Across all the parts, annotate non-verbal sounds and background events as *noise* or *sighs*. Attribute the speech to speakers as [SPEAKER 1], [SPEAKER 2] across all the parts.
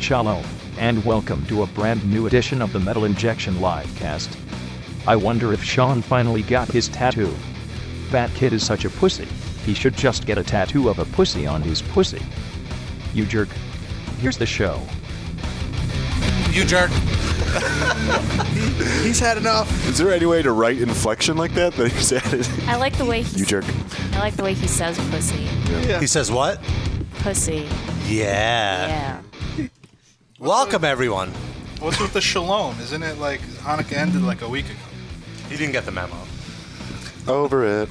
[SPEAKER 1] Shalom, and welcome to a brand new edition of the Metal Injection Livecast. I wonder if Sean finally got his tattoo. That kid is such a pussy, he should just get a tattoo of a pussy on his pussy. You jerk. Here's the show.
[SPEAKER 2] You jerk.
[SPEAKER 3] He's had enough.
[SPEAKER 4] Is there any way to write inflection like that that he's added?
[SPEAKER 5] I like the way he.
[SPEAKER 4] You jerk.
[SPEAKER 5] I like the way he says pussy.
[SPEAKER 3] Yeah.
[SPEAKER 2] He says what?
[SPEAKER 5] Pussy.
[SPEAKER 2] Yeah.
[SPEAKER 5] Yeah.
[SPEAKER 2] Welcome everyone.
[SPEAKER 3] What's with the shalom? Isn't it like Hanukkah ended like a week ago?
[SPEAKER 2] He didn't get the memo.
[SPEAKER 4] Over it.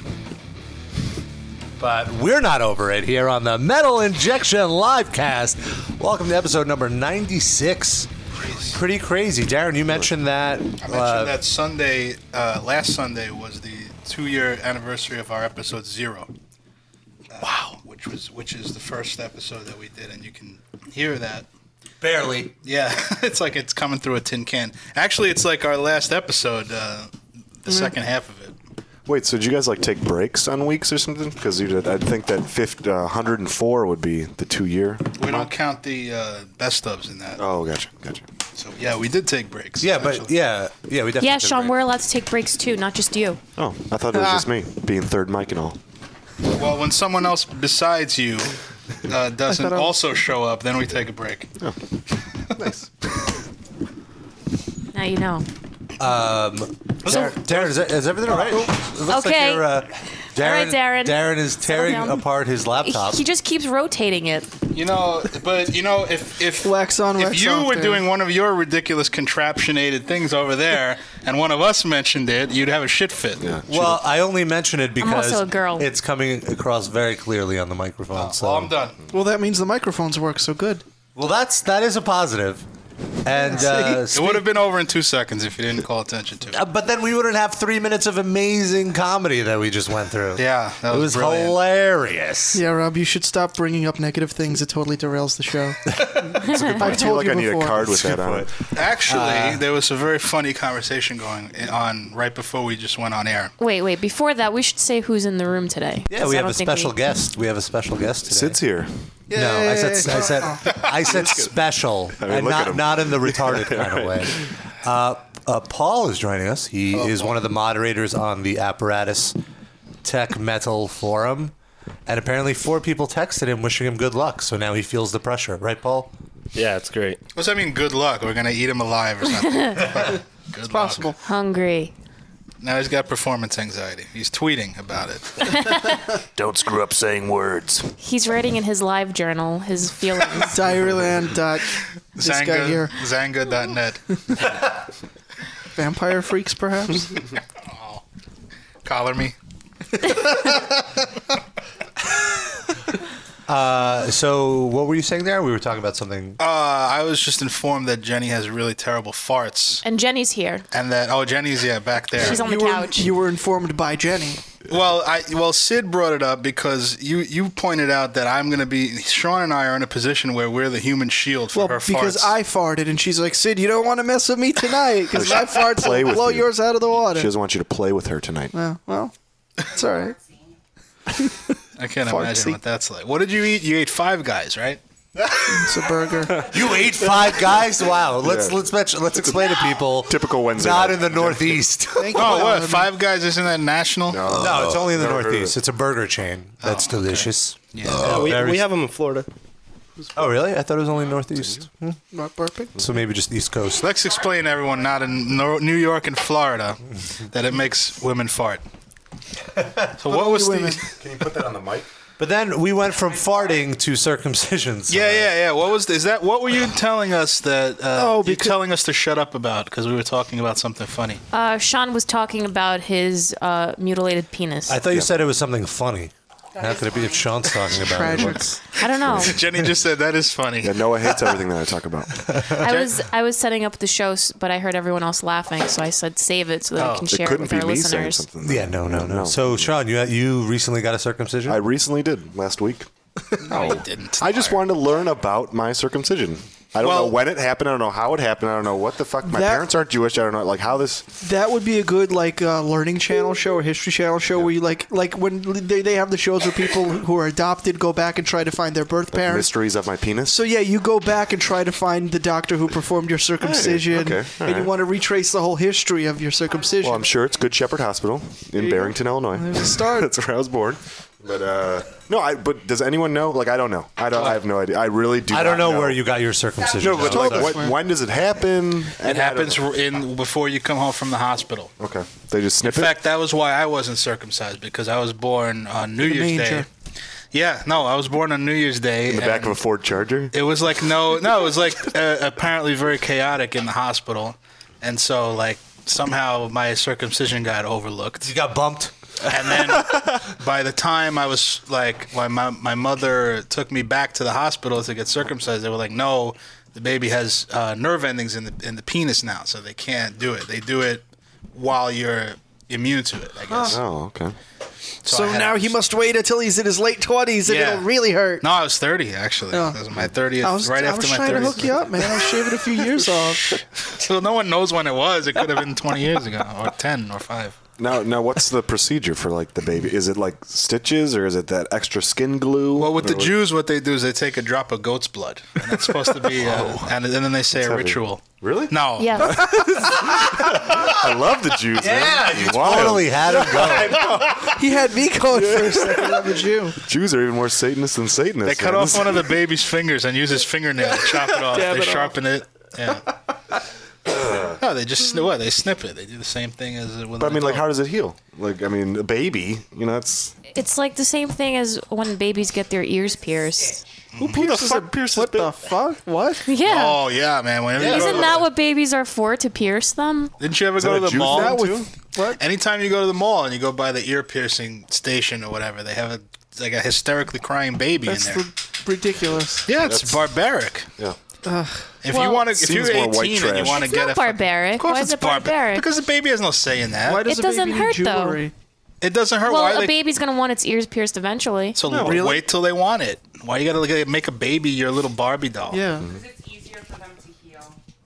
[SPEAKER 2] But we're not over it here on the Metal Injection Livecast. Welcome to episode number 96.
[SPEAKER 3] Jeez.
[SPEAKER 2] Pretty crazy. Darren, you mentioned that.
[SPEAKER 3] I mentioned that Sunday, uh, last Sunday was the two-year anniversary of our episode zero. wow. Which was which is the first episode that we did, and you can hear that.
[SPEAKER 2] Barely.
[SPEAKER 3] Yeah, *laughs* it's like it's coming through a tin can. Actually, it's like our last episode, uh, the second half of it.
[SPEAKER 4] Wait, so did you guys like take breaks on weeks or something? Because I'd think that 50, uh, 104 would be the two year.
[SPEAKER 3] We don't count the uh, best ofs in that.
[SPEAKER 4] Oh, gotcha, gotcha.
[SPEAKER 3] So yeah, we did take breaks.
[SPEAKER 2] Yeah, but
[SPEAKER 3] actually.
[SPEAKER 2] yeah. Yeah, we definitely
[SPEAKER 5] Yeah,
[SPEAKER 2] did
[SPEAKER 5] Sean,
[SPEAKER 2] great.
[SPEAKER 5] we're allowed to take breaks too, not just you.
[SPEAKER 4] Oh, I thought it was
[SPEAKER 3] Ah.
[SPEAKER 4] just me being third mic and all.
[SPEAKER 3] Well, when someone else besides you
[SPEAKER 2] *laughs*
[SPEAKER 3] uh, doesn't also show up, then we take a break.
[SPEAKER 2] Oh.
[SPEAKER 4] Nice.
[SPEAKER 5] Now you know.
[SPEAKER 2] Darren, Um, Darren, is, is everything all right? It looks
[SPEAKER 5] Okay.
[SPEAKER 2] Like you're, uh, Darren,
[SPEAKER 5] right, Darren.
[SPEAKER 2] Darren is tearing
[SPEAKER 5] down.
[SPEAKER 2] apart his laptop.
[SPEAKER 5] He just keeps rotating it.
[SPEAKER 3] You know, but you know, if if
[SPEAKER 6] Wax on,
[SPEAKER 3] if
[SPEAKER 6] wax
[SPEAKER 3] you
[SPEAKER 6] off
[SPEAKER 3] were
[SPEAKER 6] there.
[SPEAKER 3] doing one of your ridiculous contraption-aided things over there, and one of us mentioned it, you'd have a shit fit.
[SPEAKER 4] Yeah. *laughs*
[SPEAKER 2] Well, I only mention it because
[SPEAKER 5] also a girl.
[SPEAKER 2] it's coming across very clearly on the microphone. so
[SPEAKER 3] Ah, Well, I'm done.
[SPEAKER 6] Well, that means the microphones work so good.
[SPEAKER 2] Well, that's that is a positive,
[SPEAKER 3] *laughs*
[SPEAKER 2] and uh,
[SPEAKER 3] It
[SPEAKER 2] speak-
[SPEAKER 3] would have been over in two seconds if you didn't call attention to it.
[SPEAKER 2] uh, but then we wouldn't have three minutes of amazing comedy that we just went through.
[SPEAKER 3] Yeah, that
[SPEAKER 2] it was
[SPEAKER 3] was brilliant.
[SPEAKER 2] hilarious.
[SPEAKER 6] Yeah, Rob, you should stop bringing up negative things. It totally derails
[SPEAKER 2] *laughs*
[SPEAKER 6] the show. I've
[SPEAKER 4] I feel
[SPEAKER 6] told
[SPEAKER 4] like
[SPEAKER 6] you
[SPEAKER 4] I need
[SPEAKER 6] before.
[SPEAKER 4] a card with that on it.
[SPEAKER 3] Actually,
[SPEAKER 2] Uh,
[SPEAKER 3] there was a very funny conversation going on right before we just went on air.
[SPEAKER 5] Wait, wait. Before that, we should say who's in the room today.
[SPEAKER 2] Yeah,
[SPEAKER 5] 'cause
[SPEAKER 2] we
[SPEAKER 5] I
[SPEAKER 2] have
[SPEAKER 5] don't
[SPEAKER 2] a
[SPEAKER 5] think
[SPEAKER 2] special
[SPEAKER 5] we-
[SPEAKER 2] guest. We have a special guest today.
[SPEAKER 4] Sid's here.
[SPEAKER 2] No, I said I said
[SPEAKER 4] *laughs*
[SPEAKER 2] I said special,
[SPEAKER 4] I mean,
[SPEAKER 2] and
[SPEAKER 4] look at
[SPEAKER 2] not
[SPEAKER 4] him.
[SPEAKER 2] not in
[SPEAKER 4] *laughs*
[SPEAKER 2] the retarded kind of way. Uh, uh, Paul is joining us. He is one of the moderators on the Apparatus Tech Metal Forum, and apparently four people texted him wishing him good luck. So now he feels the pressure, right, Paul?
[SPEAKER 7] Yeah, it's great.
[SPEAKER 3] What's that mean? Good luck. We're gonna eat him alive or something.
[SPEAKER 2] *laughs*
[SPEAKER 3] Good luck.
[SPEAKER 6] Possible.
[SPEAKER 5] Hungry.
[SPEAKER 3] Now he's got performance anxiety. He's tweeting about it.
[SPEAKER 7] *laughs* Don't screw up saying words.
[SPEAKER 5] He's writing in his live journal his
[SPEAKER 6] *laughs*
[SPEAKER 5] feelings.
[SPEAKER 6] Diaryland. Dot, this guy here. *laughs*
[SPEAKER 3] Zanga.net.
[SPEAKER 6] Vampire freaks, perhaps?
[SPEAKER 3] Collar me.
[SPEAKER 2] Uh, so what were you saying there? We were talking about something.
[SPEAKER 3] Uh, I was just informed that Jenny has really terrible farts,
[SPEAKER 5] and Jenny's here.
[SPEAKER 3] and that oh, Jenny's yeah back there.
[SPEAKER 5] She's on the
[SPEAKER 6] you, were,
[SPEAKER 5] couch.
[SPEAKER 6] you were informed by Jenny.
[SPEAKER 3] well, I well Sid brought it up because you you pointed out that I'm gonna be Sean and I are in a position where we're the human shield for
[SPEAKER 6] Well,
[SPEAKER 3] her farts.
[SPEAKER 6] because I farted, and she's like, Sid, you don't want to mess with me tonight because my farts
[SPEAKER 4] Play
[SPEAKER 6] will
[SPEAKER 4] with
[SPEAKER 6] blow
[SPEAKER 4] you.
[SPEAKER 6] yours out of the water.
[SPEAKER 4] She doesn't want you to play with her tonight.
[SPEAKER 6] Uh, well, it's all right.
[SPEAKER 3] I can't
[SPEAKER 6] fartsy.
[SPEAKER 3] imagine what that's like. What did you eat? You ate Five Guys, right?
[SPEAKER 6] It's a burger.
[SPEAKER 2] *laughs* You ate five guys? Wow. Let's
[SPEAKER 4] Yeah.
[SPEAKER 2] let's mention, let's explain to people.
[SPEAKER 4] Typical Wednesday
[SPEAKER 2] Not
[SPEAKER 4] night.
[SPEAKER 2] in the Northeast.
[SPEAKER 6] Thank
[SPEAKER 3] Oh,
[SPEAKER 6] you,
[SPEAKER 3] what?
[SPEAKER 6] Alan.
[SPEAKER 3] Five Guys isn't that national?
[SPEAKER 2] No, it's only in the
[SPEAKER 4] Uh, Never heard of
[SPEAKER 2] Northeast.
[SPEAKER 4] it.
[SPEAKER 2] It's a burger chain. That's
[SPEAKER 7] Oh,
[SPEAKER 2] delicious. Yeah.
[SPEAKER 7] we, we have them in Florida.
[SPEAKER 2] Oh, really? I thought it was only Northeast.
[SPEAKER 6] Not burping.
[SPEAKER 2] So maybe just East Coast.
[SPEAKER 3] Let's explain to everyone not in Nor- New York
[SPEAKER 2] *laughs*
[SPEAKER 3] and Florida that it makes women fart. So what was *laughs*
[SPEAKER 6] women.
[SPEAKER 3] the
[SPEAKER 4] Can you put that on the mic?
[SPEAKER 2] But then we went from farting to circumcisions.
[SPEAKER 3] Yeah, yeah, yeah. What was is that? What were you telling us that? Uh,
[SPEAKER 6] Oh,
[SPEAKER 3] oh,
[SPEAKER 6] because-
[SPEAKER 3] you telling us to shut up about because we were talking about something funny.
[SPEAKER 5] Uh, Sean was talking about his uh, mutilated penis.
[SPEAKER 2] I
[SPEAKER 5] I,
[SPEAKER 2] thought you said it was something funny. How could it be if Sean's talking about
[SPEAKER 6] Tragic.
[SPEAKER 2] it? *laughs*
[SPEAKER 5] don't know.
[SPEAKER 3] *laughs* Jenny just said that is funny.
[SPEAKER 4] Yeah, Noah hates everything that I talk about.
[SPEAKER 5] I was I was setting up the show, s- but I heard everyone else laughing, so I said save it so that
[SPEAKER 3] Oh,
[SPEAKER 5] I can
[SPEAKER 4] It
[SPEAKER 5] share it
[SPEAKER 4] couldn't
[SPEAKER 5] with
[SPEAKER 4] be
[SPEAKER 5] our
[SPEAKER 4] me saying
[SPEAKER 5] listeners.
[SPEAKER 4] something.
[SPEAKER 2] Yeah, *laughs* no, no, no. So, Sean, you you recently got a circumcision?
[SPEAKER 4] I recently did last week.
[SPEAKER 3] no, he didn't.
[SPEAKER 4] I just wanted to learn about my circumcision. I don't know
[SPEAKER 6] Well-
[SPEAKER 4] when it happened. I don't know how it happened. I don't know what the fuck. My
[SPEAKER 6] That-
[SPEAKER 4] parents aren't Jewish. I don't know like how this.
[SPEAKER 6] That would be a good like uh, learning channel show or history channel show where you like like when they, they have the shows where people who are adopted go back and try to find their birth parents.
[SPEAKER 4] Mysteries of my penis.
[SPEAKER 6] So yeah, you go back and try to find the doctor who performed your circumcision,
[SPEAKER 4] okay, all
[SPEAKER 6] and you
[SPEAKER 4] right.
[SPEAKER 6] want to retrace the whole history of your circumcision.
[SPEAKER 4] Well, I'm sure it's Good Shepherd Hospital in Barrington, Illinois.
[SPEAKER 6] There's a
[SPEAKER 4] *laughs*
[SPEAKER 6] start.
[SPEAKER 4] That's where I was born. But uh, no, I. But does anyone know? Like, I don't know. I don't. I have no idea. I really do.
[SPEAKER 2] I don't
[SPEAKER 4] not
[SPEAKER 2] know, where you got your circumcision.
[SPEAKER 4] No, but
[SPEAKER 2] done.
[SPEAKER 4] like, what, when does it happen?
[SPEAKER 3] It happens in before you come home from the hospital.
[SPEAKER 4] Okay, they just snip
[SPEAKER 3] In
[SPEAKER 4] it.
[SPEAKER 3] fact, that was why I wasn't circumcised because I was born on New
[SPEAKER 6] In a
[SPEAKER 3] Year's Day.
[SPEAKER 6] manger.
[SPEAKER 3] Yeah, no, I was born on New Year's Day.
[SPEAKER 4] in the back of a Ford Charger.
[SPEAKER 3] it was like no, no, it was like uh, apparently very chaotic in the hospital, and so like somehow my circumcision got overlooked.
[SPEAKER 2] you got bumped.
[SPEAKER 3] And then by the time I was like, my, my my mother took me back to the hospital to get circumcised. They were like, no, the baby has uh, nerve endings in the in the penis now, so they can't do it. They do it while you're immune to it. I guess.
[SPEAKER 4] Oh, okay.
[SPEAKER 3] So,
[SPEAKER 6] so
[SPEAKER 3] I had-
[SPEAKER 6] now he must wait until he's in his late twenties, and
[SPEAKER 3] Yeah.
[SPEAKER 6] it'll really hurt.
[SPEAKER 3] No, I was 30 actually.
[SPEAKER 6] Oh.
[SPEAKER 3] That was my 30th.
[SPEAKER 6] I was,
[SPEAKER 3] right
[SPEAKER 6] I
[SPEAKER 3] after
[SPEAKER 6] was
[SPEAKER 3] my
[SPEAKER 6] trying
[SPEAKER 3] 30th.
[SPEAKER 6] to hook you up, man. I was shaving a few
[SPEAKER 3] *laughs*
[SPEAKER 6] years off.
[SPEAKER 3] So no one knows when it was. It could have been 20 years ago, or 10, or five.
[SPEAKER 4] Now, now, what's the procedure for like the baby? Is it like stitches or is it that extra skin glue?
[SPEAKER 3] Well, with the
[SPEAKER 4] Or what-
[SPEAKER 3] Jews, what they do is they take a drop of goat's blood, and it's supposed to be, uh, and, and then they say a
[SPEAKER 4] heavy.
[SPEAKER 3] ritual.
[SPEAKER 4] Really?
[SPEAKER 3] No.
[SPEAKER 5] Yeah.
[SPEAKER 4] *laughs* I love the Jews. yeah, man. Wild.
[SPEAKER 2] Totally had him go.
[SPEAKER 6] He had me going for a second. I'm a Jew.
[SPEAKER 4] *laughs* Jews are even more Satanists than Satanists.
[SPEAKER 3] *laughs* They cut
[SPEAKER 4] man.
[SPEAKER 3] off one of the baby's fingers and use his fingernail to chop it off. they sharpen it.
[SPEAKER 4] *sighs*
[SPEAKER 3] Yeah. no, they just sni- what? They snip it. They do the same thing as with.
[SPEAKER 4] But I mean, like, how does it heal? Like, I mean, a baby, you know, that's
[SPEAKER 5] it's like the same thing as when babies get their ears pierced.
[SPEAKER 6] Who pierces a pierces What the fuck? What?
[SPEAKER 5] *laughs* Yeah.
[SPEAKER 3] Oh yeah, man! Whenever you go to
[SPEAKER 5] Isn't
[SPEAKER 3] the-
[SPEAKER 5] that what babies are for? To pierce them?
[SPEAKER 3] Didn't you ever go
[SPEAKER 4] that
[SPEAKER 3] to
[SPEAKER 4] a
[SPEAKER 3] the
[SPEAKER 4] Jew
[SPEAKER 3] mall?
[SPEAKER 4] thing,
[SPEAKER 6] That was what?
[SPEAKER 3] Anytime you go to the mall and you go by the ear piercing station or whatever, they have a like a hysterically crying baby
[SPEAKER 6] That's
[SPEAKER 3] in there.
[SPEAKER 6] the ridiculous.
[SPEAKER 3] yeah, it's barbaric.
[SPEAKER 4] yeah.
[SPEAKER 3] If
[SPEAKER 5] Well,
[SPEAKER 3] you want to, if
[SPEAKER 4] Seems
[SPEAKER 3] you're
[SPEAKER 4] more white
[SPEAKER 3] 18 and you
[SPEAKER 4] trash.
[SPEAKER 3] want to
[SPEAKER 5] It's
[SPEAKER 3] get
[SPEAKER 5] not
[SPEAKER 3] a fucking-
[SPEAKER 5] barbaric.
[SPEAKER 3] of course
[SPEAKER 5] Why is
[SPEAKER 3] it's
[SPEAKER 5] it barbaric?
[SPEAKER 3] Because the baby has no say in that.
[SPEAKER 6] Why does
[SPEAKER 5] It
[SPEAKER 6] a baby
[SPEAKER 5] doesn't
[SPEAKER 6] need
[SPEAKER 5] hurt, though.
[SPEAKER 6] jewelry?
[SPEAKER 3] It doesn't hurt. why
[SPEAKER 5] Well,
[SPEAKER 3] they
[SPEAKER 5] a baby's gonna want its ears pierced eventually.
[SPEAKER 3] So
[SPEAKER 6] No,
[SPEAKER 3] w-
[SPEAKER 6] really.
[SPEAKER 3] wait till they want it. Why you gotta like, make a baby your little Barbie doll?
[SPEAKER 6] Yeah. Mm-hmm.
[SPEAKER 8] it's easier for them to heal.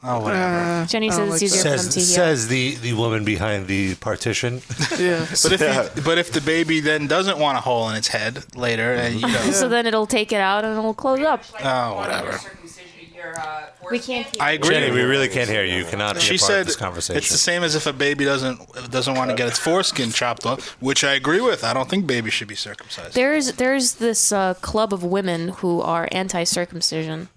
[SPEAKER 3] Oh, whatever.
[SPEAKER 6] Uh,
[SPEAKER 5] Jenny
[SPEAKER 6] I
[SPEAKER 5] says
[SPEAKER 6] don't
[SPEAKER 5] it's
[SPEAKER 6] like
[SPEAKER 5] easier for them
[SPEAKER 2] Says
[SPEAKER 5] to heal.
[SPEAKER 2] says the, the woman behind the
[SPEAKER 4] *laughs*
[SPEAKER 2] partition.
[SPEAKER 6] that. Yeah.
[SPEAKER 3] but if he- but if the baby then doesn't want a hole in its head later, and
[SPEAKER 6] *laughs*
[SPEAKER 3] you
[SPEAKER 5] *laughs*
[SPEAKER 3] know,
[SPEAKER 5] So then it'll take it out and it'll close up.
[SPEAKER 8] Like,
[SPEAKER 3] Oh,
[SPEAKER 8] one
[SPEAKER 3] whatever.
[SPEAKER 8] Your circumcision, your, uh,
[SPEAKER 5] We
[SPEAKER 8] foreskin,
[SPEAKER 5] can't heal.
[SPEAKER 3] I agree.
[SPEAKER 2] Jenny, we really can't hear you. You cannot be
[SPEAKER 3] she
[SPEAKER 2] a part
[SPEAKER 3] said
[SPEAKER 2] of this conversation.
[SPEAKER 3] it's the same as if a baby doesn't doesn't want to get its foreskin chopped off, which I agree with. I don't think babies should be circumcised.
[SPEAKER 5] There's there's this uh, club of women who are anti-circumcision,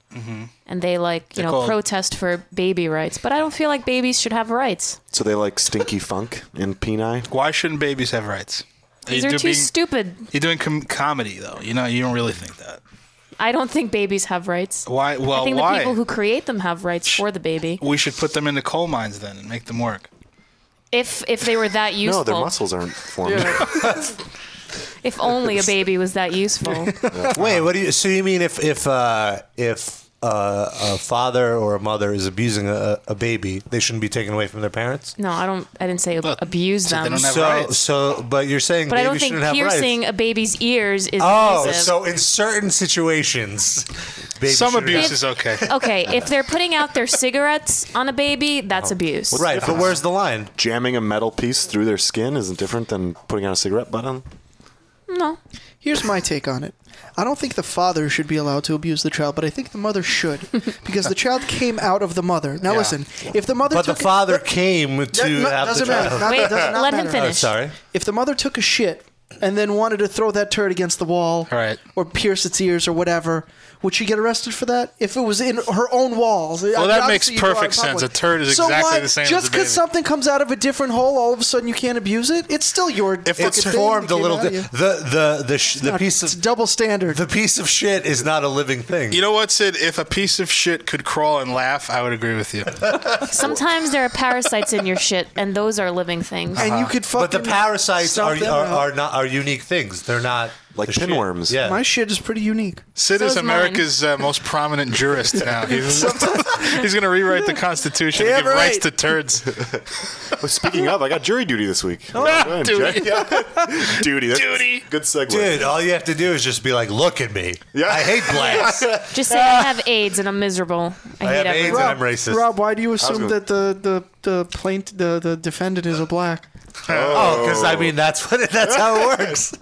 [SPEAKER 5] and they like you
[SPEAKER 3] Mm-hmm. They're
[SPEAKER 5] know
[SPEAKER 3] called-
[SPEAKER 5] protest for baby rights. But I don't feel like babies should have rights.
[SPEAKER 4] So they like stinky funk and peni.
[SPEAKER 3] Why shouldn't babies have rights?
[SPEAKER 5] These
[SPEAKER 3] You're
[SPEAKER 5] are too
[SPEAKER 3] being-
[SPEAKER 5] stupid.
[SPEAKER 3] You're doing com- comedy though. You know, you don't really think that.
[SPEAKER 5] I don't think babies have rights.
[SPEAKER 3] Why?
[SPEAKER 5] I
[SPEAKER 3] Well,
[SPEAKER 5] think the
[SPEAKER 3] why?
[SPEAKER 5] people who create them have rights for the baby.
[SPEAKER 3] we should put them into coal mines then and make them work.
[SPEAKER 5] If if they were that useful,
[SPEAKER 4] No, their muscles aren't formed.
[SPEAKER 5] *laughs* if only a baby was that
[SPEAKER 3] *laughs*
[SPEAKER 5] useful.
[SPEAKER 2] Wait, what do you? So you mean if if uh, if uh, a father or a mother is abusing a, a baby, they shouldn't be taken away from their parents?
[SPEAKER 5] No, I don't. I didn't say ab- abuse
[SPEAKER 3] so they
[SPEAKER 5] them.
[SPEAKER 3] don't have
[SPEAKER 2] So
[SPEAKER 3] rights.
[SPEAKER 2] so, but you're saying
[SPEAKER 5] but I don't
[SPEAKER 2] babies
[SPEAKER 5] think
[SPEAKER 2] shouldn't have rights.
[SPEAKER 5] piercing a baby's ears is
[SPEAKER 2] Oh,
[SPEAKER 5] abusive.
[SPEAKER 2] so in certain situations, babies
[SPEAKER 3] Some
[SPEAKER 2] shouldn't
[SPEAKER 3] abuse
[SPEAKER 2] have-
[SPEAKER 3] is okay.
[SPEAKER 5] *laughs* okay, if they're putting out their cigarettes on a baby, that's abuse.
[SPEAKER 2] Right, but where's Oh, the line?
[SPEAKER 4] Jamming a metal piece through their skin isn't different than putting out a cigarette butt on.
[SPEAKER 5] No.
[SPEAKER 6] Here's my take on it. I don't think the father should be allowed to abuse the child, but I think the
[SPEAKER 5] *laughs*
[SPEAKER 6] mother should because the child came out of the mother. Now listen, if the mother
[SPEAKER 2] But the
[SPEAKER 6] took
[SPEAKER 2] father
[SPEAKER 6] that-
[SPEAKER 2] came
[SPEAKER 6] that
[SPEAKER 2] to
[SPEAKER 6] no-
[SPEAKER 2] have the
[SPEAKER 6] doesn't matter.
[SPEAKER 2] child.
[SPEAKER 6] Not-
[SPEAKER 5] Wait,
[SPEAKER 6] does not
[SPEAKER 5] let him
[SPEAKER 6] matter.
[SPEAKER 5] finish.
[SPEAKER 2] Oh, sorry.
[SPEAKER 6] if the mother took a shit and then wanted to throw that turd against the wall
[SPEAKER 3] Right.
[SPEAKER 6] or pierce its ears or whatever, would she get arrested for that? If it was in her own walls. Well,
[SPEAKER 3] that makes perfect sense. A turd is
[SPEAKER 6] so
[SPEAKER 3] exactly
[SPEAKER 6] what?
[SPEAKER 3] the same as
[SPEAKER 6] Just
[SPEAKER 3] a baby.
[SPEAKER 6] something comes out of a different hole, all of a sudden you can't abuse it? It's still your
[SPEAKER 2] If
[SPEAKER 6] fucking
[SPEAKER 2] it's
[SPEAKER 6] thing
[SPEAKER 2] formed
[SPEAKER 6] that
[SPEAKER 2] a
[SPEAKER 6] came
[SPEAKER 2] little,
[SPEAKER 6] out of
[SPEAKER 2] di-
[SPEAKER 6] you.
[SPEAKER 2] the the the sh- the
[SPEAKER 6] Not-
[SPEAKER 2] piece
[SPEAKER 6] it's
[SPEAKER 2] of
[SPEAKER 6] double standard.
[SPEAKER 2] the piece of shit is not a living thing.
[SPEAKER 3] You know what, Sid? If a piece of shit could crawl and laugh, I would agree with you.
[SPEAKER 5] *laughs* Sometimes there are parasites in your shit, and those are living things.
[SPEAKER 3] Uh-huh.
[SPEAKER 6] and you could fucking
[SPEAKER 2] but the parasites
[SPEAKER 6] stomp
[SPEAKER 2] are
[SPEAKER 6] them
[SPEAKER 2] are,
[SPEAKER 6] out.
[SPEAKER 2] are not are unique things. They're not
[SPEAKER 4] like pinworms.
[SPEAKER 2] Yeah.
[SPEAKER 6] My shit is pretty unique.
[SPEAKER 3] Sid
[SPEAKER 5] So
[SPEAKER 3] is
[SPEAKER 5] is mine.
[SPEAKER 3] America's uh, most prominent jurist
[SPEAKER 2] *laughs*
[SPEAKER 3] now. He's, *laughs* he's going to rewrite the Constitution
[SPEAKER 6] Damn
[SPEAKER 3] and give rights
[SPEAKER 6] right.
[SPEAKER 3] to turds.
[SPEAKER 2] *laughs*
[SPEAKER 4] Well, *laughs* speaking of, I got jury duty this week. Go ahead,
[SPEAKER 3] duty.
[SPEAKER 5] *laughs*
[SPEAKER 4] Jay. duty. That's
[SPEAKER 3] Duty.
[SPEAKER 4] Good segue.
[SPEAKER 2] Dude, oh, all you have to do is just be like, look at me.
[SPEAKER 4] Yeah.
[SPEAKER 2] I hate *laughs* blacks. I
[SPEAKER 5] Just say I have AIDS and I'm miserable. I,
[SPEAKER 2] have AIDS
[SPEAKER 5] hate everyone.
[SPEAKER 2] and I'm racist.
[SPEAKER 6] Rob, why do you
[SPEAKER 4] gonna-
[SPEAKER 6] assume that the the the plaint the the defendant is a black?
[SPEAKER 2] Oh, because I mean that's what that's how
[SPEAKER 3] *laughs*
[SPEAKER 2] it works.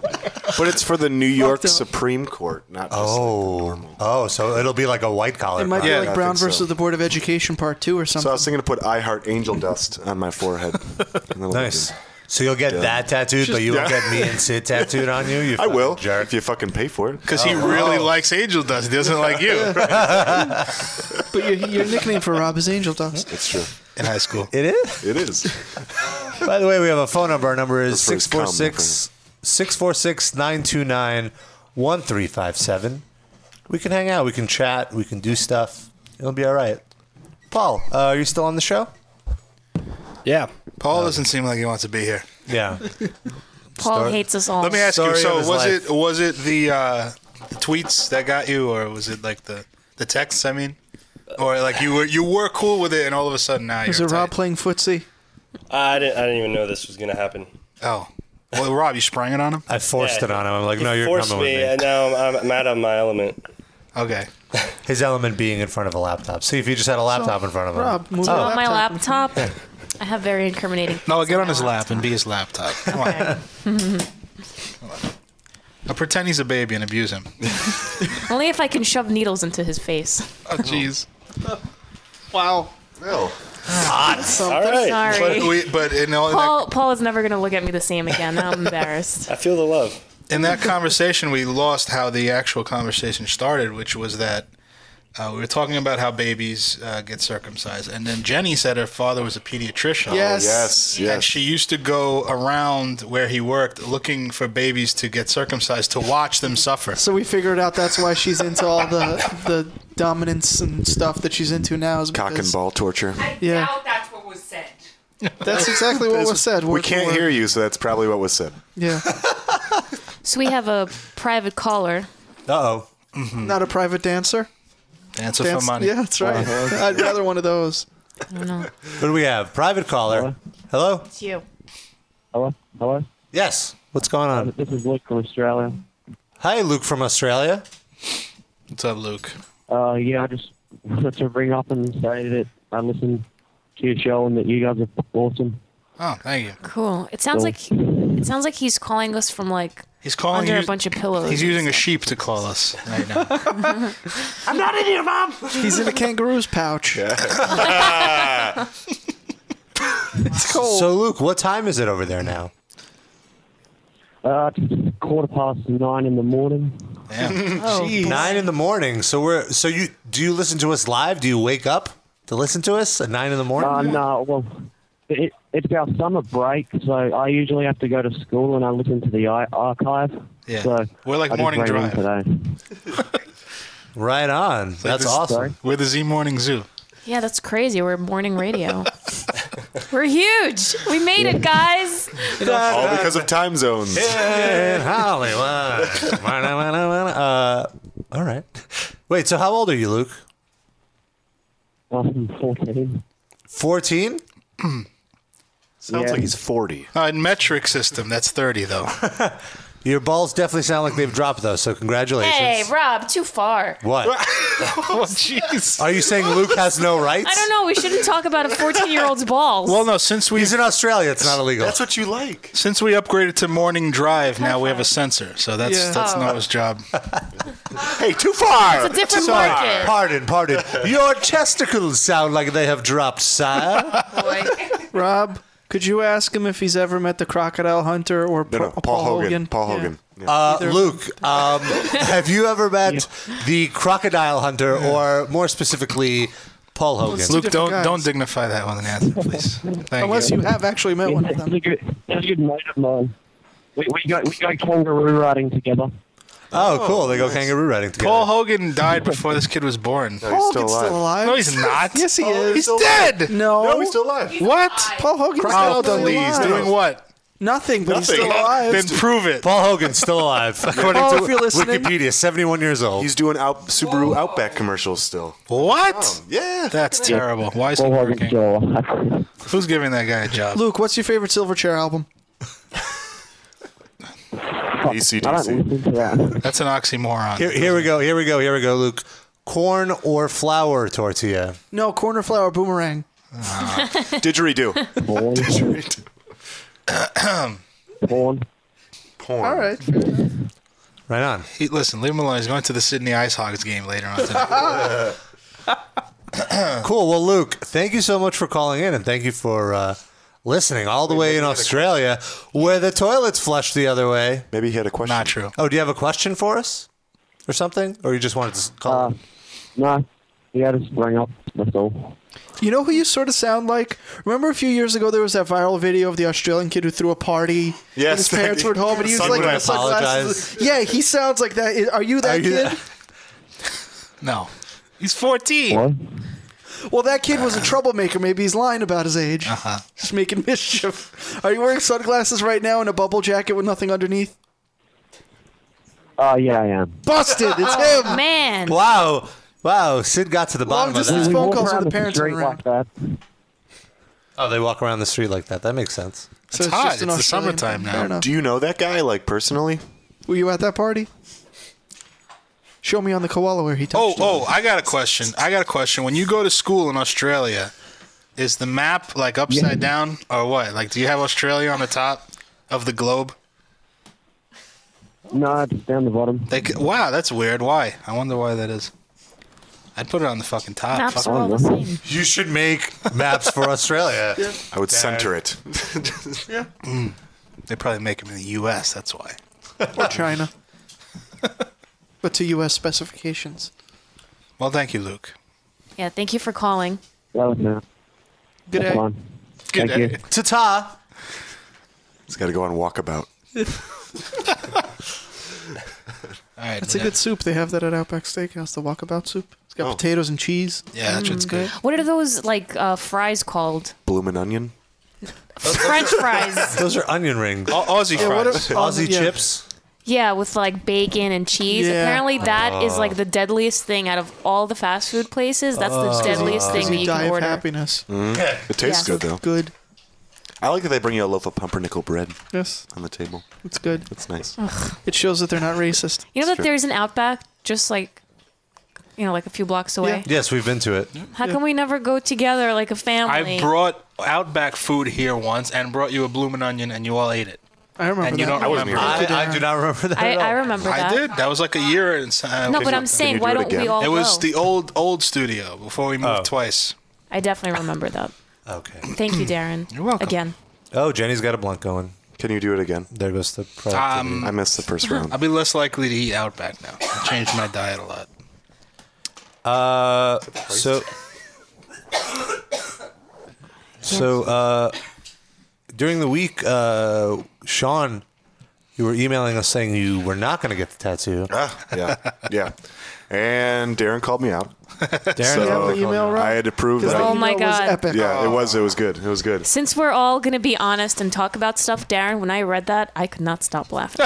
[SPEAKER 4] But it's for the New York
[SPEAKER 6] Fucked up.
[SPEAKER 4] Supreme Court, not just
[SPEAKER 2] oh, oh, so it'll be like a white
[SPEAKER 4] Oh,
[SPEAKER 2] collar.
[SPEAKER 6] It might
[SPEAKER 2] crime.
[SPEAKER 6] be
[SPEAKER 4] I
[SPEAKER 6] like Brown
[SPEAKER 4] think so.
[SPEAKER 6] versus the Board of Education Part Two or something.
[SPEAKER 4] So I was thinking to put I heart angel dust on
[SPEAKER 2] *laughs*
[SPEAKER 4] my forehead. And it'll
[SPEAKER 2] Nice.
[SPEAKER 4] look
[SPEAKER 2] So you'll get that tattooed, but you won't
[SPEAKER 4] Yeah.
[SPEAKER 2] get me and Sid tattooed on you. You
[SPEAKER 4] good. *laughs* I will
[SPEAKER 2] fucking jerk.
[SPEAKER 4] if you fucking pay for it. Oh.
[SPEAKER 3] Because
[SPEAKER 2] Oh,
[SPEAKER 3] he really likes angel dust. He doesn't
[SPEAKER 2] *laughs*
[SPEAKER 3] like you.
[SPEAKER 6] but your, your nickname for Rob is Angel Dust.
[SPEAKER 4] It's true.
[SPEAKER 3] In high school.
[SPEAKER 2] It is.
[SPEAKER 4] It is.
[SPEAKER 2] By the way, we have a phone number. Our number is
[SPEAKER 4] That's where it's
[SPEAKER 2] 646 646 929 1357. We can hang out. We can chat. We can do stuff. It'll be all right. Paul, uh, are you still on the show? Uh,
[SPEAKER 7] Yeah.
[SPEAKER 3] Paul doesn't seem like he wants to be here.
[SPEAKER 2] Yeah.
[SPEAKER 5] Paul
[SPEAKER 2] Start-
[SPEAKER 5] hates us all.
[SPEAKER 3] Let me ask you.
[SPEAKER 2] Story
[SPEAKER 3] So
[SPEAKER 2] of
[SPEAKER 3] was
[SPEAKER 2] his life.
[SPEAKER 3] it was it the uh, tweets that got you, or was it like the the texts? I mean, or like you were you were cool with it, and all of a sudden now
[SPEAKER 6] Is
[SPEAKER 3] you're
[SPEAKER 6] it Rob
[SPEAKER 3] tight.
[SPEAKER 6] playing footsie?
[SPEAKER 7] I didn't. I didn't even know this was gonna happen.
[SPEAKER 3] Oh, well, Rob, you sprang it on him.
[SPEAKER 2] I forced
[SPEAKER 7] Yeah.
[SPEAKER 2] it on him. I'm like,
[SPEAKER 7] He
[SPEAKER 2] no, you're
[SPEAKER 7] forced
[SPEAKER 2] coming
[SPEAKER 7] me,
[SPEAKER 2] with me.
[SPEAKER 7] and now I'm, I'm out of my element.
[SPEAKER 3] *laughs* Okay.
[SPEAKER 2] His element being in front of a laptop. See if you just had a laptop in front of him. Oh.
[SPEAKER 6] Rob, move
[SPEAKER 5] Do you
[SPEAKER 6] your
[SPEAKER 5] want Oh, my
[SPEAKER 6] laptop.
[SPEAKER 5] laptop? I have very incriminating. *laughs*
[SPEAKER 3] No,
[SPEAKER 5] things
[SPEAKER 3] get on
[SPEAKER 5] my
[SPEAKER 3] his lap and be his laptop. Come on.
[SPEAKER 5] Okay.
[SPEAKER 3] Now pretend he's a baby and abuse *laughs* him.
[SPEAKER 5] Only if I can shove needles into his face.
[SPEAKER 3] Oh, jeez.
[SPEAKER 6] Wow.
[SPEAKER 7] All right.
[SPEAKER 5] Oh. Sorry.
[SPEAKER 3] Oh. But, we, but in, all
[SPEAKER 5] Paul, Paul is never going to look at me the same again. Now I'm
[SPEAKER 7] *laughs*
[SPEAKER 5] embarrassed.
[SPEAKER 7] I feel the love.
[SPEAKER 3] that, in that conversation, we lost how the actual conversation started, which was that uh, we were talking about how babies uh, get circumcised, and then Jenny said her father was a pediatrician.
[SPEAKER 6] Yes.
[SPEAKER 4] Yes.
[SPEAKER 3] And
[SPEAKER 4] Yes.
[SPEAKER 3] she used to go around where he worked looking for babies to get circumcised to watch them suffer.
[SPEAKER 6] So we figured out that's why she's into all the the dominance and stuff that she's into now. Is
[SPEAKER 4] Cock and
[SPEAKER 6] because-
[SPEAKER 4] ball *laughs* torture.
[SPEAKER 8] I
[SPEAKER 6] Yeah.
[SPEAKER 8] doubt that's what was said.
[SPEAKER 6] That's exactly what was said.
[SPEAKER 4] We can't hear you, so that's probably what was said.
[SPEAKER 6] Yeah.
[SPEAKER 5] So we have a private caller.
[SPEAKER 2] Uh oh.
[SPEAKER 3] Mm-hmm. Hmm.
[SPEAKER 6] Not a private dancer.
[SPEAKER 3] Answer
[SPEAKER 6] Dance-
[SPEAKER 3] for money.
[SPEAKER 6] Yeah, that's right. *laughs* I'd rather one of those.
[SPEAKER 5] I don't know.
[SPEAKER 2] What do we have? Private caller. Hello?
[SPEAKER 5] It's you.
[SPEAKER 9] Hello? Hello?
[SPEAKER 2] Yes. What's going on?
[SPEAKER 9] This is Luke from Australia.
[SPEAKER 2] Hi, Luke from Australia.
[SPEAKER 3] What's up, Luke?
[SPEAKER 9] Uh, yeah, I just wanted to ring up and say that I listened to your show and that you guys are awesome.
[SPEAKER 3] Oh, thank you.
[SPEAKER 5] Cool. It sounds like it sounds like he's calling us from like
[SPEAKER 3] He's calling
[SPEAKER 5] under
[SPEAKER 3] you.
[SPEAKER 5] a bunch of pillows.
[SPEAKER 3] He's using a sheep to call us right now. *laughs*
[SPEAKER 6] He's in a kangaroo's pouch.
[SPEAKER 10] *laughs*
[SPEAKER 2] *laughs*
[SPEAKER 6] it's cold.
[SPEAKER 2] So, Luke, what time is it over there now?
[SPEAKER 9] Uh, it's quarter past nine in the morning.
[SPEAKER 6] *laughs*
[SPEAKER 3] Damn.
[SPEAKER 5] Oh,
[SPEAKER 2] Nine in the morning. So we're so you do you listen to us live? Do you wake up to listen to us at nine in the morning?
[SPEAKER 9] Uh, no, well, it, it's our summer break, so I usually have to go to school and I listen to the I- archive.
[SPEAKER 3] Yeah.
[SPEAKER 9] So
[SPEAKER 3] We're like
[SPEAKER 9] I just
[SPEAKER 3] morning
[SPEAKER 9] rang in
[SPEAKER 3] drive.
[SPEAKER 9] Today.
[SPEAKER 2] *laughs* Right on. That's
[SPEAKER 3] this-
[SPEAKER 2] awesome.
[SPEAKER 9] Sorry?
[SPEAKER 3] We're the Z Morning Zoo.
[SPEAKER 5] *laughs* yeah, that's crazy. We're morning radio. We're huge. We made it, guys.
[SPEAKER 4] All because of time zones.
[SPEAKER 2] In Hollywood. uh, all right. Wait. So how old are you, Luke?
[SPEAKER 9] I'm 14.
[SPEAKER 2] Fourteen.
[SPEAKER 4] Sounds
[SPEAKER 9] Yeah.
[SPEAKER 4] like he's 40.
[SPEAKER 3] Uh, in metric system, that's 30, *laughs* though.
[SPEAKER 2] Your balls definitely sound like they've dropped though. So congratulations. *laughs*
[SPEAKER 5] Hey, Rob, too far.
[SPEAKER 2] What?
[SPEAKER 3] oh, jeez.
[SPEAKER 2] Are you saying Luke has no rights?
[SPEAKER 5] I don't know. We shouldn't talk about a 14 year old's balls.
[SPEAKER 3] Well, no, since we
[SPEAKER 2] He's in Australia. It's not illegal.
[SPEAKER 4] That's what you like.
[SPEAKER 3] since we upgraded to morning drive, now we have a
[SPEAKER 5] five.
[SPEAKER 3] sensor. So that's
[SPEAKER 6] Yeah.
[SPEAKER 3] that's
[SPEAKER 5] Oh.
[SPEAKER 3] Noah's *laughs* job.
[SPEAKER 4] Hey, too far.
[SPEAKER 5] it's a different
[SPEAKER 2] Sorry.
[SPEAKER 5] market.
[SPEAKER 2] Pardon, pardon. Your testicles sound like they have dropped, sire.
[SPEAKER 6] Rob, could you ask him if he's ever met the crocodile hunter or
[SPEAKER 4] No,
[SPEAKER 6] Pro-
[SPEAKER 4] no, Paul Hogan. Paul Hogan. Yeah.
[SPEAKER 2] Uh,
[SPEAKER 6] Either-
[SPEAKER 2] Luke, um, have you ever met the crocodile hunter, or more specifically, Paul Hogan?
[SPEAKER 3] Luke,
[SPEAKER 6] different
[SPEAKER 3] don't
[SPEAKER 6] guys.
[SPEAKER 3] don't dignify that with an answer, please. Thank
[SPEAKER 6] Unless you have actually met one of
[SPEAKER 9] That's a
[SPEAKER 6] them.
[SPEAKER 9] good, that's a good mate of mine. We, we, go, we go kangaroo riding together.
[SPEAKER 2] oh, cool. They go kangaroo riding together.
[SPEAKER 3] Paul Hogan died before this kid was *laughs* born.
[SPEAKER 4] he's
[SPEAKER 6] Hogan's still alive.
[SPEAKER 3] No, he's *laughs* not.
[SPEAKER 6] Yes, he
[SPEAKER 4] Oh,
[SPEAKER 6] is.
[SPEAKER 3] He's dead.
[SPEAKER 6] No.
[SPEAKER 4] No, he's still alive.
[SPEAKER 3] What?
[SPEAKER 6] Paul Hogan's
[SPEAKER 3] Oh,
[SPEAKER 6] still alive.
[SPEAKER 3] please. Doing what?
[SPEAKER 6] Nothing, but he's still alive.
[SPEAKER 3] prove it.
[SPEAKER 2] Paul Hogan's still alive, according
[SPEAKER 6] Paul,
[SPEAKER 2] to
[SPEAKER 6] Oh, if you're listening- Oh.
[SPEAKER 2] Wikipedia. Seventy-one years old.
[SPEAKER 4] He's doing out Subaru Outback commercials still.
[SPEAKER 3] What?
[SPEAKER 4] Yeah.
[SPEAKER 3] That's terrible. Why is he
[SPEAKER 9] Paul Hogan's
[SPEAKER 3] working?
[SPEAKER 9] still alive.
[SPEAKER 3] Who's giving that guy a job?
[SPEAKER 6] Luke, what's your favorite Silverchair album?
[SPEAKER 9] I don't
[SPEAKER 4] ACDC.
[SPEAKER 9] listen to that.
[SPEAKER 3] That's an
[SPEAKER 2] *laughs*
[SPEAKER 3] oxymoron.
[SPEAKER 2] Here, here we go. Here we go. Here we go, Luke. Corn or flour
[SPEAKER 3] *laughs*
[SPEAKER 2] tortilla?
[SPEAKER 6] No, Corner Flower Boomerang.
[SPEAKER 3] Uh, Ah.
[SPEAKER 4] Didgeridoo.
[SPEAKER 9] Porn.
[SPEAKER 3] *clears throat*
[SPEAKER 9] Porn.
[SPEAKER 4] Porn.
[SPEAKER 6] All right.
[SPEAKER 2] Right on.
[SPEAKER 3] He, listen, leave him alone. He's going to the Sydney Ice Hogs game later on today.
[SPEAKER 9] *laughs*
[SPEAKER 2] Uh-huh. Cool. Well, Luke, thank you so much for calling in, and thank you for uh, listening all the way in Australia, where the toilets flush the other way.
[SPEAKER 4] Maybe he had a question.
[SPEAKER 3] Not true.
[SPEAKER 2] Oh, do you have a question for us, or something, or you just wanted to s- call?
[SPEAKER 9] Uh, no, he had a spring up. That's all.
[SPEAKER 6] You know who you sort of sound like? Remember a few years ago there was that viral video of the Australian kid who threw a party. and
[SPEAKER 4] Yes,
[SPEAKER 6] his
[SPEAKER 3] *laughs*
[SPEAKER 6] parents were at home, and he was
[SPEAKER 2] Someone
[SPEAKER 6] like,
[SPEAKER 2] would
[SPEAKER 6] with sunglasses. Yeah, he sounds like that. Are you that
[SPEAKER 2] Are you
[SPEAKER 6] kid?
[SPEAKER 2] that-
[SPEAKER 3] No. He's 14.
[SPEAKER 9] What?
[SPEAKER 6] Well, that kid was a troublemaker. Maybe he's lying about his age. Uh-huh. Just making mischief. Are you wearing sunglasses right now and a bubble jacket with nothing underneath?
[SPEAKER 9] Oh, yeah, I am.
[SPEAKER 6] Busted!
[SPEAKER 3] *laughs*
[SPEAKER 6] It's him.
[SPEAKER 5] Man.
[SPEAKER 2] Wow, wow. Sid got to the bottom of
[SPEAKER 6] distance
[SPEAKER 2] that.
[SPEAKER 9] We
[SPEAKER 6] phone
[SPEAKER 9] walk
[SPEAKER 6] calls
[SPEAKER 9] around
[SPEAKER 6] with the parents
[SPEAKER 9] street like
[SPEAKER 6] around.
[SPEAKER 9] that.
[SPEAKER 2] Oh, they walk around the street like that. That makes sense.
[SPEAKER 6] So
[SPEAKER 3] hot.
[SPEAKER 6] an
[SPEAKER 3] It's the
[SPEAKER 6] Australian
[SPEAKER 3] summertime
[SPEAKER 6] thing.
[SPEAKER 3] now.
[SPEAKER 6] Fair enough.
[SPEAKER 4] Do you know that guy, like, personally?
[SPEAKER 6] Were you at that party? Show me on the koala where he
[SPEAKER 3] Oh,
[SPEAKER 6] touched. it.
[SPEAKER 3] oh, I got a question. I got a question. When you go to school in Australia, is the map like upside down or what? Like, do you have Australia on the top of the globe?
[SPEAKER 9] No, it's down the bottom.
[SPEAKER 3] They, c- wow, that's weird. Why? I wonder why that is. I'd put it on the fucking top.
[SPEAKER 5] Maps
[SPEAKER 3] Fuck.
[SPEAKER 5] are all the same.
[SPEAKER 2] You should make maps for Australia.
[SPEAKER 4] uh, I would
[SPEAKER 9] *laughs*
[SPEAKER 4] center it.
[SPEAKER 3] Mm. They probably make them in the U.S. That's why.
[SPEAKER 6] *laughs* or
[SPEAKER 3] *laughs*
[SPEAKER 6] China, but to U.S. specifications.
[SPEAKER 3] Well, thank you, Luke.
[SPEAKER 5] Yeah, thank you for calling.
[SPEAKER 9] That
[SPEAKER 4] Oh,
[SPEAKER 9] was no.
[SPEAKER 6] Good
[SPEAKER 9] Come
[SPEAKER 6] day.
[SPEAKER 9] on. Thank
[SPEAKER 3] Good day.
[SPEAKER 9] you.
[SPEAKER 2] Ta-ta.
[SPEAKER 4] He's got to go on walkabout.
[SPEAKER 3] All right.
[SPEAKER 6] It's a good soup. They have that at Outback Steakhouse. The walkabout soup. It's got potatoes and cheese.
[SPEAKER 3] Oh.
[SPEAKER 6] Mm.
[SPEAKER 3] Yeah, that shit's good.
[SPEAKER 5] What are those like uh, fries
[SPEAKER 3] *laughs*
[SPEAKER 5] called?
[SPEAKER 4] Bloomin' Onion.
[SPEAKER 5] French fries.
[SPEAKER 2] Those are onion rings.
[SPEAKER 3] Au- Aussie fries.
[SPEAKER 2] Aussie
[SPEAKER 6] yeah.
[SPEAKER 2] chips.
[SPEAKER 5] Yeah, with like bacon and cheese.
[SPEAKER 6] Yeah.
[SPEAKER 5] Apparently, that is like the
[SPEAKER 2] Oh.
[SPEAKER 5] deadliest thing out of all the fast food places. That's the deadliest thing that
[SPEAKER 6] We
[SPEAKER 5] you
[SPEAKER 6] die
[SPEAKER 5] can
[SPEAKER 6] of
[SPEAKER 5] order.
[SPEAKER 6] happiness.
[SPEAKER 4] Hmm. It tastes
[SPEAKER 5] Yeah.
[SPEAKER 4] good, though.
[SPEAKER 6] Good.
[SPEAKER 4] I like that they bring you a loaf of pumpernickel bread
[SPEAKER 6] Yes,
[SPEAKER 4] on the table.
[SPEAKER 6] it's good.
[SPEAKER 4] It's nice.
[SPEAKER 6] It shows that they're not racist.
[SPEAKER 5] You know that
[SPEAKER 4] Sure.
[SPEAKER 5] there's an Outback just like, you know, like a few blocks away.
[SPEAKER 2] Yes, we've been to it.
[SPEAKER 5] How come we never go together like a family?
[SPEAKER 3] I brought Outback food here once and brought you a bloomin' onion and you all ate it.
[SPEAKER 6] I remember
[SPEAKER 3] And
[SPEAKER 6] that.
[SPEAKER 3] you don't remember.
[SPEAKER 2] I,
[SPEAKER 3] it.
[SPEAKER 2] I do not remember that
[SPEAKER 5] I,
[SPEAKER 2] at all.
[SPEAKER 5] I remember
[SPEAKER 3] I
[SPEAKER 5] that.
[SPEAKER 3] did. That was like a year and
[SPEAKER 5] No,
[SPEAKER 3] uh, it
[SPEAKER 5] but
[SPEAKER 3] was-
[SPEAKER 5] I'm saying,
[SPEAKER 4] you do
[SPEAKER 5] why
[SPEAKER 4] it
[SPEAKER 5] don't we
[SPEAKER 4] again?
[SPEAKER 5] all
[SPEAKER 3] It was
[SPEAKER 5] go?
[SPEAKER 3] the old old studio before we moved
[SPEAKER 2] Oh.
[SPEAKER 3] twice. Um,
[SPEAKER 5] I definitely remember that.
[SPEAKER 2] Okay.
[SPEAKER 5] Thank
[SPEAKER 2] *clears throat*
[SPEAKER 5] you, Darren. You're
[SPEAKER 3] welcome.
[SPEAKER 5] Again.
[SPEAKER 2] Oh, Jenny's got a blunt going.
[SPEAKER 4] Can you do it again?
[SPEAKER 2] There goes the productivity.
[SPEAKER 3] Um,
[SPEAKER 4] I missed the
[SPEAKER 3] *laughs*
[SPEAKER 4] first round.
[SPEAKER 3] I'll be less likely to eat Outback now. I changed my diet a lot.
[SPEAKER 2] Uh, so, so uh, during the week, uh, Sean, you were emailing us saying you were not going to get the tattoo.
[SPEAKER 4] Ah, yeah, yeah. And Darren called me out.
[SPEAKER 2] Darren,
[SPEAKER 4] So
[SPEAKER 6] have the email
[SPEAKER 4] I
[SPEAKER 6] right?
[SPEAKER 4] had to prove
[SPEAKER 6] Because
[SPEAKER 4] that.
[SPEAKER 6] the
[SPEAKER 5] Oh my
[SPEAKER 6] email was
[SPEAKER 5] God.
[SPEAKER 6] epic.
[SPEAKER 4] yeah, it was. It was good. It was good.
[SPEAKER 5] Since we're all going to be honest and talk about stuff, Darren, when I read that, I could not
[SPEAKER 2] *laughs*
[SPEAKER 5] stop laughing.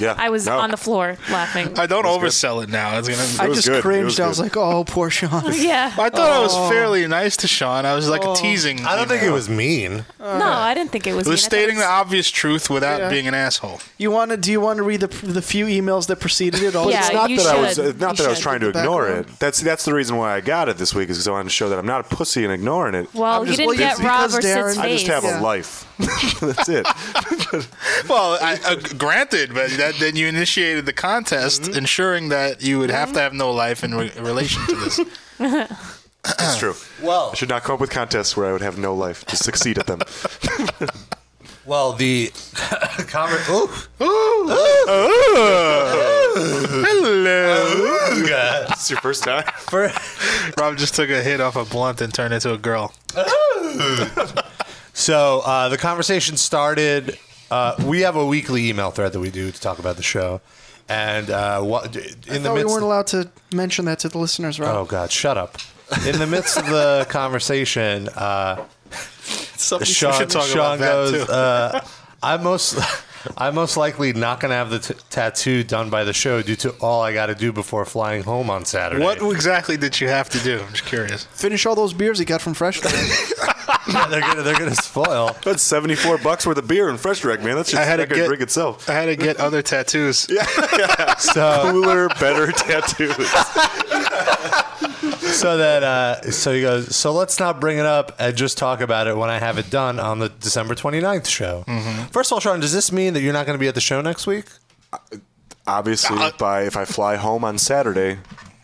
[SPEAKER 4] Yeah,
[SPEAKER 5] I was
[SPEAKER 4] no,
[SPEAKER 5] on the floor laughing.
[SPEAKER 3] I don't oversell it now. It's gonna.
[SPEAKER 6] I
[SPEAKER 4] It was
[SPEAKER 6] just
[SPEAKER 4] good. It
[SPEAKER 6] cringed.
[SPEAKER 4] was
[SPEAKER 6] I was
[SPEAKER 4] good.
[SPEAKER 6] like, oh, poor Sean.
[SPEAKER 5] yeah.
[SPEAKER 3] I thought I was fairly nice to Sean. I was like teasing.
[SPEAKER 2] Oh. I don't think it was mean.
[SPEAKER 5] no, I didn't think it was.
[SPEAKER 3] It
[SPEAKER 5] mean. I thought
[SPEAKER 3] was
[SPEAKER 5] it
[SPEAKER 3] stating the obvious truth without
[SPEAKER 6] Yeah.
[SPEAKER 3] being
[SPEAKER 2] *laughs*
[SPEAKER 3] an asshole.
[SPEAKER 6] You want to? Do you want to read the the few emails that preceded it? All
[SPEAKER 5] Yeah,
[SPEAKER 4] It's not
[SPEAKER 5] you
[SPEAKER 4] that I was
[SPEAKER 5] should.
[SPEAKER 4] uh, not
[SPEAKER 5] You
[SPEAKER 4] that I was
[SPEAKER 5] should.
[SPEAKER 4] trying to
[SPEAKER 6] The
[SPEAKER 4] ignore it.
[SPEAKER 6] background.
[SPEAKER 4] That's that's the reason why I got it this week is because I wanted to show that I'm not a pussy and ignoring it.
[SPEAKER 5] Well, you didn't get
[SPEAKER 6] busy.
[SPEAKER 5] Rob
[SPEAKER 6] Because
[SPEAKER 5] or Sid's
[SPEAKER 6] Darren-
[SPEAKER 4] I
[SPEAKER 5] face.
[SPEAKER 4] just have a
[SPEAKER 6] Yeah.
[SPEAKER 4] life. that's it.
[SPEAKER 3] Well, I, uh, granted, but that, then you initiated the contest,
[SPEAKER 2] Mm-hmm.
[SPEAKER 3] ensuring that you would have to
[SPEAKER 5] Mm-hmm.
[SPEAKER 3] have no life in re- relation to
[SPEAKER 2] *laughs*
[SPEAKER 3] this.
[SPEAKER 4] It's true.
[SPEAKER 2] *clears throat* Well,
[SPEAKER 4] I should not come up with contests where I would have no life to succeed at them.
[SPEAKER 2] *laughs* well, the comment. Oh,
[SPEAKER 3] *laughs* Hello.
[SPEAKER 2] *laughs*
[SPEAKER 4] it's your first time.
[SPEAKER 2] for,
[SPEAKER 3] Rob just took a hit off a blunt and turned into a girl.
[SPEAKER 2] Oh. so uh, the conversation started. Uh, we have a weekly email thread that we do to talk about the show, and uh, what, in the
[SPEAKER 6] No, we
[SPEAKER 2] midst
[SPEAKER 6] weren't allowed to mention that to the listeners, right?
[SPEAKER 2] Oh God, shut up! In the midst of
[SPEAKER 6] *laughs*
[SPEAKER 2] the conversation, uh,
[SPEAKER 3] Something
[SPEAKER 2] Sean, Sean goes, uh, I'm most *laughs* I'm most likely not going to have the t- tattoo done by the show due to all I got to do before flying home on Saturday.
[SPEAKER 3] What exactly did you have to do? I'm just curious.
[SPEAKER 6] Finish all those beers he got from Fresh Direct.
[SPEAKER 2] they're gonna they're gonna spoil.
[SPEAKER 4] That's seventy four bucks worth of beer and fresh direct, man. That's just
[SPEAKER 3] I had to
[SPEAKER 4] that could
[SPEAKER 3] get-
[SPEAKER 4] drink itself.
[SPEAKER 3] I had to get other tattoos. Yeah.
[SPEAKER 2] *laughs* So
[SPEAKER 4] Cooler, better tattoos.
[SPEAKER 2] so that uh, so he goes. So let's not bring it up and just talk about it when I have it done on the December 29th show. First of all, Sean, does this mean that you're not going to be at the show next week?
[SPEAKER 4] Obviously, by if I fly home on Saturday,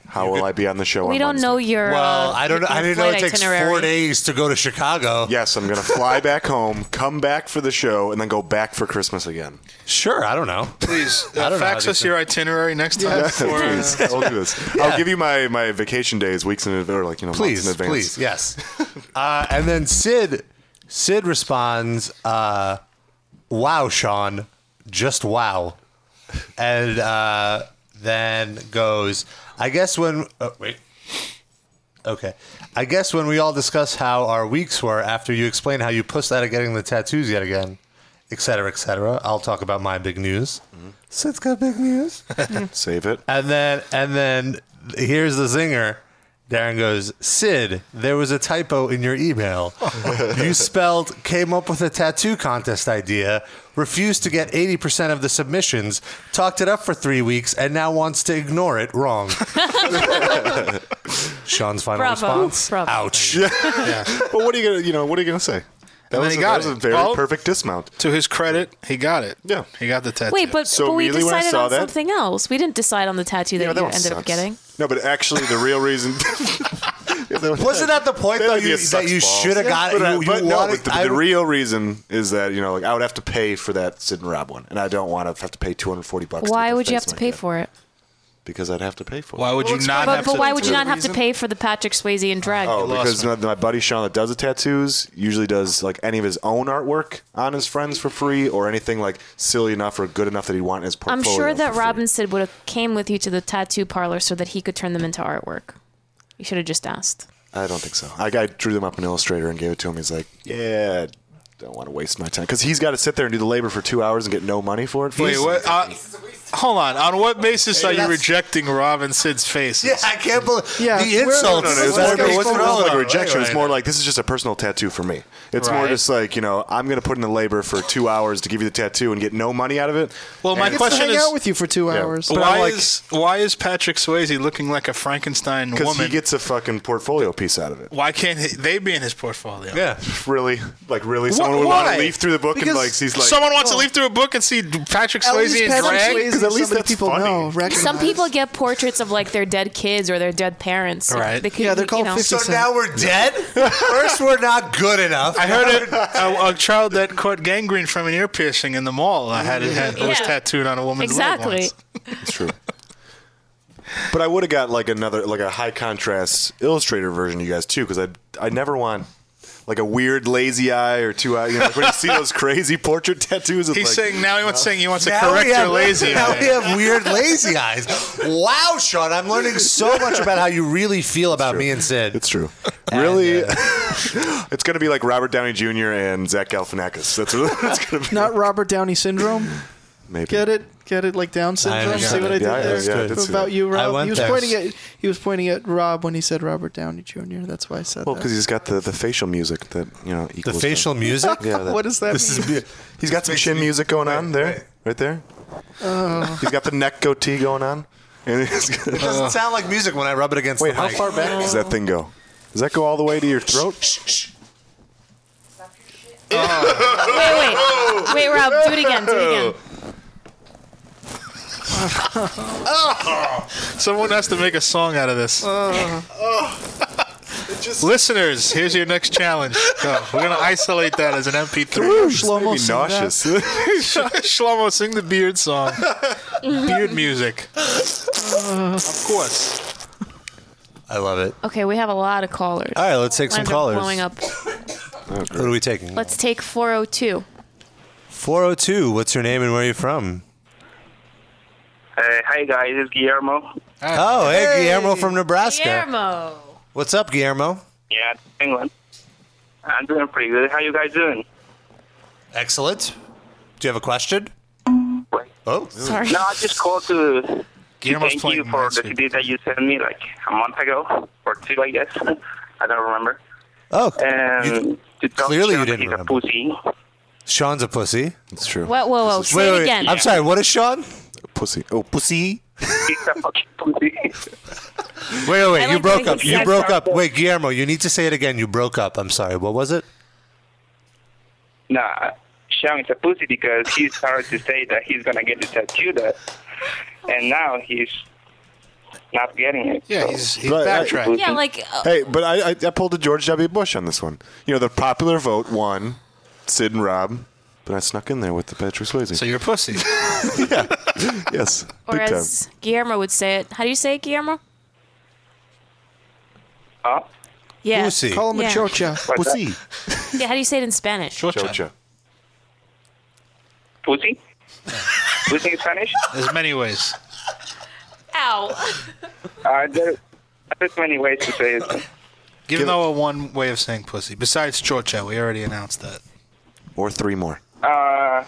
[SPEAKER 4] how will I be on the show?
[SPEAKER 5] We
[SPEAKER 4] on
[SPEAKER 5] don't
[SPEAKER 4] Wednesday?
[SPEAKER 5] know your.
[SPEAKER 2] Well,
[SPEAKER 5] uh,
[SPEAKER 2] I don't.
[SPEAKER 5] your-
[SPEAKER 2] I
[SPEAKER 5] your
[SPEAKER 2] didn't know it
[SPEAKER 5] flight
[SPEAKER 2] takes
[SPEAKER 5] itinerary.
[SPEAKER 2] four days to go to Chicago.
[SPEAKER 4] Yes, I'm gonna fly back home, come back for the show, and then go back for Christmas again.
[SPEAKER 2] Sure, I don't know.
[SPEAKER 3] Please
[SPEAKER 2] I
[SPEAKER 3] uh,
[SPEAKER 2] don't know how
[SPEAKER 3] fax
[SPEAKER 2] these
[SPEAKER 3] us your itinerary next time. for, uh,
[SPEAKER 4] please, *laughs* I'll do this. I'll give you my, my vacation days, weeks in advance, or like you know,
[SPEAKER 2] please,
[SPEAKER 4] months in advance.
[SPEAKER 2] please,
[SPEAKER 4] *laughs*
[SPEAKER 2] yes. uh, and then Sid, Sid responds, uh, "Wow, Sean, just wow," and uh, then goes, "I guess when oh, wait." Okay. I guess when we all discuss how our weeks were after you explain how you pushed out of getting the tattoos yet again, et cetera, et cetera, I'll talk about my big news.
[SPEAKER 4] Mm-hmm.
[SPEAKER 2] Sid's got big
[SPEAKER 3] *laughs*
[SPEAKER 2] news.
[SPEAKER 4] Save it.
[SPEAKER 2] And then and then here's the zinger. Darren goes, Sid, there was a typo in your
[SPEAKER 4] *laughs*
[SPEAKER 2] email. you spelled came up with a tattoo contest idea, refused to get 80% of the submissions, talked it up for three weeks, and now wants to ignore it wrong.
[SPEAKER 4] *laughs*
[SPEAKER 2] Sean's final
[SPEAKER 5] Bravo.
[SPEAKER 6] Uh-huh.
[SPEAKER 2] response.
[SPEAKER 5] Bravo.
[SPEAKER 2] Ouch.
[SPEAKER 4] *laughs* Well, Oh, what are you gonna you know what are you gonna say? That
[SPEAKER 3] then
[SPEAKER 4] was,
[SPEAKER 3] he
[SPEAKER 4] a,
[SPEAKER 3] got
[SPEAKER 4] that was a
[SPEAKER 3] it.
[SPEAKER 4] very
[SPEAKER 3] Well-
[SPEAKER 4] perfect dismount.
[SPEAKER 3] to his credit, he got it.
[SPEAKER 4] Yeah.
[SPEAKER 3] He got the tattoo.
[SPEAKER 5] Wait, but,
[SPEAKER 4] So
[SPEAKER 5] but we
[SPEAKER 4] immediately when I
[SPEAKER 5] decided
[SPEAKER 4] saw
[SPEAKER 5] on
[SPEAKER 4] that-
[SPEAKER 5] something else. We didn't decide on the tattoo that
[SPEAKER 4] Yeah,
[SPEAKER 5] you
[SPEAKER 4] but that one
[SPEAKER 5] ended up
[SPEAKER 4] sucks.
[SPEAKER 5] getting.
[SPEAKER 4] No, but actually, the real reason. *laughs* Yeah, that was-
[SPEAKER 2] Wasn't that the point,
[SPEAKER 4] That
[SPEAKER 2] though,
[SPEAKER 4] idea
[SPEAKER 2] you-
[SPEAKER 4] sucks
[SPEAKER 2] that you
[SPEAKER 4] balls.
[SPEAKER 2] shoulda got-
[SPEAKER 4] But, I-
[SPEAKER 2] you- you
[SPEAKER 4] but no,
[SPEAKER 2] wanted-
[SPEAKER 4] but the,
[SPEAKER 2] I-
[SPEAKER 4] the real reason is that you know, like I would have to pay for that Sid and Rob one, and I don't want to have to pay 240 bucks.
[SPEAKER 5] Why would you have to pay for it?
[SPEAKER 4] it? Because I'd have to pay for it.
[SPEAKER 3] why would you not
[SPEAKER 5] But,
[SPEAKER 3] have
[SPEAKER 5] but
[SPEAKER 3] to?
[SPEAKER 5] why would you
[SPEAKER 4] the
[SPEAKER 5] not have to
[SPEAKER 4] reason?
[SPEAKER 5] pay for the Patrick Swayze and drag?
[SPEAKER 4] Oh,
[SPEAKER 3] lost
[SPEAKER 4] because
[SPEAKER 3] me.
[SPEAKER 4] my, my buddy Sean that does the tattoos usually does like any of his own artwork on his friends for free or anything like silly enough or good enough that he'd want in his
[SPEAKER 5] I'm
[SPEAKER 4] portfolio.
[SPEAKER 5] sure
[SPEAKER 4] for
[SPEAKER 5] that
[SPEAKER 4] free.
[SPEAKER 5] Robin Sid would have came with you to the tattoo parlor so that he could turn them into artwork. You should have just asked.
[SPEAKER 4] I don't think so. I, I drew them up in Illustrator and gave it to him. He's like, yeah, don't want to waste my time because he's got to sit there and do the labor for two hours and get no money for it.
[SPEAKER 3] Wait, what? Uh, hold on. On what basis are you
[SPEAKER 2] that's-
[SPEAKER 3] rejecting Robin Sid's face?
[SPEAKER 2] Yeah, I can't believe
[SPEAKER 6] Yeah,
[SPEAKER 2] the
[SPEAKER 6] where-
[SPEAKER 2] insults.
[SPEAKER 4] No, no, no. It's more,
[SPEAKER 2] that are
[SPEAKER 4] it
[SPEAKER 2] being
[SPEAKER 4] wasn't
[SPEAKER 2] thrown
[SPEAKER 4] like
[SPEAKER 2] out.
[SPEAKER 4] a rejection.
[SPEAKER 2] Right,
[SPEAKER 4] It's more
[SPEAKER 2] right.
[SPEAKER 4] like this is just a personal tattoo for me. It's more
[SPEAKER 3] Right.
[SPEAKER 4] just like you know I'm gonna put in the labor for two hours to give you the tattoo and get no money out of it.
[SPEAKER 3] Well, my
[SPEAKER 4] And-
[SPEAKER 6] Let's
[SPEAKER 3] question
[SPEAKER 6] hang
[SPEAKER 3] is
[SPEAKER 6] out with you for two hours.
[SPEAKER 4] But
[SPEAKER 3] why
[SPEAKER 4] I'm like-
[SPEAKER 3] is why is Patrick Swayze looking like a Frankenstein
[SPEAKER 4] because
[SPEAKER 3] woman?
[SPEAKER 4] he gets a fucking portfolio piece out of it.
[SPEAKER 3] why can't he, they be in his portfolio?
[SPEAKER 2] Yeah.
[SPEAKER 4] Really, like really, someone would want
[SPEAKER 3] why?
[SPEAKER 4] to leaf through the book and
[SPEAKER 6] Because
[SPEAKER 4] like he's like
[SPEAKER 3] Someone wants to leaf through a book and see Patrick
[SPEAKER 6] "Oh." At
[SPEAKER 3] Swayze
[SPEAKER 6] least
[SPEAKER 3] in
[SPEAKER 6] Patrick
[SPEAKER 3] drag.
[SPEAKER 6] Swayze,
[SPEAKER 4] Because at least
[SPEAKER 6] somebody
[SPEAKER 4] that's
[SPEAKER 6] people
[SPEAKER 4] funny.
[SPEAKER 6] know. recognize.
[SPEAKER 5] Some people get portraits of like their dead kids or their dead parents.
[SPEAKER 3] Right.
[SPEAKER 5] They could,
[SPEAKER 6] Yeah, they're
[SPEAKER 5] you
[SPEAKER 6] called
[SPEAKER 5] know.
[SPEAKER 6] 50
[SPEAKER 2] So
[SPEAKER 6] Percent.
[SPEAKER 2] now we're
[SPEAKER 3] *laughs*
[SPEAKER 2] dead. First, we're not good enough.
[SPEAKER 3] I heard it. A, a child that caught gangrene from an ear piercing in the mall. I had it, had, it was
[SPEAKER 5] Yeah.
[SPEAKER 3] tattooed on a woman's leg
[SPEAKER 5] Exactly.
[SPEAKER 3] once.
[SPEAKER 4] It's true. but I would have got like another like a high contrast illustrator version of you guys too because I I never want like a weird lazy eye or two eye. You know, like when you see
[SPEAKER 3] *laughs*
[SPEAKER 4] those crazy portrait tattoos, it's
[SPEAKER 3] He's
[SPEAKER 4] like,
[SPEAKER 3] saying now he wants saying he wants to
[SPEAKER 2] Now
[SPEAKER 3] correct
[SPEAKER 2] we
[SPEAKER 3] your
[SPEAKER 2] have- *laughs*
[SPEAKER 3] lazy.
[SPEAKER 2] *laughs* Now
[SPEAKER 3] eye.
[SPEAKER 2] we have weird lazy eyes. Wow, Sean, I'm learning
[SPEAKER 3] *laughs*
[SPEAKER 2] so much about how you really feel about me and Sid.
[SPEAKER 4] It's true.
[SPEAKER 2] And,
[SPEAKER 4] really,
[SPEAKER 2] uh,
[SPEAKER 4] *laughs* it's gonna be like Robert Downey Jr. and Zach Galifianakis. That's really that's gonna be.
[SPEAKER 6] Not Robert Downey syndrome.
[SPEAKER 4] maybe.
[SPEAKER 6] Get it? Get it? Like Down syndrome?
[SPEAKER 2] understand
[SPEAKER 6] See what
[SPEAKER 2] it.
[SPEAKER 6] I did
[SPEAKER 4] Yeah, I
[SPEAKER 6] there?
[SPEAKER 4] understood. Yeah, I did see
[SPEAKER 6] about
[SPEAKER 4] that.
[SPEAKER 6] you,
[SPEAKER 2] I
[SPEAKER 6] Rob.
[SPEAKER 2] went
[SPEAKER 6] he was
[SPEAKER 2] there.
[SPEAKER 6] pointing at he was pointing at Rob when he said Robert Downey Jr. That's why I said
[SPEAKER 4] Well,
[SPEAKER 6] that.
[SPEAKER 4] because he's got the, the facial music that you know
[SPEAKER 2] the
[SPEAKER 4] equals
[SPEAKER 2] facial music.
[SPEAKER 4] Yeah, that-
[SPEAKER 6] what does that
[SPEAKER 2] This
[SPEAKER 6] mean?
[SPEAKER 2] is be-
[SPEAKER 4] He's got some chin music going on there, right, there.
[SPEAKER 6] Uh,
[SPEAKER 4] He's got the neck goatee going on. *laughs* And he's got-
[SPEAKER 2] it doesn't sound like music when I rub it against
[SPEAKER 4] Uh. Wait,
[SPEAKER 2] the
[SPEAKER 4] how
[SPEAKER 2] mic.
[SPEAKER 4] far back does that thing go? Does that go all the way to your throat?
[SPEAKER 5] Wait, wait, wait, Rob. Do it again. Do it again.
[SPEAKER 3] Oh. *laughs* Someone has to make a song out of this.
[SPEAKER 10] Uh.
[SPEAKER 3] *laughs*
[SPEAKER 10] Oh.
[SPEAKER 3] Listeners, here's your next challenge. Go. We're gonna isolate that as an MP3.
[SPEAKER 6] Shlomo
[SPEAKER 4] Maybe
[SPEAKER 6] sing that?
[SPEAKER 4] nauseous.
[SPEAKER 3] *laughs* Shlomo, sing the beard song. beard music. of course.
[SPEAKER 2] I love it.
[SPEAKER 5] Okay, we have a lot of callers.
[SPEAKER 2] All right, let's take some
[SPEAKER 5] Lines are
[SPEAKER 2] callers.
[SPEAKER 5] Blowing up.
[SPEAKER 4] Oh,
[SPEAKER 2] What are we taking?
[SPEAKER 5] Let's take 402.
[SPEAKER 2] 402. What's your name and where are you from?
[SPEAKER 11] Uh,
[SPEAKER 9] Hey, hi guys, it's Guillermo.
[SPEAKER 2] Oh, hey, Guillermo from Nebraska.
[SPEAKER 5] Guillermo.
[SPEAKER 2] What's up, Guillermo?
[SPEAKER 9] Yeah, England. I'm doing pretty good. How you guys doing?
[SPEAKER 2] Excellent. Do you have a question? Oh,
[SPEAKER 12] No, I just called to, to
[SPEAKER 2] Guillermo's
[SPEAKER 12] thank
[SPEAKER 2] playing
[SPEAKER 12] you for the CD that you sent me like a month ago or two, I guess. I don't remember.
[SPEAKER 2] Oh,
[SPEAKER 12] and to tell
[SPEAKER 2] Clearly, you
[SPEAKER 12] Um, Sean
[SPEAKER 2] didn't
[SPEAKER 12] he's
[SPEAKER 2] remember.
[SPEAKER 12] a pussy.
[SPEAKER 2] Sean's a pussy. That's true.
[SPEAKER 5] Whoa, whoa, whoa. Say it again.
[SPEAKER 2] I'm sorry. What is Sean? Pussy. Oh, pussy. Wait, wait, wait. you
[SPEAKER 5] like the
[SPEAKER 2] broke
[SPEAKER 5] way
[SPEAKER 2] up.
[SPEAKER 5] he
[SPEAKER 2] You
[SPEAKER 5] said
[SPEAKER 2] broke
[SPEAKER 5] that.
[SPEAKER 2] up. Wait, Guillermo, you need to say it again. You broke up. I'm sorry. What was it?
[SPEAKER 12] Nah, Sean is a pussy because he started to say that he's gonna get the tattoo that, and now he's not getting it.
[SPEAKER 3] Yeah, he's, he's backtracking.
[SPEAKER 5] Yeah, like, uh,
[SPEAKER 4] hey, but I, I I pulled a George W. Bush on this one. You know, the popular vote won Sid and Rob, but I snuck in there with the Patrick Swayze. So
[SPEAKER 3] you're
[SPEAKER 4] *laughs*
[SPEAKER 3] a pussy.
[SPEAKER 4] yes,
[SPEAKER 5] or
[SPEAKER 4] big time.
[SPEAKER 5] as Guillermo would say it. How do you say it, Guillermo?
[SPEAKER 12] Huh?
[SPEAKER 5] Yeah.
[SPEAKER 2] Pussy.
[SPEAKER 6] Call him
[SPEAKER 5] yeah.
[SPEAKER 6] a chocha.
[SPEAKER 12] What's
[SPEAKER 2] Pussy.
[SPEAKER 5] *laughs* Yeah, how do you say it in Spanish?
[SPEAKER 4] Chocha.
[SPEAKER 12] Pussy? pussy in Spanish?
[SPEAKER 3] There's many ways.
[SPEAKER 5] Ow.
[SPEAKER 12] Uh, there, there's many ways to say it.
[SPEAKER 3] Give Noah one way of saying pussy. Besides chocha, we already announced that.
[SPEAKER 4] Or three more.
[SPEAKER 12] Uh,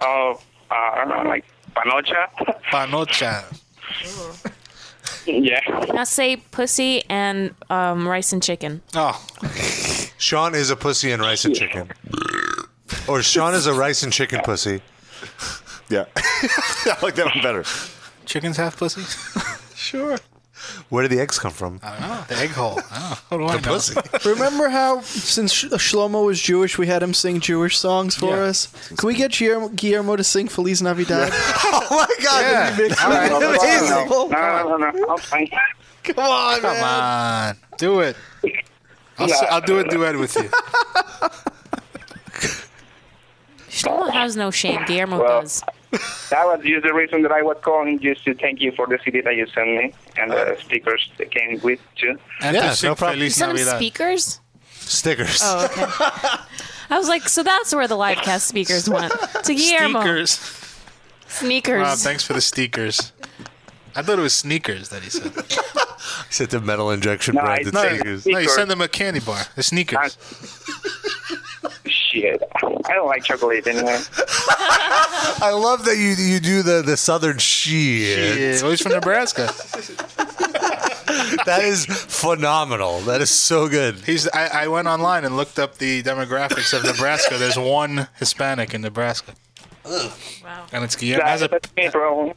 [SPEAKER 12] oh, uh, I don't know, like panocha. *laughs*
[SPEAKER 3] Panocha.
[SPEAKER 12] yeah.
[SPEAKER 5] Now say pussy and um, rice and chicken.
[SPEAKER 3] Oh,
[SPEAKER 2] Sean is a pussy and rice and chicken. Or Sean is a rice and chicken pussy.
[SPEAKER 4] *laughs* Yeah, *laughs* I like that one better.
[SPEAKER 3] chickens have pussy? *laughs* sure.
[SPEAKER 2] Where do the eggs come from?
[SPEAKER 3] I don't know. The egg hole. I don't know.
[SPEAKER 2] The
[SPEAKER 3] What do I know?
[SPEAKER 2] pussy.
[SPEAKER 6] Remember how since Sh- Shlomo was Jewish, we had him sing Jewish songs for
[SPEAKER 3] Yeah.
[SPEAKER 6] us? Can we get Guillermo, Guillermo to sing Feliz Navidad?
[SPEAKER 2] oh my God!
[SPEAKER 3] Yeah.
[SPEAKER 2] that'd be
[SPEAKER 3] All right.
[SPEAKER 12] No, no,
[SPEAKER 6] Unbelievable.
[SPEAKER 12] no, no, no. I'm fine.
[SPEAKER 6] Come on,
[SPEAKER 3] Come
[SPEAKER 6] man.
[SPEAKER 3] on. Do it. I'll, s- I'll do a duet with you.
[SPEAKER 5] Shlomo has no shame. Guillermo
[SPEAKER 12] Well,
[SPEAKER 5] does.
[SPEAKER 12] That was just the reason that I was calling, just to thank you for the CD that you sent me and the stickers that came with too.
[SPEAKER 3] And
[SPEAKER 2] Yeah,
[SPEAKER 3] to sing
[SPEAKER 2] no problem.
[SPEAKER 5] You
[SPEAKER 3] Feliz
[SPEAKER 5] send him
[SPEAKER 3] Navidad.
[SPEAKER 5] speakers?
[SPEAKER 2] *laughs* Stickers.
[SPEAKER 5] Oh,
[SPEAKER 3] *laughs*
[SPEAKER 5] okay. I was like, so that's where the live cast speakers went. To Guillermo.
[SPEAKER 3] Ah, Sneakers.
[SPEAKER 5] Sneakers.
[SPEAKER 3] Rob, thanks for the sneakers. I thought it was sneakers that he said.
[SPEAKER 2] *laughs* He said the metal injection
[SPEAKER 12] No,
[SPEAKER 2] brand.
[SPEAKER 12] I-
[SPEAKER 2] that
[SPEAKER 12] no,
[SPEAKER 2] sneakers.
[SPEAKER 3] No, you send them a candy bar. The sneakers.
[SPEAKER 12] Shit, I don't like chocolate anyway.
[SPEAKER 2] I love that you you do the, the southern shit.
[SPEAKER 3] Yeah. Well, he's from Nebraska.
[SPEAKER 2] *laughs* That is *laughs* phenomenal. That is so good.
[SPEAKER 3] He's. I, I went online and looked up the demographics of Nebraska. There's one Hispanic in Nebraska.
[SPEAKER 5] Wow.
[SPEAKER 3] And it's Guillermo. Has
[SPEAKER 12] That's,
[SPEAKER 3] a,
[SPEAKER 12] that's me, bro.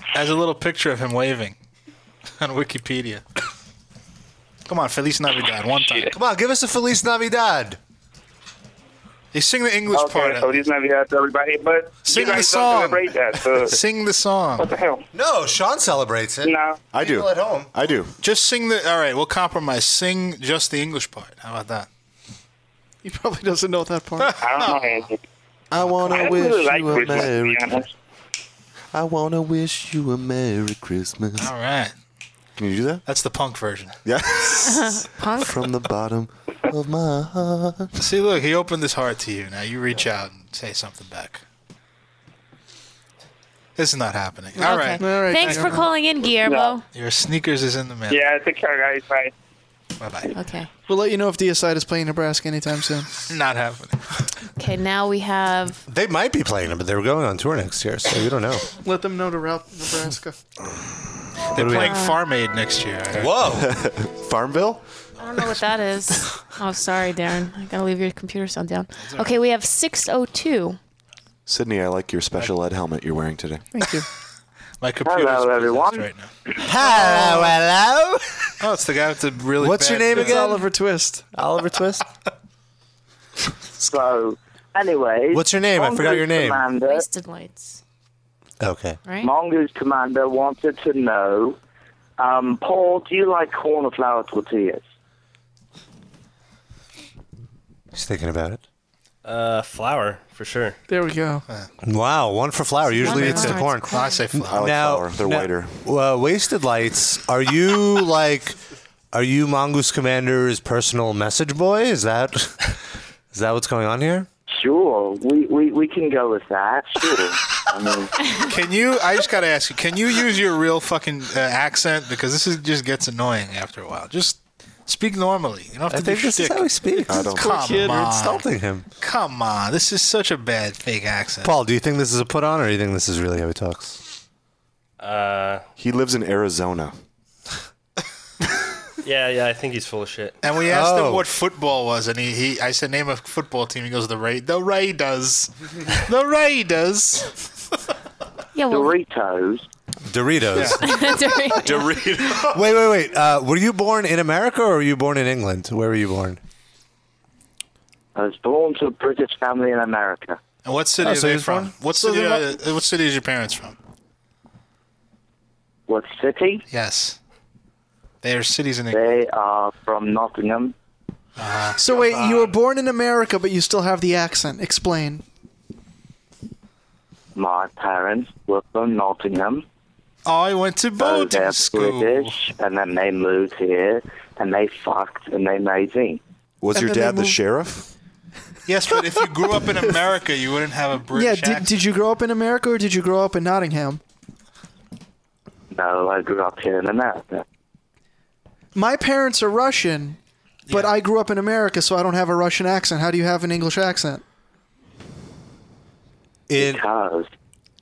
[SPEAKER 3] *laughs* has a little picture of him waving *laughs* on Wikipedia. Come on, Feliz Navidad. One time.
[SPEAKER 2] Come on, give us a Feliz Navidad.
[SPEAKER 3] They sing the English part.
[SPEAKER 12] okay,
[SPEAKER 3] at
[SPEAKER 12] so
[SPEAKER 3] least.
[SPEAKER 12] this Navidad to everybody, but
[SPEAKER 3] Sing
[SPEAKER 12] you guys
[SPEAKER 3] the
[SPEAKER 12] don't
[SPEAKER 3] song.
[SPEAKER 12] celebrate that. So
[SPEAKER 3] *laughs* Sing the song.
[SPEAKER 12] what the hell?
[SPEAKER 2] No, Sean celebrates it.
[SPEAKER 12] No,
[SPEAKER 4] I do.
[SPEAKER 2] People at home.
[SPEAKER 4] I do.
[SPEAKER 3] Just sing the. All right, we'll compromise. Sing just the English part. How about that?
[SPEAKER 6] *laughs* He probably doesn't know
[SPEAKER 4] *laughs*
[SPEAKER 6] that part.
[SPEAKER 12] I don't know anything.
[SPEAKER 6] I want
[SPEAKER 12] I
[SPEAKER 6] to
[SPEAKER 12] don't
[SPEAKER 6] wish
[SPEAKER 12] really like
[SPEAKER 6] you a
[SPEAKER 12] Christmas. To
[SPEAKER 6] merry.
[SPEAKER 12] be honest.
[SPEAKER 4] I wanna wish you a Merry Christmas.
[SPEAKER 3] All right.
[SPEAKER 4] Can you do that?
[SPEAKER 3] That's the punk version.
[SPEAKER 4] Yeah.
[SPEAKER 5] *laughs* Punk.
[SPEAKER 4] From the bottom of my heart.
[SPEAKER 3] See, look, he opened his heart to you. Now you reach out and say something back. This is not happening. All
[SPEAKER 5] Okay.
[SPEAKER 3] right.
[SPEAKER 6] All right,
[SPEAKER 5] Thanks for
[SPEAKER 6] Guillermo.
[SPEAKER 5] calling in, Guillermo.
[SPEAKER 3] Your sneakers is in the mail.
[SPEAKER 12] Yeah, take care, guys. Bye.
[SPEAKER 3] Bye bye.
[SPEAKER 5] Okay.
[SPEAKER 6] We'll let you know if DSI is playing Nebraska anytime soon.
[SPEAKER 3] Not happening.
[SPEAKER 5] Okay, now we have.
[SPEAKER 2] They might be playing it, but they're going on tour next year, so we don't know.
[SPEAKER 6] Let them know to route Nebraska.
[SPEAKER 3] They're
[SPEAKER 2] we-
[SPEAKER 3] playing Farm Aid next year. I heard.
[SPEAKER 2] Whoa. *laughs*
[SPEAKER 4] Farmville?
[SPEAKER 5] I don't know what that is. *laughs* Oh, sorry, Darren. I gotta leave your computer sound down. Okay, we have 602.
[SPEAKER 4] Sydney, I like your special ed helmet you're wearing today.
[SPEAKER 6] Thank you.
[SPEAKER 3] My computer's
[SPEAKER 12] Hello,
[SPEAKER 3] possessed
[SPEAKER 12] everyone.
[SPEAKER 3] right now.
[SPEAKER 2] *laughs* hello, hello.
[SPEAKER 3] Oh, it's the guy with the really.
[SPEAKER 2] What's your
[SPEAKER 3] bad-
[SPEAKER 2] name
[SPEAKER 6] It's
[SPEAKER 2] again?
[SPEAKER 6] Oliver Twist.
[SPEAKER 2] Oliver Twist.
[SPEAKER 12] So, anyway,
[SPEAKER 2] What's your name? I forgot your name.
[SPEAKER 12] Commander,
[SPEAKER 5] Wasted lights,
[SPEAKER 2] Okay.
[SPEAKER 5] right?
[SPEAKER 12] Mongoose Commander wanted to know, um, Paul, do you like cornflower tortillas?
[SPEAKER 2] He's thinking about it.
[SPEAKER 7] Uh, flour for sure.
[SPEAKER 6] *laughs* There we go.
[SPEAKER 2] Wow, one for flour. Usually
[SPEAKER 5] for
[SPEAKER 2] it's the
[SPEAKER 5] flour.
[SPEAKER 2] corn.
[SPEAKER 3] I say flower.
[SPEAKER 4] I like
[SPEAKER 2] now,
[SPEAKER 4] flour. They're
[SPEAKER 2] now,
[SPEAKER 4] whiter.
[SPEAKER 2] Uh, wasted lights. Are you *laughs* like? Are you Mongoose Commander's personal message boy? Is that? Is that what's going on here?
[SPEAKER 12] Sure, we, we, we can go with that.
[SPEAKER 3] *laughs*
[SPEAKER 12] Sure. I mean,
[SPEAKER 3] Can you? I just gotta ask you. Can you use your real fucking uh, accent because this is just gets annoying after a while. Just Speak normally. You don't have
[SPEAKER 2] I
[SPEAKER 3] to
[SPEAKER 2] think
[SPEAKER 3] be
[SPEAKER 2] this is
[SPEAKER 3] shtick.
[SPEAKER 2] how he speaks. I don't- Poor
[SPEAKER 3] Come
[SPEAKER 2] kid, we're
[SPEAKER 3] on.
[SPEAKER 2] insulting him.
[SPEAKER 3] Come on. This is such a bad fake accent.
[SPEAKER 2] Paul, do you think this is a put on, or do you think this is really how he talks?
[SPEAKER 7] Uh,
[SPEAKER 4] He lives in Arizona.
[SPEAKER 7] yeah, yeah. I think he's full of shit.
[SPEAKER 3] And we asked
[SPEAKER 2] Oh.
[SPEAKER 3] him what football was, and he, he I said name a football team. He goes the Ra- the Raiders, the Raiders.
[SPEAKER 5] Yeah,
[SPEAKER 12] Doritos.
[SPEAKER 2] Doritos.
[SPEAKER 5] *laughs*
[SPEAKER 2] *laughs*
[SPEAKER 5] Doritos.
[SPEAKER 2] wait, wait, wait. Uh, were you born in America or were you born in England? Where were you born?
[SPEAKER 12] I was born to
[SPEAKER 2] *laughs*
[SPEAKER 12] a British family in America.
[SPEAKER 3] And what city
[SPEAKER 2] Oh,
[SPEAKER 3] are
[SPEAKER 2] so
[SPEAKER 3] they
[SPEAKER 2] you're
[SPEAKER 3] from?
[SPEAKER 2] from-
[SPEAKER 3] What
[SPEAKER 2] so
[SPEAKER 3] city?
[SPEAKER 2] they're
[SPEAKER 3] Are, what city is your parents from?
[SPEAKER 12] What city?
[SPEAKER 3] Yes. They are cities in
[SPEAKER 12] England. They are from Nottingham.
[SPEAKER 6] So wait, you were born in America, but you still have the accent. Explain.
[SPEAKER 12] My parents were from Nottingham.
[SPEAKER 3] I went to
[SPEAKER 12] boarding so school. British, and then they moved here, and they fucked, and they made me.
[SPEAKER 4] Was
[SPEAKER 3] And your then they dad the moved-
[SPEAKER 4] sheriff?
[SPEAKER 3] Yes, but if you grew up in America, you wouldn't have a British
[SPEAKER 6] yeah.
[SPEAKER 3] accent.
[SPEAKER 6] Did, did you grow up in America or did you grow up in Nottingham?
[SPEAKER 12] No, I grew up here in America.
[SPEAKER 6] My parents are Russian, but I grew up in America, so I don't have a Russian accent. How do you have an English accent?
[SPEAKER 12] Because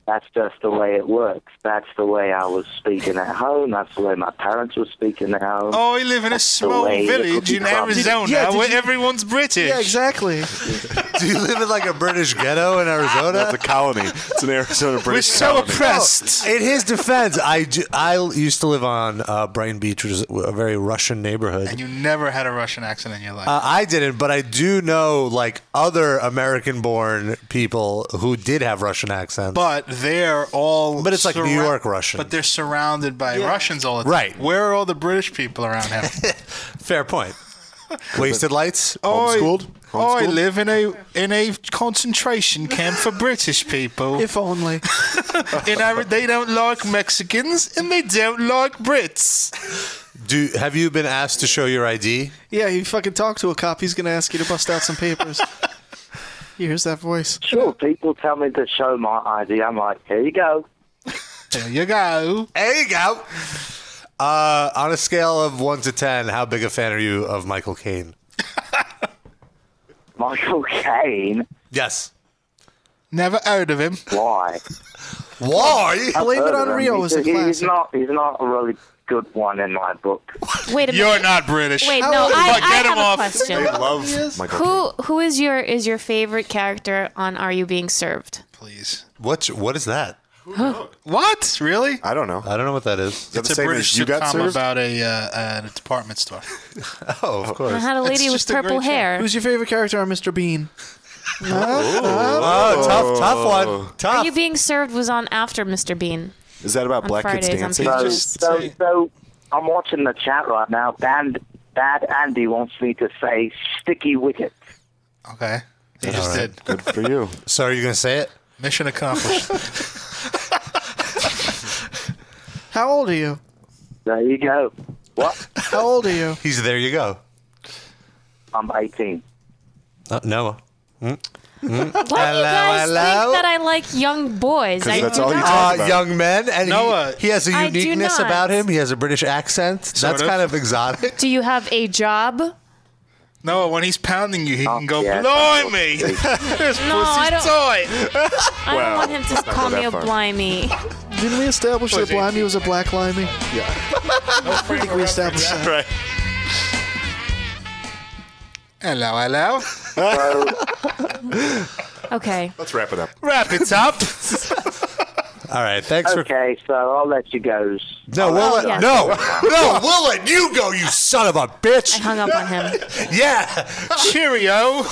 [SPEAKER 12] that's just the way it works. That's the way I was speaking at home. That's the way my parents were speaking at home.
[SPEAKER 3] Oh, I live in a
[SPEAKER 12] That's the
[SPEAKER 3] small
[SPEAKER 12] way the
[SPEAKER 3] village
[SPEAKER 12] cookie
[SPEAKER 3] in
[SPEAKER 12] crumbles.
[SPEAKER 3] Arizona where everyone's British.
[SPEAKER 6] Yeah, exactly.
[SPEAKER 2] Do you live in like a British ghetto in Arizona?
[SPEAKER 4] That's a colony. It's an Arizona British colony.
[SPEAKER 2] No, in his defense, I, do, I used to live on uh, Brighton Beach, which is a very Russian neighborhood.
[SPEAKER 3] And you never had a Russian accent in your life.
[SPEAKER 2] Uh, I didn't, but I do know like other American-born people who did have Russian accents.
[SPEAKER 3] but they're all.
[SPEAKER 2] But it's like New
[SPEAKER 3] surra-
[SPEAKER 2] York Russian.
[SPEAKER 3] But they're surrounded by Russians all the time.
[SPEAKER 2] Right.
[SPEAKER 3] Where are all the British people around
[SPEAKER 2] *laughs*
[SPEAKER 3] him?
[SPEAKER 2] Fair point. Wasted lights.
[SPEAKER 3] I-
[SPEAKER 2] Homeschooled.
[SPEAKER 3] I
[SPEAKER 2] Homeschooled?
[SPEAKER 3] live in a in a concentration camp for British people.
[SPEAKER 6] If
[SPEAKER 3] *laughs*
[SPEAKER 6] only.
[SPEAKER 3] and I, they don't like Mexicans and they don't like Brits.
[SPEAKER 2] Do have you been asked to show your ID?
[SPEAKER 6] Yeah, you fucking talk to a cop. He's gonna ask you to bust out some papers. *laughs* he hears that voice.
[SPEAKER 12] Sure, people tell me to show my ID. I'm like, here you go.
[SPEAKER 3] There you go.
[SPEAKER 2] There you go. Uh, on a scale of one to ten, how big a fan are you of Michael Caine?
[SPEAKER 12] *laughs* Michael Caine.
[SPEAKER 2] Yes.
[SPEAKER 3] Never heard of him.
[SPEAKER 12] Why?
[SPEAKER 2] Why?
[SPEAKER 12] I've
[SPEAKER 6] Blame it
[SPEAKER 12] heard
[SPEAKER 6] on
[SPEAKER 12] of him.
[SPEAKER 6] Rio is a
[SPEAKER 12] He's, he's
[SPEAKER 6] classic.
[SPEAKER 12] not. He's not a really good one in my book.
[SPEAKER 5] Wait a minute.
[SPEAKER 3] You're not British.
[SPEAKER 5] Wait,
[SPEAKER 3] How
[SPEAKER 5] no,
[SPEAKER 3] old is
[SPEAKER 5] I,
[SPEAKER 3] Mark?
[SPEAKER 5] I
[SPEAKER 3] Get him
[SPEAKER 5] have a
[SPEAKER 3] off.
[SPEAKER 5] question. Who who is your is your favorite character on Are You Being Served?
[SPEAKER 3] Please.
[SPEAKER 2] What? What is
[SPEAKER 5] *gasps*
[SPEAKER 2] that?
[SPEAKER 3] What? Really?
[SPEAKER 4] I don't know.
[SPEAKER 2] I don't know what that is.
[SPEAKER 4] That's
[SPEAKER 3] It's a British sitcom about a, uh, a department store.
[SPEAKER 2] *laughs* Oh, of
[SPEAKER 5] I
[SPEAKER 2] course.
[SPEAKER 5] had a
[SPEAKER 3] It's
[SPEAKER 5] lady with
[SPEAKER 3] just a great
[SPEAKER 5] purple
[SPEAKER 3] show.
[SPEAKER 5] hair.
[SPEAKER 6] Who's your favorite character on Mr. Bean?
[SPEAKER 2] Oh, tough, tough one.
[SPEAKER 5] Are
[SPEAKER 2] Tough.
[SPEAKER 5] You Being Served was on after Mr. Bean.
[SPEAKER 4] Is that about
[SPEAKER 5] On
[SPEAKER 4] black kids
[SPEAKER 5] Fridays, on
[SPEAKER 4] dancing?
[SPEAKER 5] Fridays.
[SPEAKER 12] So,
[SPEAKER 5] Just
[SPEAKER 12] so,
[SPEAKER 3] say-
[SPEAKER 12] so I'm watching the chat right now. Band, Bad Andy wants me to say sticky wicket.
[SPEAKER 3] Okay. You just
[SPEAKER 2] right.
[SPEAKER 3] did.
[SPEAKER 4] Good for you.
[SPEAKER 2] *laughs* so are you gonna say it?
[SPEAKER 3] Mission accomplished. *laughs*
[SPEAKER 6] How old are you?
[SPEAKER 12] There you go.
[SPEAKER 5] *laughs*
[SPEAKER 12] What?
[SPEAKER 6] How old are you?
[SPEAKER 2] He's there. You go.
[SPEAKER 12] I'm 18.
[SPEAKER 2] Uh, no.
[SPEAKER 5] *laughs* Why do you
[SPEAKER 2] Hello,
[SPEAKER 5] guys
[SPEAKER 2] hello?
[SPEAKER 5] think that I like young boys?
[SPEAKER 4] 'Cause
[SPEAKER 5] I
[SPEAKER 4] that's
[SPEAKER 5] do
[SPEAKER 4] all you
[SPEAKER 5] not.
[SPEAKER 4] talk
[SPEAKER 2] Uh,
[SPEAKER 4] about.
[SPEAKER 2] young men, and he-
[SPEAKER 3] Noah.
[SPEAKER 2] he, has a
[SPEAKER 5] I do
[SPEAKER 2] uniqueness
[SPEAKER 5] not.
[SPEAKER 2] about him. He has a British accent. That's
[SPEAKER 3] of.
[SPEAKER 2] kind of exotic.
[SPEAKER 5] Do you have a job? No,
[SPEAKER 3] no, when he's pounding you, he can go,
[SPEAKER 12] yeah.
[SPEAKER 3] blimey.
[SPEAKER 12] *laughs*
[SPEAKER 3] this
[SPEAKER 5] I
[SPEAKER 3] pussy's
[SPEAKER 5] don't.
[SPEAKER 3] tight.
[SPEAKER 5] I don't
[SPEAKER 4] Wow.
[SPEAKER 5] want him to
[SPEAKER 4] Let's not
[SPEAKER 5] call
[SPEAKER 4] go
[SPEAKER 5] me
[SPEAKER 4] that
[SPEAKER 5] a
[SPEAKER 4] far.
[SPEAKER 5] blimey.
[SPEAKER 6] Didn't we establish that Blimey was a black Limey?
[SPEAKER 3] *laughs*
[SPEAKER 6] I think we established that.
[SPEAKER 4] Right.
[SPEAKER 3] Hello, hello.
[SPEAKER 5] Okay.
[SPEAKER 4] Let's wrap it up.
[SPEAKER 3] Wrap it up.
[SPEAKER 2] All right. Thanks for.
[SPEAKER 12] Okay, so I'll let you go.
[SPEAKER 2] No, we'll
[SPEAKER 5] Oh,
[SPEAKER 2] let,
[SPEAKER 5] yeah.
[SPEAKER 2] no,
[SPEAKER 5] *laughs*
[SPEAKER 12] *laughs*
[SPEAKER 2] no, we'll let you go, you son of a
[SPEAKER 5] I
[SPEAKER 2] bitch.
[SPEAKER 5] hung up on him.
[SPEAKER 2] *laughs* Yeah,
[SPEAKER 3] Cheerio,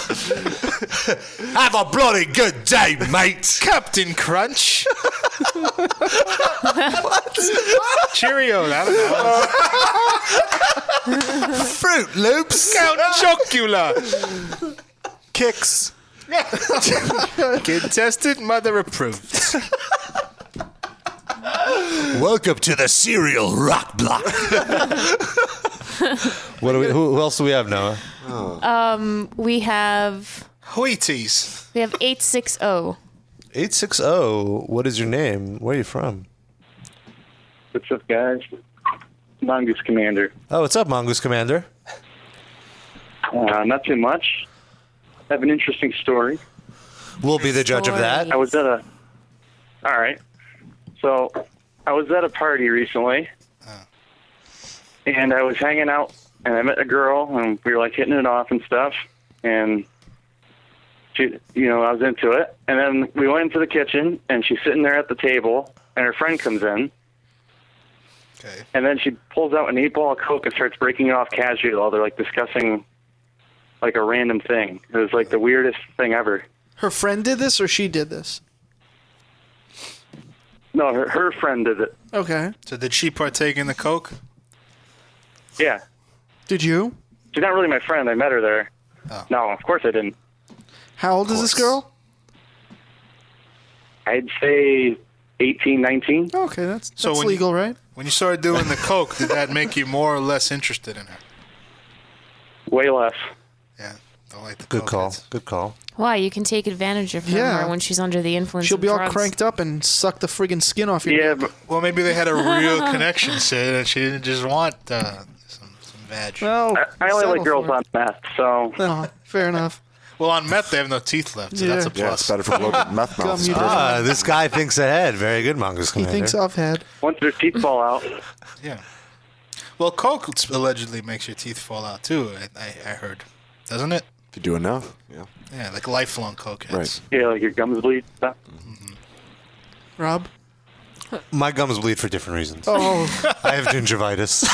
[SPEAKER 2] have a bloody good day, mate.
[SPEAKER 3] Captain Crunch. *laughs* Cheerio, I don't know.
[SPEAKER 2] Fruit Loops,
[SPEAKER 10] *laughs*
[SPEAKER 3] Count Chocula.
[SPEAKER 2] kicks.
[SPEAKER 3] Kid tested, mother approved.
[SPEAKER 2] Welcome to the cereal rock
[SPEAKER 5] *laughs*
[SPEAKER 2] block. what do we? Who, who else do we have, Noah?
[SPEAKER 4] Oh.
[SPEAKER 5] Um, We have
[SPEAKER 3] Hoities.
[SPEAKER 5] we have eight six oh. zero.
[SPEAKER 2] Eight six zero. What is your name? Where are you from?
[SPEAKER 12] What's up, guys? Mongoose Commander.
[SPEAKER 2] Oh, what's up, Mongoose Commander?
[SPEAKER 12] Uh, not too much. I have an interesting story.
[SPEAKER 2] We'll be the judge of that.
[SPEAKER 12] I was at a. All right. So I was at a party recently,
[SPEAKER 2] Oh.
[SPEAKER 12] and I was hanging out, and I met a girl, and we were like hitting it off and stuff, and she, you know, I was into it, and then we went into the kitchen, and she's sitting there at the table, and her friend comes in. Okay. And then she pulls out an eight ball of coke and starts breaking it off casually while they're like discussing like a random thing. It was like the weirdest thing ever.
[SPEAKER 6] Her friend did this, or she did this.
[SPEAKER 12] No, her, her friend did it.
[SPEAKER 6] Okay.
[SPEAKER 3] So did she partake in the coke?
[SPEAKER 12] Yeah.
[SPEAKER 6] Did you?
[SPEAKER 12] She's not really my friend. I met her there.
[SPEAKER 3] Oh.
[SPEAKER 12] No, of course I didn't.
[SPEAKER 6] How old is this girl?
[SPEAKER 12] I'd say eighteen, nineteen.
[SPEAKER 6] Okay, that's
[SPEAKER 3] So
[SPEAKER 6] that's
[SPEAKER 3] when you-
[SPEAKER 6] legal, right?
[SPEAKER 3] When you started doing the coke, did that make you more or less interested in her?
[SPEAKER 12] Way less.
[SPEAKER 2] Good call. Good call.
[SPEAKER 5] Why? You can take advantage of her
[SPEAKER 6] Yeah.
[SPEAKER 5] more when she's under the influence.
[SPEAKER 6] She'll
[SPEAKER 5] of
[SPEAKER 6] be all
[SPEAKER 5] drugs.
[SPEAKER 6] cranked up and suck the friggin' skin off your.
[SPEAKER 12] Yeah,
[SPEAKER 3] Well, maybe they had
[SPEAKER 5] *laughs*
[SPEAKER 3] a
[SPEAKER 6] *laughs*
[SPEAKER 3] real connection, Sid, and she didn't just want uh, some, some vag.
[SPEAKER 6] Well,
[SPEAKER 12] I, I only like girls on meth, so.
[SPEAKER 6] Oh, fair enough.
[SPEAKER 3] Well, on meth, they have no teeth left, so that's a
[SPEAKER 12] Yeah. Yeah,
[SPEAKER 3] plus.
[SPEAKER 12] it's better for bloated meth mouths. Gum, you
[SPEAKER 2] Ah,
[SPEAKER 12] don't-
[SPEAKER 2] this guy thinks ahead. Very good, Mongoose
[SPEAKER 6] He
[SPEAKER 2] Commander.
[SPEAKER 6] thinks I've had.
[SPEAKER 12] Once their teeth fall out.
[SPEAKER 3] *laughs* Yeah. Well, coke allegedly makes your teeth fall out too. I, I, I heard, doesn't it?
[SPEAKER 4] If you do enough, yeah.
[SPEAKER 3] Yeah, like lifelong coke.
[SPEAKER 4] Right.
[SPEAKER 12] Yeah, like your gums bleed. Stuff.
[SPEAKER 6] Rob?
[SPEAKER 2] My gums bleed for different reasons.
[SPEAKER 4] *laughs*
[SPEAKER 6] Oh.
[SPEAKER 2] I have gingivitis.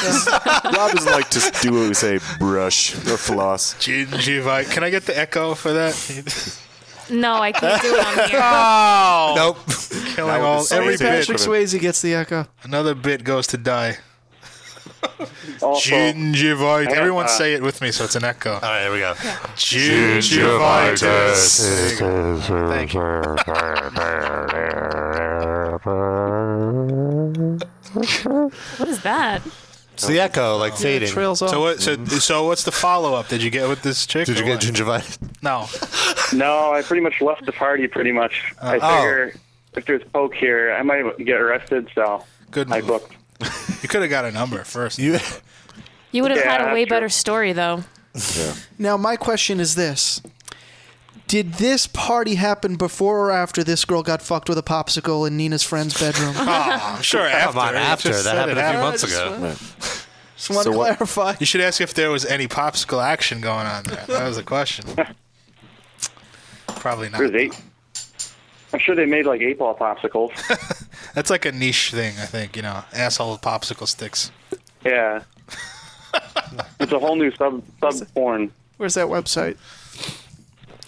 [SPEAKER 4] Rob doesn't like to do what we say, brush or floss.
[SPEAKER 3] Gingivite. Can I get the echo
[SPEAKER 6] *laughs*
[SPEAKER 3] for that?
[SPEAKER 5] No, I can't do it on here.
[SPEAKER 3] *laughs* oh,
[SPEAKER 2] nope.
[SPEAKER 3] *laughs* Killing all every bit.
[SPEAKER 6] Patrick Swayze gets the echo.
[SPEAKER 3] Another bit goes to die.
[SPEAKER 12] Also,
[SPEAKER 3] Gingivite.
[SPEAKER 12] I,
[SPEAKER 3] Everyone
[SPEAKER 12] uh,
[SPEAKER 3] say it with me, so it's an echo. All
[SPEAKER 2] right, there we go.
[SPEAKER 3] Gingivitis.
[SPEAKER 10] Thank you.
[SPEAKER 5] What is that?
[SPEAKER 2] It's the echo, like fading.
[SPEAKER 3] So what? So, so what's the follow up? Did you get with this chick?
[SPEAKER 2] Did you
[SPEAKER 3] or
[SPEAKER 2] get
[SPEAKER 3] what?
[SPEAKER 2] gingivitis?
[SPEAKER 3] No.
[SPEAKER 12] *laughs* No, I pretty much left the party. Pretty much. I
[SPEAKER 3] Oh.
[SPEAKER 12] figure if there's coke here, I might get arrested. So.
[SPEAKER 3] Good.
[SPEAKER 12] I booked.
[SPEAKER 3] You could have got a number first.
[SPEAKER 2] You.
[SPEAKER 5] You would have
[SPEAKER 6] Yeah,
[SPEAKER 5] had a way
[SPEAKER 6] true.
[SPEAKER 5] better story though.
[SPEAKER 4] Yeah.
[SPEAKER 6] Now my question is this: Did this party happen before or after this girl got fucked with a popsicle in Nina's friend's
[SPEAKER 3] *laughs*
[SPEAKER 6] bedroom?
[SPEAKER 3] Oh, sure. After.
[SPEAKER 2] Come on,
[SPEAKER 3] You
[SPEAKER 2] after.
[SPEAKER 3] just
[SPEAKER 2] That
[SPEAKER 3] said
[SPEAKER 2] happened
[SPEAKER 3] it
[SPEAKER 2] a few
[SPEAKER 3] after.
[SPEAKER 2] months ago.
[SPEAKER 6] Just want to clarify.
[SPEAKER 3] You should ask if there was any popsicle action going on there. That was the question. Probably not.
[SPEAKER 12] There's eight. I'm sure they made like eight
[SPEAKER 3] *laughs*
[SPEAKER 12] ball popsicles.
[SPEAKER 3] That's like a niche thing, I think. You know, asshole with popsicle sticks.
[SPEAKER 12] yeah. it's a whole new sub sub porn.
[SPEAKER 6] Where's that website?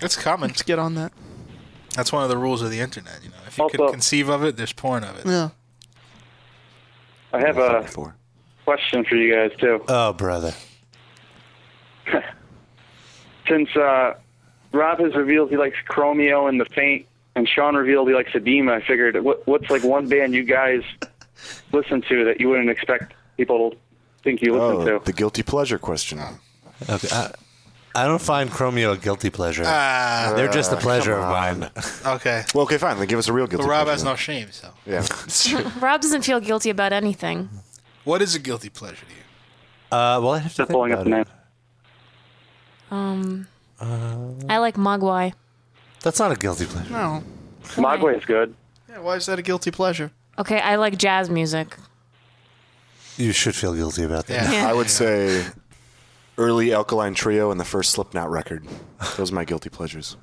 [SPEAKER 3] It's common.
[SPEAKER 6] Let's get on that.
[SPEAKER 3] That's one of the rules of the internet. You know, if you can conceive of it, there's porn of it.
[SPEAKER 6] Yeah.
[SPEAKER 12] I have a question for you guys too.
[SPEAKER 2] Oh, brother.
[SPEAKER 12] Since uh, Rob has revealed he likes Chromeo and The Faint, and Sean revealed he likes Edema, I figured what, what's like one band you guys listen to that you wouldn't expect people to think you listen
[SPEAKER 4] Oh, the guilty pleasure question.
[SPEAKER 2] Okay. I, I don't find Chromeo a guilty pleasure.
[SPEAKER 3] Ah.
[SPEAKER 2] They're just a
[SPEAKER 4] Uh,
[SPEAKER 2] pleasure of
[SPEAKER 4] come
[SPEAKER 2] mine.
[SPEAKER 3] Okay.
[SPEAKER 4] Well, okay, fine. Then give us a real
[SPEAKER 3] But
[SPEAKER 4] guilty
[SPEAKER 3] Rob has
[SPEAKER 4] pleasure.
[SPEAKER 3] no shame. So,
[SPEAKER 4] Yeah.
[SPEAKER 5] Rob doesn't feel guilty about anything.
[SPEAKER 3] what is a guilty pleasure to you?
[SPEAKER 2] Uh, well, I have to think
[SPEAKER 12] pulling up
[SPEAKER 2] about
[SPEAKER 12] the
[SPEAKER 2] it.
[SPEAKER 12] name.
[SPEAKER 5] Um,
[SPEAKER 2] Uh,
[SPEAKER 5] I like Mogwai.
[SPEAKER 2] *laughs* that's not a guilty pleasure.
[SPEAKER 12] Oh.
[SPEAKER 6] No.
[SPEAKER 12] Mogwai is good.
[SPEAKER 6] Yeah, why is that a guilty pleasure?
[SPEAKER 5] Okay, I like jazz music.
[SPEAKER 2] You should feel guilty about that.
[SPEAKER 5] Yeah.
[SPEAKER 4] I would say early Alkaline Trio and the first Slipknot record. Those are my guilty pleasures.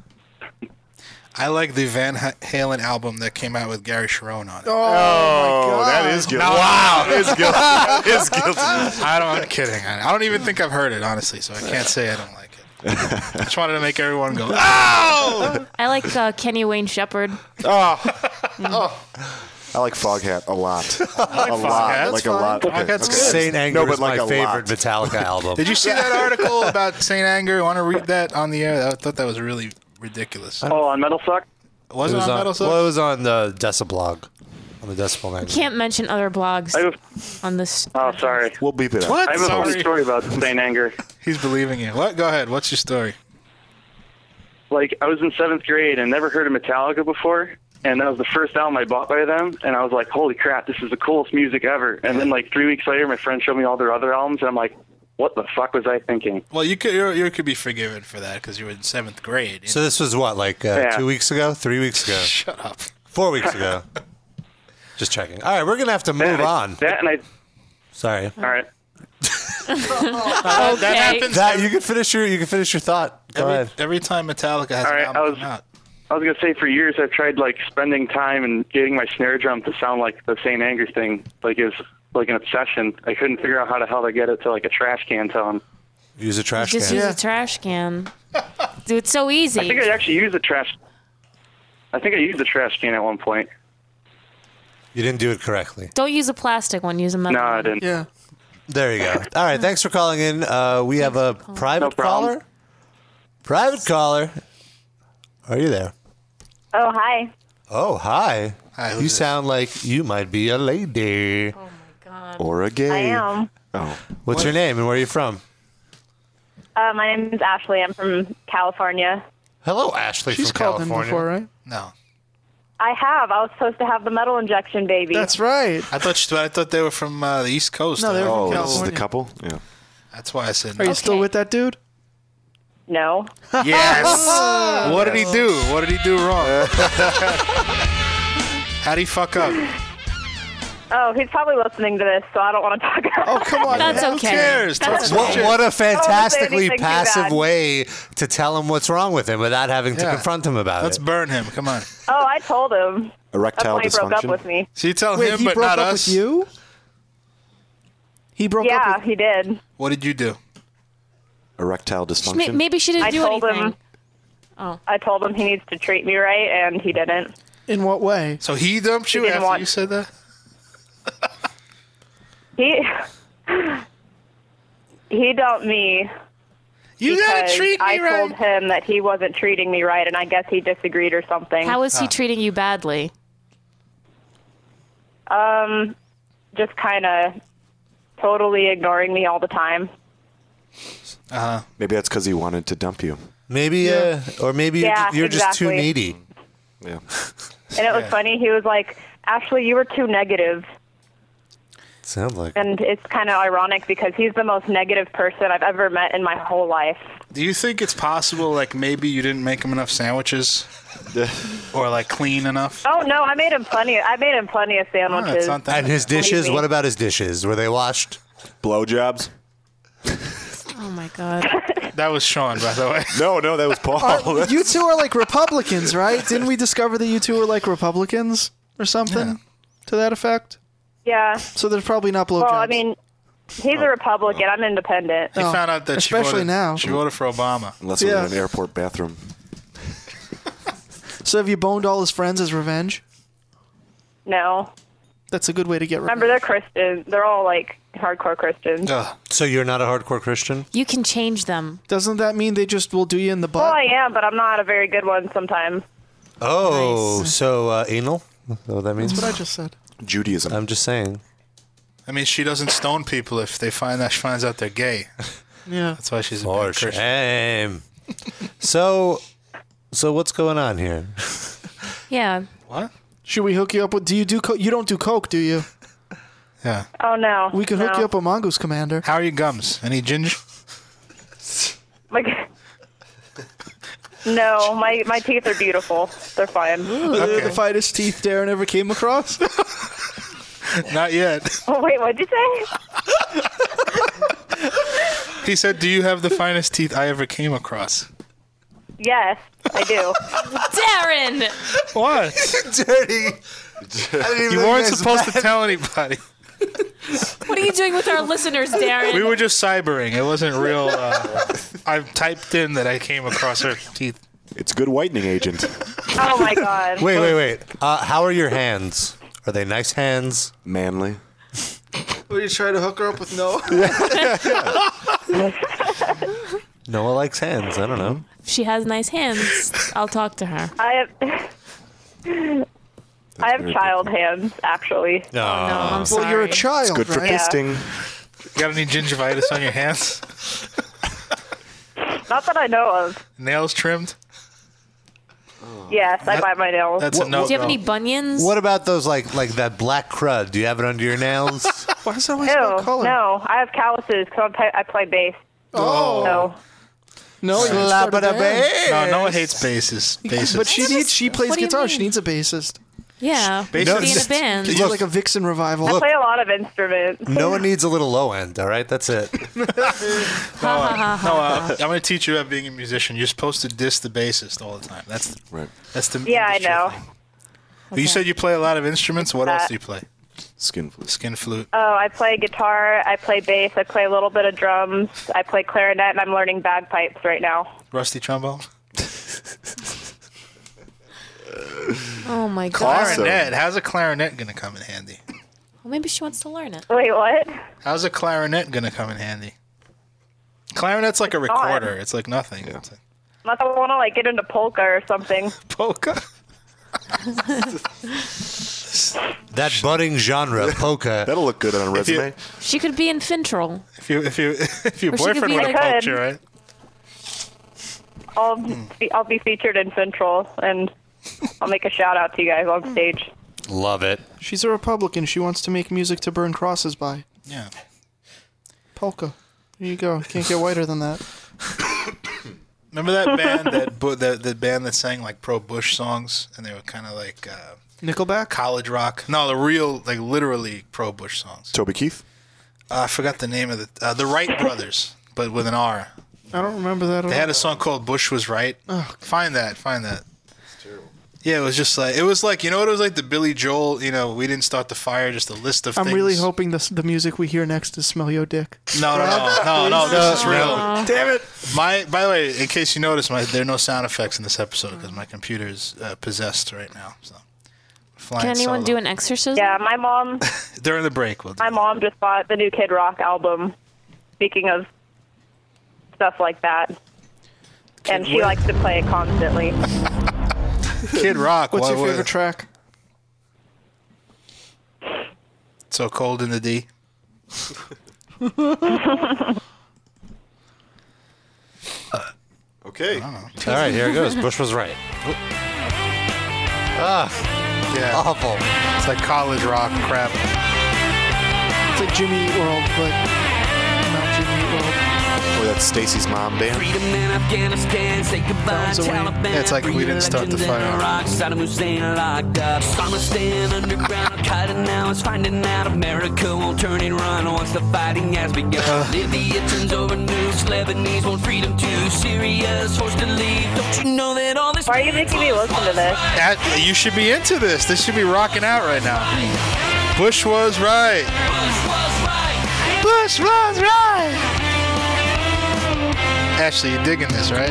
[SPEAKER 3] I like the Van Ha- Halen album that came out with Gary Sharon on it.
[SPEAKER 6] Oh,
[SPEAKER 4] Oh, that is guilty. Wow, it's guilty. That
[SPEAKER 3] *laughs*
[SPEAKER 4] is guilty.
[SPEAKER 3] I don't, I'm kidding. I I don't even think I've heard it, honestly, so I can't say I don't like
[SPEAKER 4] *laughs*
[SPEAKER 3] it. I just wanted to make everyone go, oh!
[SPEAKER 5] I like uh, Kenny Wayne Shepherd. Mm.
[SPEAKER 4] Oh. I like Foghat a lot.
[SPEAKER 3] *laughs*
[SPEAKER 4] a lot.
[SPEAKER 3] Foghat.
[SPEAKER 4] Like
[SPEAKER 3] That's
[SPEAKER 4] a lot.
[SPEAKER 3] fine.
[SPEAKER 4] Okay,
[SPEAKER 3] Foghat's
[SPEAKER 4] okay.
[SPEAKER 3] good.
[SPEAKER 2] Saint Anger
[SPEAKER 4] No, but
[SPEAKER 2] is
[SPEAKER 4] like
[SPEAKER 2] my
[SPEAKER 4] a
[SPEAKER 2] favorite
[SPEAKER 4] lot. *laughs*
[SPEAKER 2] Metallica album.
[SPEAKER 3] Did you see that
[SPEAKER 12] *laughs*
[SPEAKER 3] article about St. Anger? Want to read that on the air? I thought that was really ridiculous.
[SPEAKER 12] Oh, on Metal Suck?
[SPEAKER 3] Was it, on, Metal Sucks?
[SPEAKER 2] Well, it was on the Deciblog, on the Decibel magazine.
[SPEAKER 5] Can't mention other blogs on this.
[SPEAKER 12] Oh, sorry.
[SPEAKER 4] We'll beep it out.
[SPEAKER 3] What?
[SPEAKER 12] I have a funny
[SPEAKER 3] Sorry.
[SPEAKER 12] story about Saint Anger.
[SPEAKER 3] He's believing you. What? Go ahead. What's your story?
[SPEAKER 12] Like, I was in seventh grade and never heard of Metallica before. And that was the first album I bought by them. And I was like, holy crap, this is the coolest music ever. And then, like, three weeks later, my friend showed me all their other albums. And I'm like, what the fuck was I thinking?
[SPEAKER 3] Well, you could you're, you could be forgiven for that because you were in seventh
[SPEAKER 12] *laughs*
[SPEAKER 3] grade.
[SPEAKER 2] So this was what, like uh,
[SPEAKER 3] Yeah.
[SPEAKER 2] two weeks ago, three weeks ago,
[SPEAKER 3] *laughs* Shut up.
[SPEAKER 2] four weeks ago. *laughs* Just checking. All right, we're gonna have to move on.
[SPEAKER 12] That and I.
[SPEAKER 2] Sorry.
[SPEAKER 12] All right.
[SPEAKER 3] That- That happens.
[SPEAKER 2] That you can finish your you can finish your thought. Go
[SPEAKER 3] every,
[SPEAKER 2] ahead.
[SPEAKER 3] every time Metallica has
[SPEAKER 12] All
[SPEAKER 3] an
[SPEAKER 12] right,
[SPEAKER 3] album
[SPEAKER 12] I was-
[SPEAKER 3] come out.
[SPEAKER 12] I was gonna say for years I've tried like spending time and getting my snare drum to sound like the St. Anger thing, like is like an obsession. I couldn't figure out how the hell to get it to like a trash can tone.
[SPEAKER 2] Use a trash
[SPEAKER 5] Just
[SPEAKER 2] can.
[SPEAKER 5] use a trash can. Dude, it's so easy.
[SPEAKER 12] I think I actually used a trash. I think I used a trash can at one point.
[SPEAKER 2] You didn't do it correctly.
[SPEAKER 5] Don't use a plastic one. Use a metal.
[SPEAKER 12] No, I
[SPEAKER 5] one.
[SPEAKER 12] didn't.
[SPEAKER 6] Yeah.
[SPEAKER 2] There you go. All right, thanks for calling in. Uh, we have a private caller. Private caller. Are you there?
[SPEAKER 13] Oh, hi.
[SPEAKER 2] Oh, hi. you sound like you might be a lady. Oh my god. Or a gay.
[SPEAKER 13] I am.
[SPEAKER 2] Oh. What's your name and where are you from?
[SPEAKER 13] Uh, my name is Ashley. I'm from California.
[SPEAKER 2] Hello, Ashley
[SPEAKER 6] She's
[SPEAKER 2] from
[SPEAKER 6] called in
[SPEAKER 2] California.
[SPEAKER 6] before, right?
[SPEAKER 3] No.
[SPEAKER 13] I have. I was supposed to have the metal injection baby.
[SPEAKER 6] right.
[SPEAKER 3] I thought you, I thought they were from uh, the East Coast.
[SPEAKER 6] No, they were from
[SPEAKER 3] oh,
[SPEAKER 6] Oh, this is the California.
[SPEAKER 3] couple. Yeah. That's why I said.
[SPEAKER 6] Are you *laughs* still with that dude?
[SPEAKER 13] No.
[SPEAKER 3] *laughs*
[SPEAKER 6] *laughs*
[SPEAKER 3] Yes. what did he do? What did he do wrong? How do he fuck up?
[SPEAKER 13] Oh, he's probably listening to this, so I don't want to talk about Oh,
[SPEAKER 6] come
[SPEAKER 13] *laughs*
[SPEAKER 3] on, That's man. Who okay. cares? That's
[SPEAKER 2] What,
[SPEAKER 3] okay.
[SPEAKER 2] what
[SPEAKER 3] I
[SPEAKER 2] a
[SPEAKER 3] won't say
[SPEAKER 2] fantastically
[SPEAKER 13] anything too
[SPEAKER 2] passive
[SPEAKER 13] bad.
[SPEAKER 2] way to tell him what's wrong with him without having to
[SPEAKER 3] Yeah.
[SPEAKER 2] confront him about
[SPEAKER 3] Let's
[SPEAKER 2] it.
[SPEAKER 3] burn him. Come on.
[SPEAKER 13] *laughs* Oh, I told him.
[SPEAKER 2] Erectile
[SPEAKER 13] That's why he broke up
[SPEAKER 2] dysfunction?
[SPEAKER 13] with me.
[SPEAKER 3] So you tell
[SPEAKER 6] Wait,
[SPEAKER 3] him,
[SPEAKER 6] he
[SPEAKER 3] but
[SPEAKER 6] broke
[SPEAKER 3] not
[SPEAKER 6] up
[SPEAKER 3] us.
[SPEAKER 6] with you? He broke
[SPEAKER 13] yeah,
[SPEAKER 6] up
[SPEAKER 13] he did.
[SPEAKER 3] What did you do?
[SPEAKER 4] Erectile
[SPEAKER 5] Sh-
[SPEAKER 4] dysfunction.
[SPEAKER 5] may- Maybe she didn't
[SPEAKER 13] I
[SPEAKER 5] do
[SPEAKER 13] told him-
[SPEAKER 5] anything. Oh.
[SPEAKER 13] I told him he needs to treat me right, and he didn't.
[SPEAKER 6] In what way?
[SPEAKER 3] So he dumped you
[SPEAKER 13] didn't
[SPEAKER 3] after
[SPEAKER 13] want-
[SPEAKER 3] you said that?
[SPEAKER 13] He he dumped me.
[SPEAKER 3] You
[SPEAKER 13] gotta
[SPEAKER 3] treat me
[SPEAKER 13] I told him that he wasn't treating me right, and I guess he disagreed or something.
[SPEAKER 5] How is he treating you badly?
[SPEAKER 13] Um, just kind of totally ignoring me all the time.
[SPEAKER 3] Uh-huh.
[SPEAKER 4] Maybe that's because he wanted to dump you.
[SPEAKER 2] Maybe, uh, or maybe
[SPEAKER 13] Yeah,
[SPEAKER 2] you're, ju- you're just too
[SPEAKER 13] exactly.
[SPEAKER 2] needy.
[SPEAKER 4] Yeah.
[SPEAKER 13] And it was
[SPEAKER 2] Yeah.
[SPEAKER 13] funny. He was like, "Ashley, you were too negative,"
[SPEAKER 2] Sounds like.
[SPEAKER 13] and it's kind of ironic because he's the most negative person I've ever met in my whole life.
[SPEAKER 3] Do you think it's possible, like maybe you didn't make him
[SPEAKER 4] *laughs*
[SPEAKER 3] enough sandwiches, or like clean enough?
[SPEAKER 13] Oh no, I made him plenty. I made him plenty of sandwiches.
[SPEAKER 2] And his dishes. What about his dishes? Were they washed?
[SPEAKER 4] Blowjobs.
[SPEAKER 5] Oh my god.
[SPEAKER 3] That was Sean, by the way.
[SPEAKER 4] *laughs* no, no, that was Paul.
[SPEAKER 6] Are- you two are like Republicans, right? Didn't we discover that you two are like Republicans or something to that effect?
[SPEAKER 13] Yeah.
[SPEAKER 6] So there's probably not blowjobs.
[SPEAKER 13] Well, I mean, he's a Republican. I'm independent. Oh.
[SPEAKER 3] He found out that she
[SPEAKER 6] especially
[SPEAKER 3] voted,
[SPEAKER 6] now.
[SPEAKER 3] She voted for Obama.
[SPEAKER 4] Unless
[SPEAKER 6] Yeah.
[SPEAKER 4] we're in an airport bathroom.
[SPEAKER 6] so have you boned all his friends as revenge?
[SPEAKER 13] No.
[SPEAKER 6] That's a good way to get revenge.
[SPEAKER 13] Remember, they're Christian. They're all like hardcore Christians.
[SPEAKER 2] So you're not a hardcore Christian?
[SPEAKER 5] You can change them.
[SPEAKER 6] Doesn't that mean they just will do you in the
[SPEAKER 13] Well,
[SPEAKER 6] butt?
[SPEAKER 13] I am, but I'm not a very good one sometimes.
[SPEAKER 2] Oh, so uh, anal? Is that What that means?
[SPEAKER 6] what I just said.
[SPEAKER 2] Judaism. I'm just saying.
[SPEAKER 3] I mean, she doesn't stone people if they find that she finds out they're gay.
[SPEAKER 6] *laughs* Yeah.
[SPEAKER 3] That's why she's a *laughs*
[SPEAKER 2] For
[SPEAKER 3] bad Christian.
[SPEAKER 2] shame. so, so what's going on here?
[SPEAKER 5] Yeah.
[SPEAKER 3] What?
[SPEAKER 6] Should we hook you up with? Do you do? Co- you don't do coke, do
[SPEAKER 3] *laughs*
[SPEAKER 6] you?
[SPEAKER 3] Yeah.
[SPEAKER 13] Oh no.
[SPEAKER 6] We could hook
[SPEAKER 13] No.
[SPEAKER 6] you up with Mongoose Commander.
[SPEAKER 3] How are your gums? Any ginger?
[SPEAKER 13] Like, *laughs* no, my my teeth are beautiful. They're fine.
[SPEAKER 6] Are they the finest teeth Darren ever came
[SPEAKER 3] *laughs*
[SPEAKER 6] across?
[SPEAKER 3] *laughs* Oh, Not yet.
[SPEAKER 13] Oh, wait, what'd you say?
[SPEAKER 3] He said, "Do you have the finest teeth I ever came across?"
[SPEAKER 13] Yes, I
[SPEAKER 5] *laughs*
[SPEAKER 13] do.
[SPEAKER 5] Darren.
[SPEAKER 3] What?
[SPEAKER 2] Dirty.
[SPEAKER 3] *laughs* You weren't supposed to tell anybody.
[SPEAKER 5] What are you doing with our listeners, Darren?
[SPEAKER 3] We were just cybering. It wasn't real. Uh, I've typed in that I came across her teeth.
[SPEAKER 4] It's a good whitening agent.
[SPEAKER 13] Oh my
[SPEAKER 6] *laughs*
[SPEAKER 13] god.
[SPEAKER 2] Wait, wait, wait. Uh, how are your hands? Are they nice hands?
[SPEAKER 4] Manly.
[SPEAKER 6] Were you trying to hook her up with *laughs* no?
[SPEAKER 3] *laughs*
[SPEAKER 2] Noah likes hands. I don't know.
[SPEAKER 5] If she has nice hands, I'll talk to her.
[SPEAKER 13] I have I have child hands
[SPEAKER 3] Oh,
[SPEAKER 13] actually.
[SPEAKER 2] No,
[SPEAKER 5] I'm
[SPEAKER 6] well, you're a
[SPEAKER 5] sorry.
[SPEAKER 6] child,
[SPEAKER 5] It's good for
[SPEAKER 6] right?
[SPEAKER 13] Yeah.
[SPEAKER 3] Got any gingivitis on your hands?
[SPEAKER 13] Not that I know of.
[SPEAKER 3] Nails trimmed?
[SPEAKER 13] Yes, I bite my nails.
[SPEAKER 5] Do you have any
[SPEAKER 13] Mm-hmm.
[SPEAKER 5] bunions?
[SPEAKER 2] What about those like like that black crud? Do you have it under
[SPEAKER 13] *laughs*
[SPEAKER 2] your nails?
[SPEAKER 6] *laughs* Why is that
[SPEAKER 13] Ew, no, I have calluses because I play bass.
[SPEAKER 2] Oh.
[SPEAKER 13] So,
[SPEAKER 6] No, you
[SPEAKER 2] Slap
[SPEAKER 6] started
[SPEAKER 2] it a
[SPEAKER 6] there.
[SPEAKER 2] bass.
[SPEAKER 3] No, no one hates basses. Basses.
[SPEAKER 6] But she needs. She plays
[SPEAKER 5] what do you
[SPEAKER 6] guitar.
[SPEAKER 5] mean?
[SPEAKER 6] She needs a bassist.
[SPEAKER 5] Yeah,
[SPEAKER 2] Bass
[SPEAKER 5] be in a
[SPEAKER 2] is-
[SPEAKER 5] band.
[SPEAKER 6] It's like a Vixen revival.
[SPEAKER 13] I play a lot of instruments.
[SPEAKER 2] no one needs a little low end. All right, that's it.
[SPEAKER 5] *laughs*
[SPEAKER 3] No, uh,
[SPEAKER 13] Uh-huh.
[SPEAKER 3] no uh, I'm going to teach you about being a musician. You're supposed to diss the bassist all the time. That's
[SPEAKER 4] right.
[SPEAKER 3] That's the
[SPEAKER 13] Yeah, I
[SPEAKER 3] industry
[SPEAKER 13] know.
[SPEAKER 3] thing. You said you play a lot of instruments. What else do you play?
[SPEAKER 4] Skin flute.
[SPEAKER 3] Skin flute.
[SPEAKER 13] Oh, I play guitar. I play bass. I play a little bit of drums. I play clarinet, and I'm learning bagpipes right now.
[SPEAKER 3] Rusty trombone.
[SPEAKER 5] Oh my god.
[SPEAKER 3] Clarinet. How's a clarinet going to come in handy?
[SPEAKER 5] Well, maybe she wants to learn it.
[SPEAKER 13] Wait, what?
[SPEAKER 3] How's a clarinet going to come in handy? Clarinet's like a
[SPEAKER 13] It's not.
[SPEAKER 3] recorder. It's like nothing. It's like
[SPEAKER 13] Unless I want to like get into polka or something.
[SPEAKER 3] polka.
[SPEAKER 4] *laughs*
[SPEAKER 2] That budding genre, polka.
[SPEAKER 4] That'll look good on a
[SPEAKER 3] If you-
[SPEAKER 4] resume.
[SPEAKER 5] She could be in Fintrol.
[SPEAKER 3] If you if you *laughs* if your
[SPEAKER 5] Or she could
[SPEAKER 3] boyfriend
[SPEAKER 5] be
[SPEAKER 3] would
[SPEAKER 5] like-
[SPEAKER 3] have poked
[SPEAKER 13] Could.
[SPEAKER 3] you, right?
[SPEAKER 13] I'll be, I'll be featured in Central, and I'll make a shout out to you guys
[SPEAKER 5] Hmm.
[SPEAKER 13] on stage.
[SPEAKER 2] Love it.
[SPEAKER 6] She's a Republican. She wants to make music to burn crosses by.
[SPEAKER 3] Yeah.
[SPEAKER 6] Polka. There you go. Can't get whiter than that.
[SPEAKER 3] Remember that band that bu- the the band that sang like pro Bush songs, and they were kind of like uh,
[SPEAKER 6] Nickelback,
[SPEAKER 3] college rock. No, the real like literally pro Bush songs.
[SPEAKER 4] Toby Keith.
[SPEAKER 3] Uh, I forgot the name of the uh, the Wright brothers, but with an R.
[SPEAKER 6] I don't remember that. At
[SPEAKER 3] They
[SPEAKER 6] all.
[SPEAKER 3] had a song called "Bush Was Right."
[SPEAKER 6] Ugh.
[SPEAKER 3] Find that, find that. Yeah, it was just like it was like you know what it was like the Billy Joel. You know, we didn't start the fire, just a list of
[SPEAKER 6] I'm
[SPEAKER 3] things.
[SPEAKER 6] really hoping the the music we hear next is "Smell Yo Dick." *laughs*
[SPEAKER 3] No, no, no, no, no. This is real.
[SPEAKER 6] Damn it!
[SPEAKER 3] My, by the way, in case you notice, my there are no sound effects in this episode because my computer is uh, possessed right now. So, flying
[SPEAKER 5] Can anyone
[SPEAKER 3] solo.
[SPEAKER 5] do an exorcism?
[SPEAKER 13] Yeah, my mom,
[SPEAKER 3] during the break? We'll do.
[SPEAKER 13] my mom just bought the new Kid Rock album. Speaking of stuff like that, and she likes to play it
[SPEAKER 6] *laughs*
[SPEAKER 13] constantly.
[SPEAKER 3] Kid Rock.
[SPEAKER 6] What's
[SPEAKER 3] what-
[SPEAKER 6] your
[SPEAKER 3] what-
[SPEAKER 6] favorite track?
[SPEAKER 3] So cold in the D.
[SPEAKER 4] Okay.
[SPEAKER 2] All right, here it goes. Bush was right. Ah,
[SPEAKER 3] yeah.
[SPEAKER 2] awful.
[SPEAKER 3] It's like college rock crap.
[SPEAKER 6] It's like Jimmy Eat World, but not Jimmy Eat World.
[SPEAKER 4] Boy, that's Stacy's mom band.
[SPEAKER 14] Freedom in Afghanistan, say goodbye, Taliban.
[SPEAKER 3] Yeah, it's like we didn't start the
[SPEAKER 14] Religion in
[SPEAKER 3] fire.
[SPEAKER 14] Iraq, Saddam Hussein locked up. Osama staying underground, Al Qaeda now is finding out America won't turn and run once the fighting has begun. Libya turns over nukes, Lebanese want freedom too. Syria's forced to leave. Don't you know that all this? Why are you making me listen to this?
[SPEAKER 3] That, you should be into this. This should be rocking out right now. Bush was right. Bush was right. Ashley, you're digging this, right?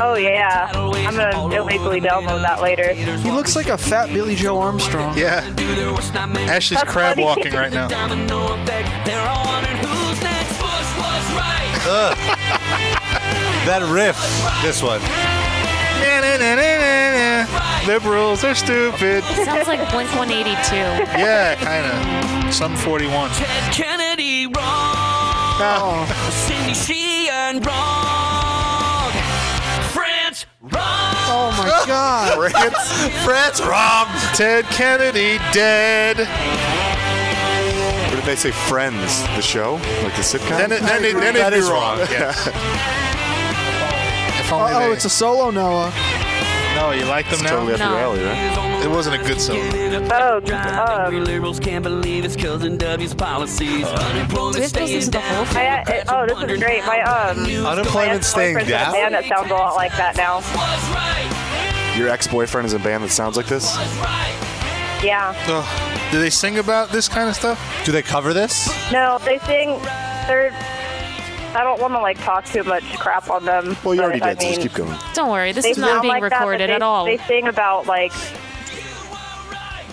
[SPEAKER 13] Oh yeah, I'm gonna illegally download that later.
[SPEAKER 6] He looks like a fat Billy Joe Armstrong.
[SPEAKER 3] Yeah. Ashley's
[SPEAKER 13] That's
[SPEAKER 3] crab
[SPEAKER 13] funny.
[SPEAKER 3] walking right now.
[SPEAKER 2] Ugh. that riff. This one.
[SPEAKER 3] Liberals are stupid.
[SPEAKER 5] Sounds like Blink 182.
[SPEAKER 3] Yeah, kind of. Some 41.
[SPEAKER 14] Ted Kennedy wrong.
[SPEAKER 3] Oh.
[SPEAKER 14] Cindy Sheehan wrong. France wrong.
[SPEAKER 6] Oh
[SPEAKER 3] *laughs*
[SPEAKER 6] my God!
[SPEAKER 2] France, France, Rob.
[SPEAKER 3] Ted Kennedy dead.
[SPEAKER 4] What if they say Friends, the show, like the sitcom?
[SPEAKER 3] Then it, then it, then
[SPEAKER 2] That
[SPEAKER 3] it'd be
[SPEAKER 2] is
[SPEAKER 3] wrong.
[SPEAKER 2] wrong.
[SPEAKER 3] Yes.
[SPEAKER 4] *laughs*
[SPEAKER 3] if only
[SPEAKER 6] Oh,
[SPEAKER 3] they-
[SPEAKER 6] it's a solo, Noah.
[SPEAKER 3] no, you like them
[SPEAKER 4] It's
[SPEAKER 3] now?
[SPEAKER 4] totally up
[SPEAKER 5] No.
[SPEAKER 4] your alley, right?
[SPEAKER 3] It wasn't a good song.
[SPEAKER 13] Oh,
[SPEAKER 14] I think
[SPEAKER 13] um,
[SPEAKER 14] we liberals can't believe it's cousin W's policies.
[SPEAKER 5] Do we
[SPEAKER 14] Unemployment
[SPEAKER 5] have to listen to the whole
[SPEAKER 13] I,
[SPEAKER 5] thing?
[SPEAKER 13] uh, it- oh, this is great. My um,
[SPEAKER 2] Unemployment staying
[SPEAKER 13] boyfriend's in a
[SPEAKER 2] down?
[SPEAKER 13] band that sounds a lot like that now.
[SPEAKER 4] Your ex-boyfriend is in a band that sounds like this.
[SPEAKER 13] Yeah.
[SPEAKER 3] Ugh. do they sing about this kind of stuff?
[SPEAKER 2] Do they cover this?
[SPEAKER 13] No, they sing. They're. I don't want to like talk too much crap on them.
[SPEAKER 4] Well, you
[SPEAKER 13] but,
[SPEAKER 4] already
[SPEAKER 13] I
[SPEAKER 4] did, so just
[SPEAKER 13] mean,
[SPEAKER 4] keep going.
[SPEAKER 5] Don't worry, this
[SPEAKER 13] they
[SPEAKER 5] is not
[SPEAKER 13] sound
[SPEAKER 5] being
[SPEAKER 13] like that, but
[SPEAKER 5] recorded
[SPEAKER 13] they,
[SPEAKER 5] at all.
[SPEAKER 13] They sing about like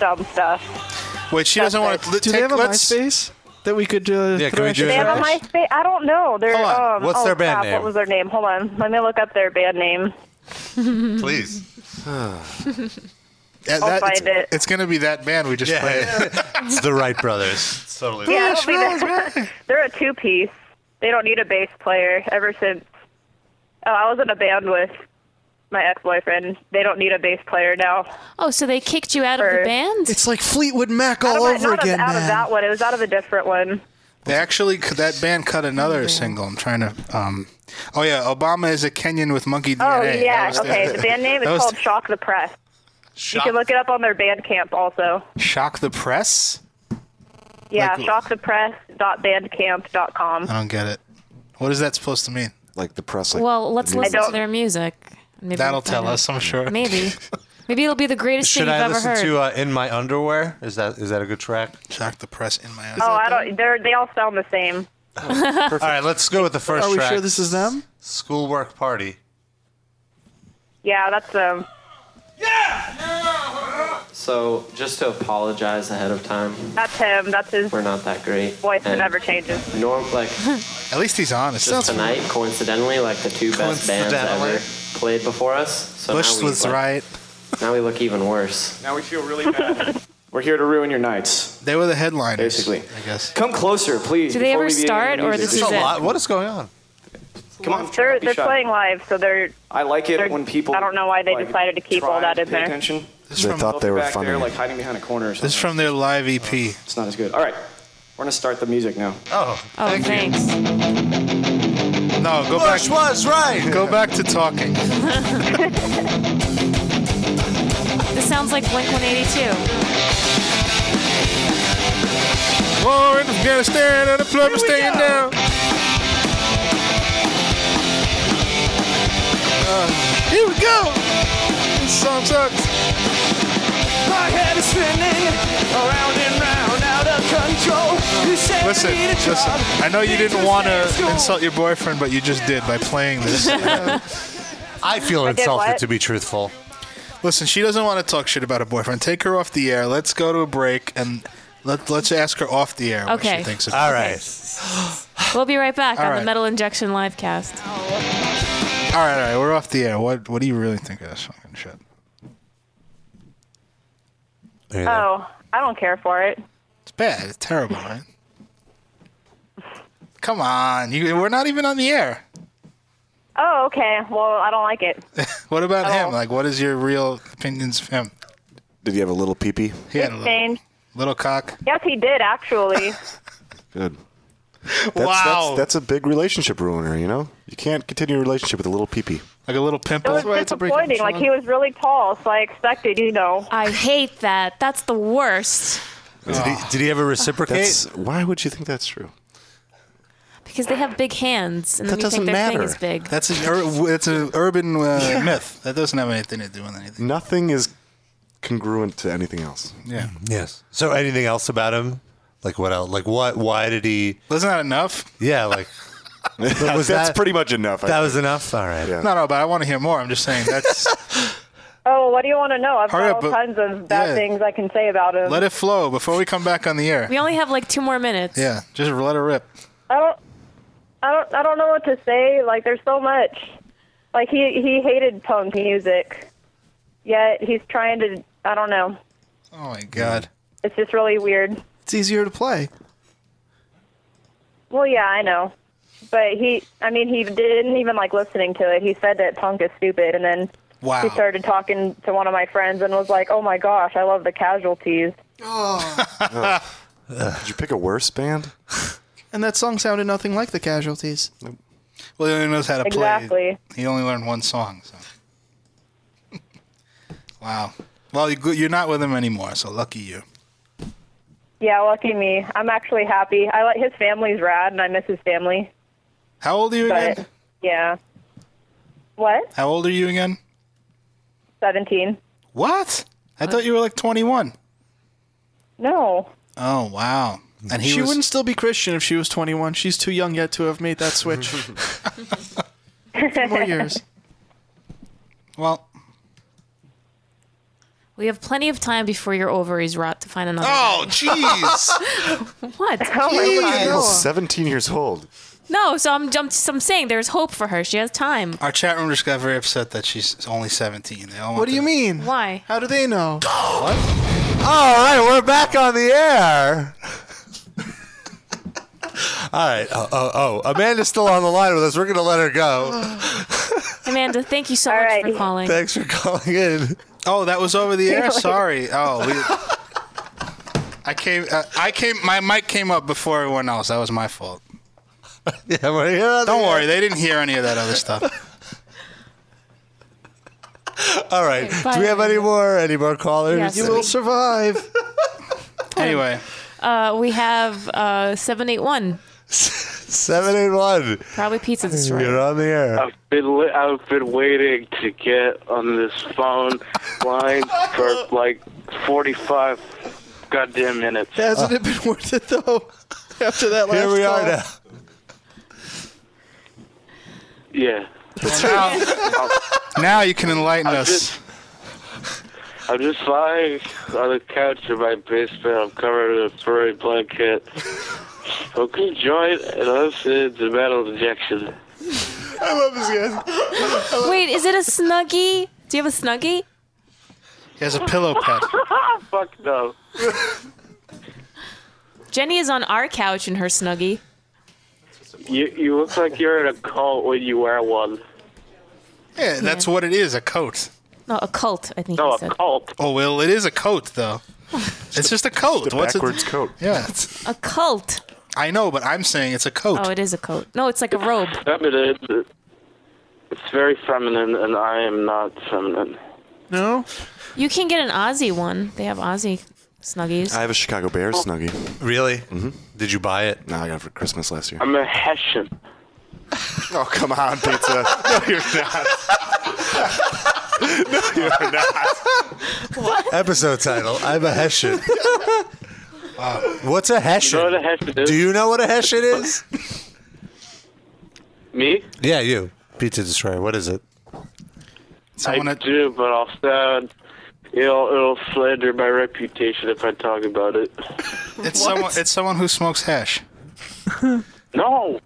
[SPEAKER 13] dumb stuff.
[SPEAKER 3] Wait, she doesn't want to.
[SPEAKER 6] Do they have a
[SPEAKER 3] let's,
[SPEAKER 6] MySpace that we could? Uh,
[SPEAKER 2] Yeah, can we
[SPEAKER 6] thrash
[SPEAKER 2] do
[SPEAKER 13] They have a
[SPEAKER 6] trash?
[SPEAKER 13] MySpace. I don't know. They're
[SPEAKER 2] Hold on.
[SPEAKER 13] um.
[SPEAKER 2] What's
[SPEAKER 13] oh,
[SPEAKER 2] their band
[SPEAKER 13] crap,
[SPEAKER 2] name?
[SPEAKER 13] What was their name? Hold on. Let me look up their band name.
[SPEAKER 2] Please.
[SPEAKER 3] Yeah,
[SPEAKER 13] I'll
[SPEAKER 3] that-
[SPEAKER 13] find
[SPEAKER 3] it's,
[SPEAKER 13] it.
[SPEAKER 3] going to be that band we just played. *laughs*
[SPEAKER 2] it's the Wright brothers. It's totally.
[SPEAKER 13] Yeah, it'll be the- *laughs* they're a two piece. They don't need a bass player ever since. Oh, I was in a band with my ex-boyfriend. They don't need a bass player now.
[SPEAKER 5] Oh, so they kicked you out of the band?
[SPEAKER 6] It's like Fleetwood Mac
[SPEAKER 13] out
[SPEAKER 6] all
[SPEAKER 13] of my-
[SPEAKER 6] over
[SPEAKER 13] not
[SPEAKER 6] again,
[SPEAKER 13] of, out of
[SPEAKER 6] man.
[SPEAKER 13] that one. It was out of a different one.
[SPEAKER 3] They actually that band cut another single. I'm trying to. Um, oh yeah, Obama is a Kenyan with monkey
[SPEAKER 13] Oh
[SPEAKER 3] DNA. That
[SPEAKER 13] yeah,
[SPEAKER 3] was the-
[SPEAKER 13] okay. The band name is
[SPEAKER 3] *laughs* that was-
[SPEAKER 13] called Shock the Press.
[SPEAKER 3] Shock-
[SPEAKER 13] You can look it up on their Bandcamp also.
[SPEAKER 3] Shock the Press.
[SPEAKER 13] Yeah,
[SPEAKER 3] Like-
[SPEAKER 13] shockthepress.bandcamp.com.
[SPEAKER 3] I don't get it. What is that supposed to mean?
[SPEAKER 4] Like the press.
[SPEAKER 5] well, let's listen to their music. Maybe
[SPEAKER 3] That'll
[SPEAKER 5] we'll find
[SPEAKER 3] tell
[SPEAKER 5] out.
[SPEAKER 3] us, I'm sure. *laughs*
[SPEAKER 5] Maybe. Maybe it'll be the greatest
[SPEAKER 2] Should
[SPEAKER 5] thing
[SPEAKER 2] I
[SPEAKER 5] you've ever
[SPEAKER 2] listen
[SPEAKER 5] heard.
[SPEAKER 2] to uh, "In My Underwear"? Is that is that a good track?
[SPEAKER 3] Shock the press in my
[SPEAKER 13] *laughs* Oh, I don't. They're they all sound the
[SPEAKER 3] *laughs*
[SPEAKER 13] same.
[SPEAKER 2] All right, let's go with the first.
[SPEAKER 13] Are we
[SPEAKER 2] track.
[SPEAKER 13] sure this
[SPEAKER 6] is them?
[SPEAKER 2] Schoolwork party.
[SPEAKER 13] Yeah, that's um.
[SPEAKER 15] So, just to apologize ahead of time,
[SPEAKER 13] That's him. That's his
[SPEAKER 15] we're not that great.
[SPEAKER 13] voice that
[SPEAKER 15] And
[SPEAKER 13] never changes.
[SPEAKER 15] Norm, like,
[SPEAKER 3] *laughs* At least he's honest.
[SPEAKER 15] just tonight, coincidentally, like the two best bands
[SPEAKER 3] Coincidentally.
[SPEAKER 15] ever played before us. So
[SPEAKER 3] Bush
[SPEAKER 15] now we,
[SPEAKER 3] was
[SPEAKER 15] like,
[SPEAKER 3] right.
[SPEAKER 15] Now we look even worse.
[SPEAKER 16] Now we feel really bad. We're here to ruin your nights.
[SPEAKER 3] They were the headliners.
[SPEAKER 16] Basically.
[SPEAKER 3] I guess.
[SPEAKER 16] Come closer, please.
[SPEAKER 5] Do they
[SPEAKER 16] before
[SPEAKER 5] ever
[SPEAKER 16] we begin
[SPEAKER 5] start,
[SPEAKER 16] the
[SPEAKER 5] or
[SPEAKER 16] music.
[SPEAKER 5] this is it?
[SPEAKER 2] What is going on?
[SPEAKER 16] Come on, try
[SPEAKER 13] They're
[SPEAKER 16] not to be
[SPEAKER 13] they're
[SPEAKER 16] shy.
[SPEAKER 13] playing live, so they're.
[SPEAKER 16] I like
[SPEAKER 13] they're-
[SPEAKER 16] it when people.
[SPEAKER 13] I don't know why they
[SPEAKER 16] like,
[SPEAKER 13] decided to keep
[SPEAKER 16] try
[SPEAKER 13] all that
[SPEAKER 16] to
[SPEAKER 13] in
[SPEAKER 16] pay
[SPEAKER 13] there.
[SPEAKER 16] Attention.
[SPEAKER 3] They from- thought they were
[SPEAKER 16] back there,
[SPEAKER 3] funny.
[SPEAKER 16] like hiding behind a corner or something. Oh,
[SPEAKER 3] This is from their live E EP.
[SPEAKER 16] It's not as good. All right, we're gonna start the music now.
[SPEAKER 3] Oh,
[SPEAKER 5] Oh, thanks.
[SPEAKER 3] No, go
[SPEAKER 2] Bush
[SPEAKER 3] back.
[SPEAKER 2] was right.
[SPEAKER 3] Go back to talking.
[SPEAKER 5] *laughs* This sounds like Blink
[SPEAKER 3] *gasps*
[SPEAKER 5] 182.
[SPEAKER 3] War in Afghanistan and the plumber staying down. Uh, here we go. This song sucks.
[SPEAKER 10] My head is spinning around and round, out of control. You said I
[SPEAKER 3] Listen,
[SPEAKER 10] need a
[SPEAKER 3] listen.
[SPEAKER 10] job.
[SPEAKER 3] I know you didn't want to insult your boyfriend, but you just did by playing
[SPEAKER 2] *laughs*
[SPEAKER 3] this.
[SPEAKER 2] I feel
[SPEAKER 3] I did
[SPEAKER 2] insulted
[SPEAKER 3] what?
[SPEAKER 2] to be truthful.
[SPEAKER 3] Listen, she doesn't want to talk shit about her boyfriend. Take her off the air. Let's go to a break and let let's ask her off the air what
[SPEAKER 5] Okay.
[SPEAKER 3] she thinks.
[SPEAKER 5] All
[SPEAKER 3] right.
[SPEAKER 5] We'll be right back
[SPEAKER 3] All
[SPEAKER 5] on
[SPEAKER 3] right.
[SPEAKER 5] the Metal Injection Livecast.
[SPEAKER 3] All right, all right. We're off the air. What what do you really think of this fucking shit?
[SPEAKER 13] Oh, I don't care for it.
[SPEAKER 3] It's bad. It's terrible, right? Come on, you, we're not even on the air. *laughs*
[SPEAKER 13] Oh, okay. Well, I don't like it.
[SPEAKER 3] What about
[SPEAKER 13] Oh.
[SPEAKER 3] him? Like, what is your real opinions of him?
[SPEAKER 4] Did you have a little peepee?
[SPEAKER 3] He had a little,
[SPEAKER 13] Change.
[SPEAKER 3] little cock.
[SPEAKER 13] Yes, he did
[SPEAKER 3] *laughs*
[SPEAKER 13] actually.
[SPEAKER 4] Good. That's,
[SPEAKER 3] Wow.
[SPEAKER 4] That's, that's a big relationship ruiner, you know? You can't continue a relationship with a little peepee.
[SPEAKER 3] Like a little pimple.
[SPEAKER 13] It was disappointing. Like he was really tall, so I expected, you know.
[SPEAKER 5] I hate that. That's the worst.
[SPEAKER 2] Did he, did he ever reciprocate?
[SPEAKER 4] That's- why would you think that's true?
[SPEAKER 5] Because they have big hands, and then
[SPEAKER 3] That
[SPEAKER 5] you think
[SPEAKER 3] doesn't
[SPEAKER 5] their thing
[SPEAKER 3] matter.
[SPEAKER 5] is big.
[SPEAKER 3] That's an ur- it's an
[SPEAKER 13] *laughs*
[SPEAKER 3] urban uh, myth. That doesn't have anything to do with anything.
[SPEAKER 4] Nothing is congruent to anything else.
[SPEAKER 3] Yeah.
[SPEAKER 2] Yes. So, anything else about him? Like what else? Like what? Why did he?
[SPEAKER 3] Wasn't that enough?
[SPEAKER 2] Yeah. Like
[SPEAKER 4] That's pretty much enough, I
[SPEAKER 2] That
[SPEAKER 4] think.
[SPEAKER 2] was enough. All right.
[SPEAKER 3] No, no, but I want to hear more. I'm just saying
[SPEAKER 13] *laughs*
[SPEAKER 3] that's
[SPEAKER 13] Oh, what do you want to know? I've
[SPEAKER 3] Hurry
[SPEAKER 13] got
[SPEAKER 3] up,
[SPEAKER 13] all
[SPEAKER 3] but-
[SPEAKER 13] kinds of bad
[SPEAKER 3] yeah.
[SPEAKER 13] things I can say about him.
[SPEAKER 3] let it flow before we come back on the air.
[SPEAKER 5] We only have like two more minutes.
[SPEAKER 3] Yeah, just let it rip.
[SPEAKER 13] I don't, I don't, I don't know what to say. Like, there's so much. Like he he hated punk music, yet he's trying to. I don't know.
[SPEAKER 3] Oh my god.
[SPEAKER 13] It's just really weird.
[SPEAKER 6] It's easier to play.
[SPEAKER 13] Well, yeah, I know. But he, I mean, he didn't even like listening to it. He said that punk is stupid, and then
[SPEAKER 3] Wow.
[SPEAKER 13] he started talking to one of my friends and was like, "Oh my gosh, I love the Casualties."
[SPEAKER 3] *laughs*
[SPEAKER 4] Ugh. Did you pick a worse band?
[SPEAKER 6] And that song sounded nothing like the Casualties.
[SPEAKER 3] Well, he only knows how to
[SPEAKER 6] Exactly.
[SPEAKER 3] play. He only learned one song. So. *laughs* wow. Well, you- you're not with him anymore, so lucky you.
[SPEAKER 13] Yeah, lucky me. I'm actually happy. I like his family's rad, and I miss his family.
[SPEAKER 3] How old are you
[SPEAKER 13] But
[SPEAKER 3] again?
[SPEAKER 13] yeah, what?
[SPEAKER 3] How old are you again?
[SPEAKER 13] Seventeen?
[SPEAKER 3] What? I thought you were like 21.
[SPEAKER 13] No.
[SPEAKER 3] Oh wow. And he
[SPEAKER 6] she
[SPEAKER 3] was-
[SPEAKER 6] wouldn't still be Christian if she was 21. She's too young yet to have made that switch.
[SPEAKER 3] *laughs*
[SPEAKER 6] Three
[SPEAKER 13] *laughs*
[SPEAKER 6] more years.
[SPEAKER 3] Well,
[SPEAKER 5] We have plenty of time before your ovaries rot to find another.
[SPEAKER 3] Oh,
[SPEAKER 5] guy. *laughs*
[SPEAKER 3] jeez.
[SPEAKER 5] what?
[SPEAKER 13] Oh
[SPEAKER 4] She was 17 years old.
[SPEAKER 5] No, so I'm, I'm, so I'm saying there's hope for her. She has time.
[SPEAKER 3] Our chat room just got very upset that she's only 17. They all want
[SPEAKER 6] What do you
[SPEAKER 3] to-
[SPEAKER 6] mean?
[SPEAKER 5] Why?
[SPEAKER 6] How do they know?
[SPEAKER 2] All right, we're back on the air. *laughs* All right. Oh, oh, oh. Amanda's still on the line with us. We're going to let her go.
[SPEAKER 5] I Amanda, thank you so much for calling.
[SPEAKER 2] Thanks for calling in. *laughs*
[SPEAKER 3] Oh, that was over the air.
[SPEAKER 5] Really?
[SPEAKER 3] Sorry. Oh, we. *laughs* I came. Uh, I came. My mic came up before everyone else. That was my fault.
[SPEAKER 2] yeah, Don't
[SPEAKER 3] worry. They didn't hear any of that other stuff.
[SPEAKER 2] *laughs* All right. Do we have any more any more callers?
[SPEAKER 5] Yes.
[SPEAKER 6] You
[SPEAKER 5] *laughs*
[SPEAKER 6] will survive.
[SPEAKER 3] anyway,
[SPEAKER 5] Uh, we have uh, 781,
[SPEAKER 2] seven eight one.
[SPEAKER 5] probably Pizza Destroyer.
[SPEAKER 2] You're on the air.
[SPEAKER 17] Been li- I've been waiting to get on this phone line for like 45 goddamn minutes.
[SPEAKER 6] Hasn't it been worth
[SPEAKER 10] *laughs*
[SPEAKER 6] it though? After that last
[SPEAKER 17] Here we are
[SPEAKER 6] call?
[SPEAKER 17] now. Yeah.
[SPEAKER 3] now, now you can enlighten
[SPEAKER 17] I'm
[SPEAKER 3] us.
[SPEAKER 17] just- I'm just lying on the couch in my basement. I'm covered in a furry blanket. Okay, join and listen to metal injection.
[SPEAKER 5] I love this guy. Wait, is it a Snuggie? Do you have a Snuggie?
[SPEAKER 3] He has a pillow pet.
[SPEAKER 17] Ah, Fuck no.
[SPEAKER 5] Jenny is on our couch in her Snuggie.
[SPEAKER 17] You you look like you're in a cult when you wear one.
[SPEAKER 3] Yeah, that's what it is. A coat.
[SPEAKER 5] No, a cult, I think.
[SPEAKER 3] No,
[SPEAKER 5] he said.
[SPEAKER 17] cult.
[SPEAKER 3] Oh well, it is a coat though. It's just a coat.
[SPEAKER 5] just a
[SPEAKER 3] What's
[SPEAKER 5] backwards
[SPEAKER 3] it? coat. *laughs* Yeah. It's,
[SPEAKER 5] A cult.
[SPEAKER 3] I know, but I'm saying it's a coat.
[SPEAKER 5] Oh, it is a coat. No, it's like a robe.
[SPEAKER 17] Feminine. It's very feminine, and I am not feminine.
[SPEAKER 5] No. You can get an Aussie one. They have Aussie Snuggies.
[SPEAKER 4] I have a Chicago Bears snuggie.
[SPEAKER 2] Really?
[SPEAKER 4] Mm-hmm.
[SPEAKER 2] Did you buy it?
[SPEAKER 4] No, I got it for Christmas last year.
[SPEAKER 17] I'm a Hessian.
[SPEAKER 4] Oh come on, pizza! *laughs* no, you're not. *laughs* no, you're not.
[SPEAKER 2] Episode title: I'm a *laughs* Hessian. Uh, What's a Hessian?
[SPEAKER 17] You know what a Hessian is?
[SPEAKER 2] Do you know what a
[SPEAKER 17] *laughs*
[SPEAKER 2] Hessian is?
[SPEAKER 17] Me?
[SPEAKER 2] yeah, you. Pizza Destroyer. What is it?
[SPEAKER 17] I do, but I'll stand. It'll, it'll slander my reputation if I talk about it.
[SPEAKER 3] It's someone. It's someone who
[SPEAKER 6] *laughs*
[SPEAKER 3] smokes hash.
[SPEAKER 17] No.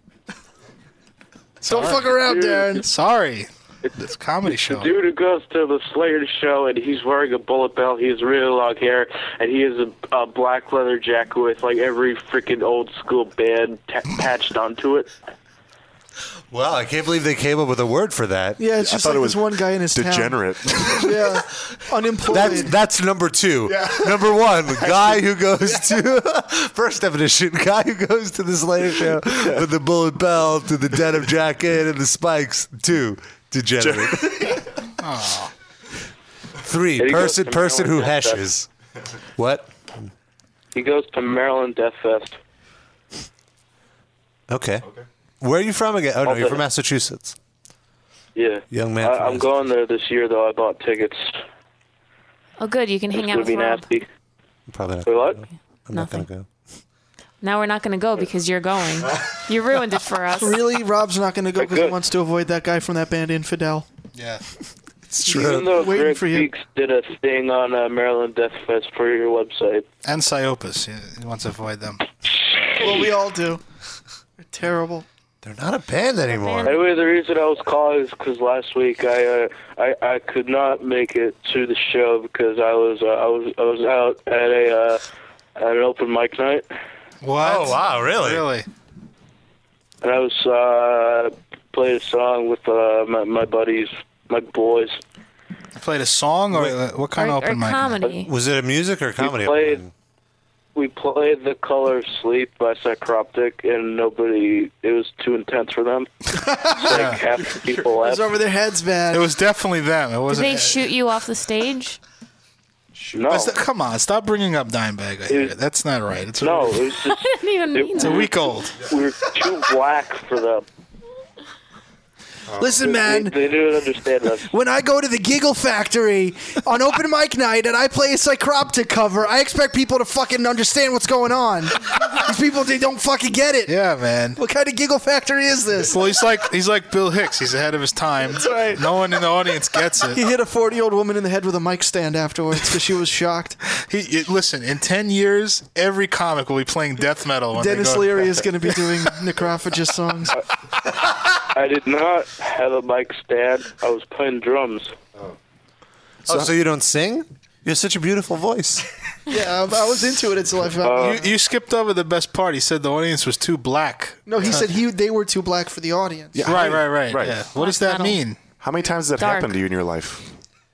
[SPEAKER 3] Don't
[SPEAKER 17] fuck around, Darren.
[SPEAKER 3] Sorry. It's a comedy show.
[SPEAKER 17] The dude who goes to the Slayer show and he's wearing a bullet belt, he has really long hair, and he has a, a black leather jacket with like every freaking old school band ta patched onto it.
[SPEAKER 2] Wow, I can't believe they came up with a word for that.
[SPEAKER 6] Yeah, it's just like this one guy in his
[SPEAKER 4] degenerate.
[SPEAKER 6] Town. *laughs* Yeah, *laughs* unemployed.
[SPEAKER 2] That's that's number two. Number
[SPEAKER 6] *laughs*
[SPEAKER 2] one, guy who goes to *laughs* first definition, guy who goes to the Slayer show with the bullet belt, to the denim jacket, and the spikes. Two, degenerate.
[SPEAKER 6] *laughs*
[SPEAKER 2] *laughs*
[SPEAKER 3] Aw.
[SPEAKER 2] Three,
[SPEAKER 17] There you go,
[SPEAKER 2] person
[SPEAKER 17] Tim
[SPEAKER 2] person who
[SPEAKER 17] Allen got that. *laughs*
[SPEAKER 2] hashes. What?
[SPEAKER 17] He goes to Maryland Death Fest.
[SPEAKER 2] Okay. Where are you from again? Oh no,
[SPEAKER 17] Also-
[SPEAKER 2] you're from Massachusetts.
[SPEAKER 17] Yeah.
[SPEAKER 2] Young man from
[SPEAKER 17] I, I'm going there this year, though. I bought tickets.
[SPEAKER 5] Oh, good. You can hang
[SPEAKER 17] It's
[SPEAKER 5] out
[SPEAKER 17] going to
[SPEAKER 5] with
[SPEAKER 17] be
[SPEAKER 5] Rob.
[SPEAKER 17] nasty.
[SPEAKER 2] Probably not.
[SPEAKER 17] Wait, what?
[SPEAKER 2] I'm not gonna go.
[SPEAKER 5] Now we're not going to go because you're going. you ruined it for
[SPEAKER 3] *laughs*
[SPEAKER 5] us.
[SPEAKER 6] Really, Rob's not going to go because he wants to avoid that guy from that band, Infidel.
[SPEAKER 3] Yeah.
[SPEAKER 2] It's
[SPEAKER 17] Even though
[SPEAKER 6] Waiting
[SPEAKER 17] Greg
[SPEAKER 6] for you.
[SPEAKER 17] Beeks did a thing on uh, Maryland Death Fest for your website.
[SPEAKER 3] And Psyopus. He, he wants to avoid them.
[SPEAKER 6] Well, we all do. They're terrible.
[SPEAKER 2] They're not a band anymore.
[SPEAKER 17] Anyway, the reason I was calling is because last week I, uh, I I could not make it to the show because I was uh, I was I was out at a uh, at an open mic night
[SPEAKER 3] What?
[SPEAKER 2] Oh wow, really?
[SPEAKER 3] Really?
[SPEAKER 17] and I was uh, playing a song with uh, my, my buddies my boys.
[SPEAKER 3] You played a song or uh, what kind of open mic?
[SPEAKER 2] Was it a music or comedy?
[SPEAKER 17] We played we played the color of sleep by Psychroptic and nobody it was too intense for them. like half the people
[SPEAKER 6] It was
[SPEAKER 17] left.
[SPEAKER 6] over their heads, man.
[SPEAKER 3] It was definitely them. It
[SPEAKER 5] Did
[SPEAKER 3] wasn't.
[SPEAKER 5] they shoot you off the stage? *laughs*
[SPEAKER 17] No.
[SPEAKER 3] That's- come on, stop bringing up Dimebag. I hear it. That's not right. It's
[SPEAKER 17] No,
[SPEAKER 3] a,
[SPEAKER 17] it was just
[SPEAKER 5] I didn't even mean
[SPEAKER 3] *laughs* it's a
[SPEAKER 5] that.
[SPEAKER 3] week old.
[SPEAKER 17] we were too black for them.
[SPEAKER 6] Listen,
[SPEAKER 17] They-
[SPEAKER 6] man.
[SPEAKER 17] They, didn't understand us.
[SPEAKER 6] When I go to the Giggle Factory on open mic night and I play a Psychroptic cover, I expect people to fucking understand what's going on. These people, they don't fucking get it.
[SPEAKER 3] Yeah, man.
[SPEAKER 6] What kind of Giggle Factory is this?
[SPEAKER 3] Well, he's like he's like Bill Hicks. He's ahead of his time. That's right. No one in the audience gets it.
[SPEAKER 6] He hit a 40 year old woman in the head with a mic stand afterwards because she was shocked.
[SPEAKER 3] He, it- listen, in 10 years, every comic will be playing death metal. Oh, When they
[SPEAKER 6] Dennis
[SPEAKER 3] go-
[SPEAKER 6] Leary
[SPEAKER 3] *laughs*
[SPEAKER 6] is going to be doing necrophagus songs.
[SPEAKER 17] I did not have a mic stand. I was playing drums.
[SPEAKER 2] Oh, so you don't sing? You have such a beautiful
[SPEAKER 17] *laughs*
[SPEAKER 2] voice.
[SPEAKER 6] Yeah, I I was into it until I
[SPEAKER 17] Uh,
[SPEAKER 6] found.
[SPEAKER 3] you, you skipped over the best part. He said the audience was too black.
[SPEAKER 6] no, he said he they were too black for the audience.
[SPEAKER 3] right, right, right,
[SPEAKER 6] Right.
[SPEAKER 3] Yeah. What does that mean?
[SPEAKER 4] How many times has that
[SPEAKER 17] Dark.
[SPEAKER 4] happened to you in your life?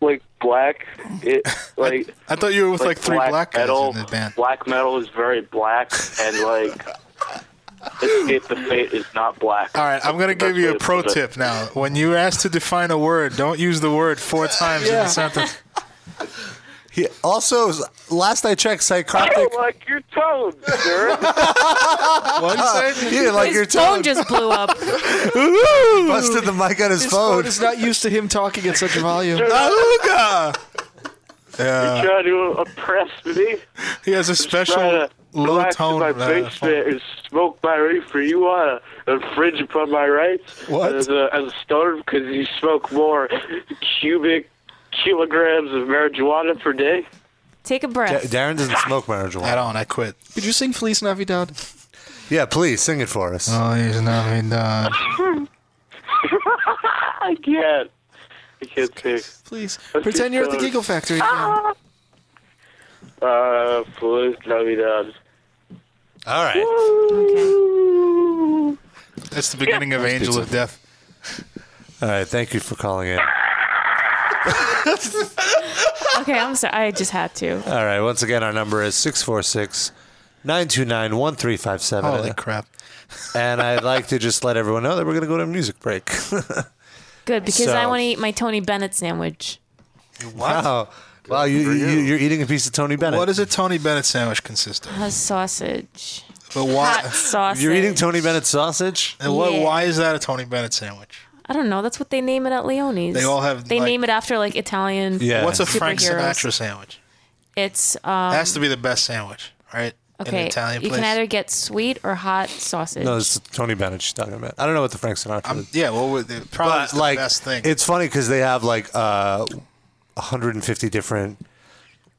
[SPEAKER 17] like black. It like
[SPEAKER 4] I thought you were with, like, three black guys
[SPEAKER 17] metal.
[SPEAKER 4] in the band.
[SPEAKER 17] Black metal is very black, and like escape the fate is not black.
[SPEAKER 3] All right, I'm going to
[SPEAKER 17] That's the
[SPEAKER 3] give you a
[SPEAKER 17] best
[SPEAKER 3] pro
[SPEAKER 17] way to put it.
[SPEAKER 3] tip now. When you're asked to define a word, don't use the word
[SPEAKER 17] *laughs*
[SPEAKER 3] four times in
[SPEAKER 2] Yeah.
[SPEAKER 3] a sentence.
[SPEAKER 2] He also, last I checked, psychotic.
[SPEAKER 17] like your tone,
[SPEAKER 2] *laughs*
[SPEAKER 17] sir.
[SPEAKER 3] What'd you say?
[SPEAKER 2] He didn't like your tone.
[SPEAKER 5] just blew
[SPEAKER 17] *laughs*
[SPEAKER 5] up.
[SPEAKER 2] Busted the mic on his,
[SPEAKER 18] His
[SPEAKER 2] phone.
[SPEAKER 18] phone is not used to him talking at such
[SPEAKER 3] *laughs*
[SPEAKER 18] volume.
[SPEAKER 2] Ahooga!
[SPEAKER 3] Yeah.
[SPEAKER 17] You're trying to oppress me.
[SPEAKER 3] He has a special low
[SPEAKER 17] relax
[SPEAKER 3] tone,
[SPEAKER 17] In my
[SPEAKER 3] uh,
[SPEAKER 17] basement and smoke my reefer. You want to infringe upon my uh, rights
[SPEAKER 3] What?
[SPEAKER 17] as a, as a stoner because you smoke more cubic kilograms of marijuana per day.
[SPEAKER 5] Take a breath.
[SPEAKER 2] Darren doesn't smoke marijuana. I
[SPEAKER 3] don't. I quit.
[SPEAKER 18] Could you sing Feliz Navidad?
[SPEAKER 2] Yeah, please sing it for us.
[SPEAKER 3] Oh, he's not done.
[SPEAKER 17] I can't. I can't pick.
[SPEAKER 18] Please
[SPEAKER 17] Let's
[SPEAKER 18] pretend
[SPEAKER 17] do
[SPEAKER 18] you're at the
[SPEAKER 17] some-
[SPEAKER 18] Giggle Factory.
[SPEAKER 17] Uh, Feliz Navidad.
[SPEAKER 2] All right.
[SPEAKER 3] That's the beginning of Angel of Death.
[SPEAKER 2] All right, thank you for calling in.
[SPEAKER 5] *laughs* okay, I'm sorry. I just had to.
[SPEAKER 2] All right, once again, our number is 646 929 1357.
[SPEAKER 5] Holy
[SPEAKER 3] crap.
[SPEAKER 2] And I'd like to just let everyone know that we're going to go to a music break.
[SPEAKER 5] Good because
[SPEAKER 2] So-
[SPEAKER 5] I want to eat my Tony Bennett sandwich.
[SPEAKER 2] *laughs* Wow. Wow, you, you. you're eating a piece of Tony Bennett.
[SPEAKER 3] What does a Tony Bennett sandwich consist of?
[SPEAKER 5] Has sausage.
[SPEAKER 3] But why?
[SPEAKER 5] Hot sausage.
[SPEAKER 2] You're eating Tony Bennett sausage?
[SPEAKER 3] And what,
[SPEAKER 5] Yeah.
[SPEAKER 3] why is that a Tony Bennett sandwich?
[SPEAKER 5] I don't know. That's what they name it at Leone's.
[SPEAKER 3] They all have,
[SPEAKER 5] They
[SPEAKER 3] like-
[SPEAKER 5] name it after like Italian.
[SPEAKER 3] What's a Frank
[SPEAKER 5] superheroes.
[SPEAKER 3] Sinatra sandwich?
[SPEAKER 5] It's um,
[SPEAKER 3] Has to be the best sandwich, right?
[SPEAKER 5] okay.
[SPEAKER 3] In an Italian
[SPEAKER 5] you
[SPEAKER 3] place.
[SPEAKER 5] can either get sweet or hot sausage.
[SPEAKER 2] No, it's Tony Bennett she's talking about. I don't know what the Frank Sinatra is.
[SPEAKER 3] yeah, well, with the- probably it's the
[SPEAKER 2] like,
[SPEAKER 3] best thing.
[SPEAKER 2] It's funny because they have like uh, 150 different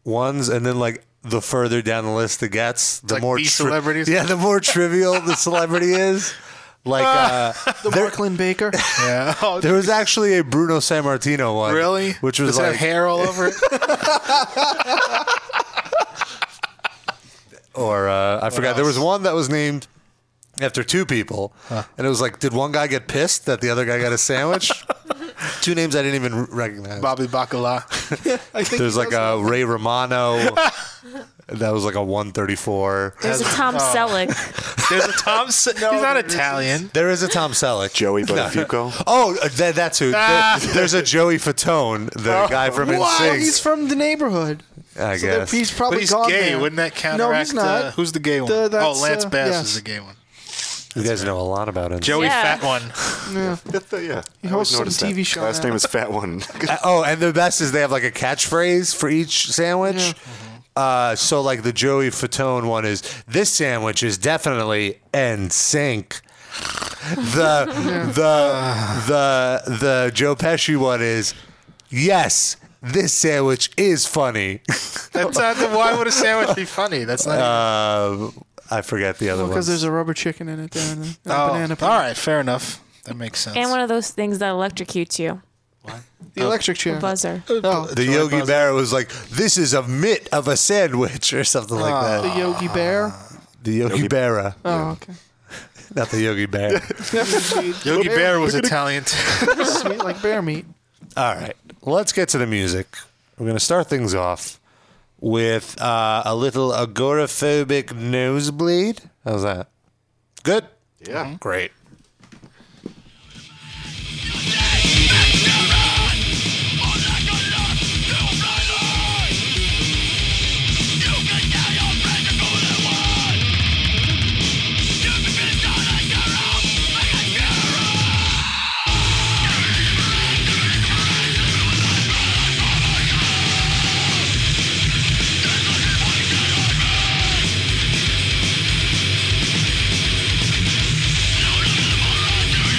[SPEAKER 2] ones, and then like the further down the list it gets, the
[SPEAKER 3] like
[SPEAKER 2] more
[SPEAKER 3] B celebrities?
[SPEAKER 2] Yeah, the more trivial the celebrity is. Like uh,
[SPEAKER 18] the Brooklyn Baker.
[SPEAKER 3] *laughs*
[SPEAKER 18] *laughs* Oh,
[SPEAKER 3] Yeah.
[SPEAKER 2] there was actually a Bruno San Martino one.
[SPEAKER 18] Really?
[SPEAKER 2] Which was
[SPEAKER 18] Does it have
[SPEAKER 2] like
[SPEAKER 3] hair all *laughs* over it?
[SPEAKER 2] or uh, I forgot. There was one that was named after two people, and it was like, did one guy get pissed that the other guy got a sandwich? two names I didn't even r- recognize.
[SPEAKER 3] Bobby Bacala.
[SPEAKER 18] I
[SPEAKER 3] think
[SPEAKER 2] There's
[SPEAKER 3] he
[SPEAKER 2] like a Ray
[SPEAKER 18] *laughs*
[SPEAKER 2] Romano. that was like a 134.
[SPEAKER 5] There's a Tom
[SPEAKER 3] Oh.
[SPEAKER 5] Selleck.
[SPEAKER 3] *laughs* There's a
[SPEAKER 2] *laughs*
[SPEAKER 3] Tom. Se- he's not Italian.
[SPEAKER 2] There is a Tom Selleck.
[SPEAKER 4] Joey
[SPEAKER 2] No.
[SPEAKER 4] Buttafuoco.
[SPEAKER 2] *laughs* Oh, uh, that, that's who.
[SPEAKER 18] Ah. Oh,
[SPEAKER 2] There- there's a Joey Fatone, the guy from
[SPEAKER 18] wow,
[SPEAKER 2] NSYNC.
[SPEAKER 18] he's from the neighborhood.
[SPEAKER 2] I
[SPEAKER 18] so
[SPEAKER 2] guess.
[SPEAKER 18] he's probably
[SPEAKER 3] But he's
[SPEAKER 18] gone
[SPEAKER 3] gay.
[SPEAKER 18] there.
[SPEAKER 3] Wouldn't that
[SPEAKER 18] No,
[SPEAKER 3] counteract?
[SPEAKER 18] he's not.
[SPEAKER 3] Uh, who's the gay one?
[SPEAKER 18] The-
[SPEAKER 3] oh,
[SPEAKER 18] that's,
[SPEAKER 3] Lance
[SPEAKER 18] uh,
[SPEAKER 3] Bass
[SPEAKER 18] yes.
[SPEAKER 3] is the gay one.
[SPEAKER 2] you guys know a lot about him.
[SPEAKER 3] Joey
[SPEAKER 18] Yeah.
[SPEAKER 3] Fat One.
[SPEAKER 18] Yeah.
[SPEAKER 4] yeah.
[SPEAKER 18] He hosts some TV show.
[SPEAKER 4] Last
[SPEAKER 18] now.
[SPEAKER 4] name is Fat One.
[SPEAKER 2] Uh, oh, and the best is they have like a catchphrase for each sandwich. Uh, so like the Joey Fatone one is this sandwich is definitely and sink. *laughs* The the the the Joe Pesci one is yes. This sandwich is funny.
[SPEAKER 3] That's not the, why would a sandwich be funny? That's
[SPEAKER 2] *laughs*
[SPEAKER 3] not.
[SPEAKER 2] Uh, I forget the other one.
[SPEAKER 18] Because there's a rubber chicken in it there and a, and a
[SPEAKER 3] Oh,
[SPEAKER 18] banana.
[SPEAKER 3] all right, fair enough. That makes sense.
[SPEAKER 5] and one of those things that electrocutes you.
[SPEAKER 18] The electric chair.
[SPEAKER 5] A buzzer.
[SPEAKER 18] Oh.
[SPEAKER 2] The Yogi Bear was like, "This is a mitt of a sandwich" *laughs* or something like
[SPEAKER 6] Ah.
[SPEAKER 2] that.
[SPEAKER 18] Uh, The Yogi Bear.
[SPEAKER 2] The Yogi, Berra,
[SPEAKER 18] Oh,
[SPEAKER 3] Ah,
[SPEAKER 18] okay.
[SPEAKER 2] not the Yogi Bear.
[SPEAKER 3] *laughs* Yogi Bear
[SPEAKER 18] *laughs*
[SPEAKER 3] was Italian.
[SPEAKER 18] Sweet like bear meat.
[SPEAKER 2] All right, let's get to the music. We're going to start things off with uh, a little agoraphobic nosebleed. How's that? Good.
[SPEAKER 3] Mm-hmm.
[SPEAKER 4] Yeah.
[SPEAKER 2] Great.
[SPEAKER 10] Don't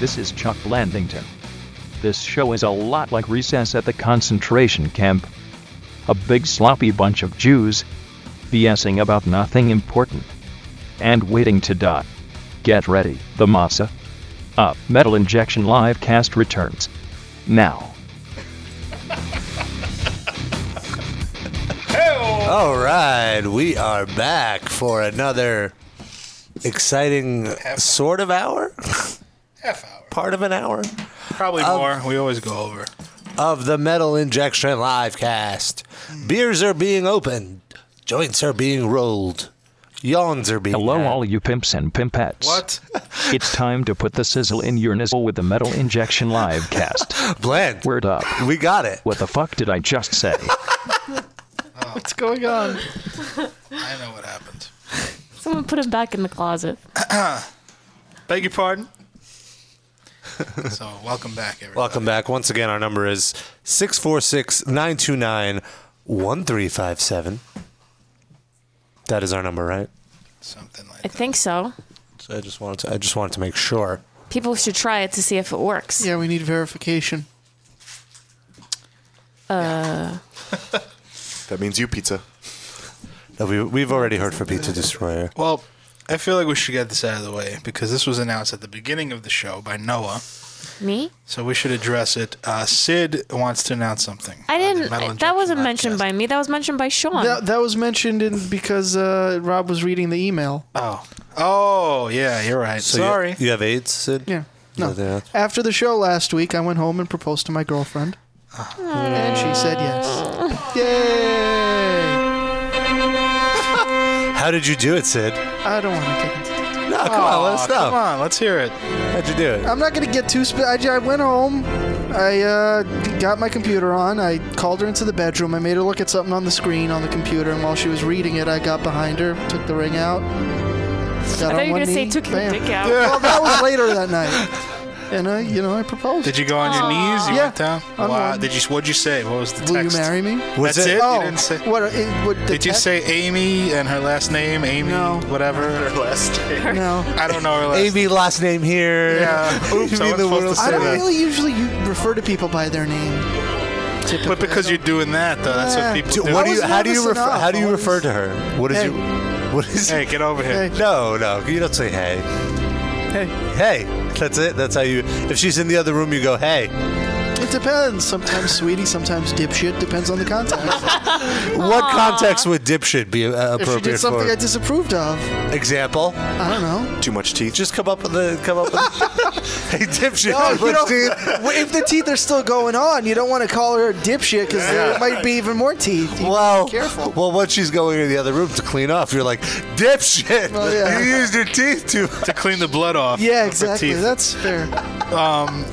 [SPEAKER 1] This is Chuck Blandington. This show is a lot like recess at the concentration camp. A big sloppy bunch of Jews, BSing about nothing important, and waiting to die. Get ready, the masa. Up, Metal Injection Live cast returns. Now.
[SPEAKER 2] All right, we are back for another exciting sort of hour. *laughs*
[SPEAKER 3] Half hour.
[SPEAKER 2] Part of an hour.
[SPEAKER 3] Probably more. We always go over.
[SPEAKER 2] Of the Metal Injection live cast. Beers are being opened, joints are being rolled, yawns are being.
[SPEAKER 1] Hello, all you pimps and pimpettes.
[SPEAKER 2] What?
[SPEAKER 1] *laughs* it's time to put the sizzle in your nizzle with the Metal Injection live
[SPEAKER 2] *laughs*
[SPEAKER 1] cast.
[SPEAKER 2] Blend.
[SPEAKER 1] Word up.
[SPEAKER 2] We got it.
[SPEAKER 1] What the fuck did I just
[SPEAKER 2] *laughs*
[SPEAKER 1] say?
[SPEAKER 6] What's going on?
[SPEAKER 3] Oh. I know what happened.
[SPEAKER 5] Someone put him back in the
[SPEAKER 3] *clears throat*
[SPEAKER 5] closet.
[SPEAKER 3] Beg your pardon. *laughs* so welcome back, everyone.
[SPEAKER 2] Welcome back. Once again, our number is 646 929 1357. That is our number, right?
[SPEAKER 5] I think so.
[SPEAKER 2] So I just wanted to, I just wanted to make sure.
[SPEAKER 5] People should try it to see if it works.
[SPEAKER 6] Yeah, we need verification.
[SPEAKER 5] Uh,
[SPEAKER 2] That means you, Pizza. No, we, we've already heard from Pizza Destroyer.
[SPEAKER 3] Well, I feel like we should get this out of the way because this was announced at the beginning of the show by Noah.
[SPEAKER 5] me?
[SPEAKER 3] So we should address it. Uh, Sid wants to announce something.
[SPEAKER 5] I didn't.
[SPEAKER 3] Metal
[SPEAKER 5] that wasn't mentioned by me. That was mentioned by Sean.
[SPEAKER 6] That, that was mentioned in, because uh, Rob was reading the email.
[SPEAKER 3] Oh. Oh, yeah, you're right.
[SPEAKER 2] So you-
[SPEAKER 6] Sorry.
[SPEAKER 2] You, have AIDS, Sid?
[SPEAKER 6] Yeah.
[SPEAKER 2] No. that-
[SPEAKER 6] After the show last week, I went home and proposed to my girlfriend.
[SPEAKER 5] Ah.
[SPEAKER 6] And she said yes. Yay!
[SPEAKER 2] How did you do it, Sid?
[SPEAKER 6] I don't want to get into
[SPEAKER 2] No, come on, let us know.
[SPEAKER 3] Come on, let's hear it.
[SPEAKER 2] How'd you do it?
[SPEAKER 6] I'm not gonna get too. Sp- I, ju- I went home. I uh, got my computer on. I called her into the bedroom. I made her look at something on the screen on the computer, and while she was reading it, I got behind her, took the ring out.
[SPEAKER 5] I
[SPEAKER 6] on
[SPEAKER 5] thought you were
[SPEAKER 6] one
[SPEAKER 5] gonna say
[SPEAKER 6] knee,
[SPEAKER 5] took your
[SPEAKER 6] bam.
[SPEAKER 5] dick out.
[SPEAKER 6] well, that
[SPEAKER 5] *laughs*
[SPEAKER 6] was later that night, and I, you know, I proposed.
[SPEAKER 3] Did you go on your knees? You
[SPEAKER 6] Uh, yeah.
[SPEAKER 3] went down?
[SPEAKER 6] On
[SPEAKER 3] Wow.
[SPEAKER 6] one.
[SPEAKER 3] Did you? What'd you say? What was the
[SPEAKER 6] Will you
[SPEAKER 3] text?
[SPEAKER 6] marry me?
[SPEAKER 3] Was That's it?
[SPEAKER 6] Oh,
[SPEAKER 3] You didn't say.
[SPEAKER 6] what? It, what the
[SPEAKER 3] Did you
[SPEAKER 6] text-
[SPEAKER 3] say Amy and her last name? Amy, whatever. Her
[SPEAKER 4] last name.
[SPEAKER 6] No.
[SPEAKER 3] I don't know her last
[SPEAKER 2] Amy, last name here.
[SPEAKER 3] Yeah. Oops, I wasn't supposed to
[SPEAKER 6] I
[SPEAKER 3] say
[SPEAKER 6] don't
[SPEAKER 3] that.
[SPEAKER 6] really usually u- refer to people by their name.
[SPEAKER 3] But because you're doing that, though, that's what
[SPEAKER 6] Yeah.
[SPEAKER 3] people
[SPEAKER 2] Do-
[SPEAKER 3] do.
[SPEAKER 2] what do you, how do you refer? How do you refer to her? What is
[SPEAKER 3] Hey.
[SPEAKER 2] you? What is?
[SPEAKER 3] Hey, get over here.
[SPEAKER 2] No, no, you don't say hey.
[SPEAKER 6] Hey.
[SPEAKER 2] Hey, that's it. That's how you. If she's in the other room, you go hey.
[SPEAKER 6] It depends. Sometimes sweetie, sometimes dipshit. Depends on the context.
[SPEAKER 2] What context would dipshit be uh,
[SPEAKER 6] if she
[SPEAKER 2] appropriate
[SPEAKER 6] did something
[SPEAKER 2] for?
[SPEAKER 6] I disapproved of,
[SPEAKER 2] Example.
[SPEAKER 6] I don't know.
[SPEAKER 4] Too much teeth.
[SPEAKER 2] Just come up with the come up with. *laughs* hey, dipshit.
[SPEAKER 6] No, you
[SPEAKER 2] let's
[SPEAKER 6] don't-
[SPEAKER 2] do-
[SPEAKER 6] *laughs* Well, if the teeth are still going on, you don't want to call her a dipshit because there
[SPEAKER 2] Yeah.
[SPEAKER 6] might be even more teeth. You
[SPEAKER 2] Well,
[SPEAKER 6] be careful.
[SPEAKER 2] well, once she's going in the other room to clean up, you're like, dipshit.
[SPEAKER 6] Well, yeah.
[SPEAKER 2] You used your teeth too.
[SPEAKER 3] To clean the blood off. of
[SPEAKER 6] Yeah,
[SPEAKER 3] her
[SPEAKER 6] exactly.
[SPEAKER 3] teeth.
[SPEAKER 6] That's fair.
[SPEAKER 3] Um,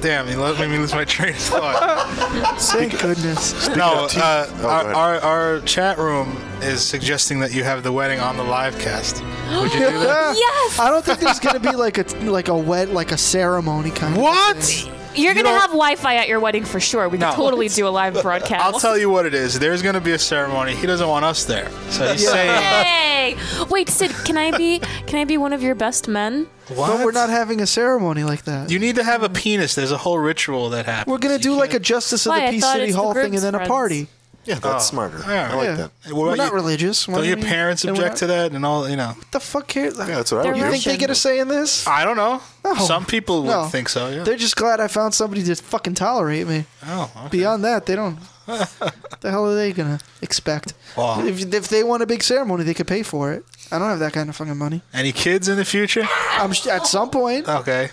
[SPEAKER 3] damn, you let made me lose my train of thought.
[SPEAKER 6] Thank goodness.
[SPEAKER 3] no,
[SPEAKER 4] teeth-
[SPEAKER 3] uh,
[SPEAKER 4] Oh,
[SPEAKER 3] our,
[SPEAKER 4] go ahead.
[SPEAKER 3] our our chat room is suggesting that you have the wedding on the live cast. Would you do that?
[SPEAKER 5] Yes!
[SPEAKER 6] I don't think there's gonna be like a like a wet like a ceremony kind. of
[SPEAKER 3] What?
[SPEAKER 6] thing.
[SPEAKER 5] You're gonna
[SPEAKER 3] know-
[SPEAKER 5] have Wi-Fi at your wedding for sure. We
[SPEAKER 3] No.
[SPEAKER 5] can totally do a live broadcast.
[SPEAKER 3] *laughs* I'll tell you what it is. There's going to be a ceremony. He doesn't want us there, so he's
[SPEAKER 6] Yeah.
[SPEAKER 3] saying,
[SPEAKER 5] Hey! Wait, Sid, can I be can I be one of your best men?
[SPEAKER 3] "What?
[SPEAKER 6] But we're not having a ceremony like that.
[SPEAKER 3] you need to have a penis." There's a whole ritual that happens.
[SPEAKER 6] We're gonna do like a justice of
[SPEAKER 5] Why, I
[SPEAKER 6] the peace
[SPEAKER 5] thought
[SPEAKER 6] city
[SPEAKER 5] it's the
[SPEAKER 6] hall thing
[SPEAKER 5] groom's
[SPEAKER 6] and then a
[SPEAKER 5] friends.
[SPEAKER 6] party.
[SPEAKER 4] Yeah, that's smarter.
[SPEAKER 3] Oh. yeah.
[SPEAKER 4] I like
[SPEAKER 6] Yeah.
[SPEAKER 4] that.
[SPEAKER 3] What
[SPEAKER 6] We're
[SPEAKER 3] about
[SPEAKER 6] not
[SPEAKER 3] you-
[SPEAKER 6] religious. Why
[SPEAKER 3] Don't your
[SPEAKER 6] we-
[SPEAKER 3] parents
[SPEAKER 6] and we're
[SPEAKER 3] object to
[SPEAKER 6] not-
[SPEAKER 3] that and all? You know,
[SPEAKER 6] What the fuck cares?
[SPEAKER 4] Yeah, that's what I would
[SPEAKER 5] They're
[SPEAKER 4] do.
[SPEAKER 6] You think they get a say in this?
[SPEAKER 3] I don't know.
[SPEAKER 6] No.
[SPEAKER 3] Some people would
[SPEAKER 6] No.
[SPEAKER 3] think so. Yeah.
[SPEAKER 6] They're just glad I found somebody to fucking tolerate me.
[SPEAKER 3] oh, okay.
[SPEAKER 6] Beyond that, they
[SPEAKER 3] *laughs*
[SPEAKER 6] don't. the hell are they gonna expect?
[SPEAKER 3] Wow.
[SPEAKER 6] If, if they want a big ceremony, they could pay for it. I don't have that kind of fucking money.
[SPEAKER 3] Any kids in
[SPEAKER 6] *laughs*
[SPEAKER 3] the future?
[SPEAKER 6] I'm sh- at some point.
[SPEAKER 3] Okay.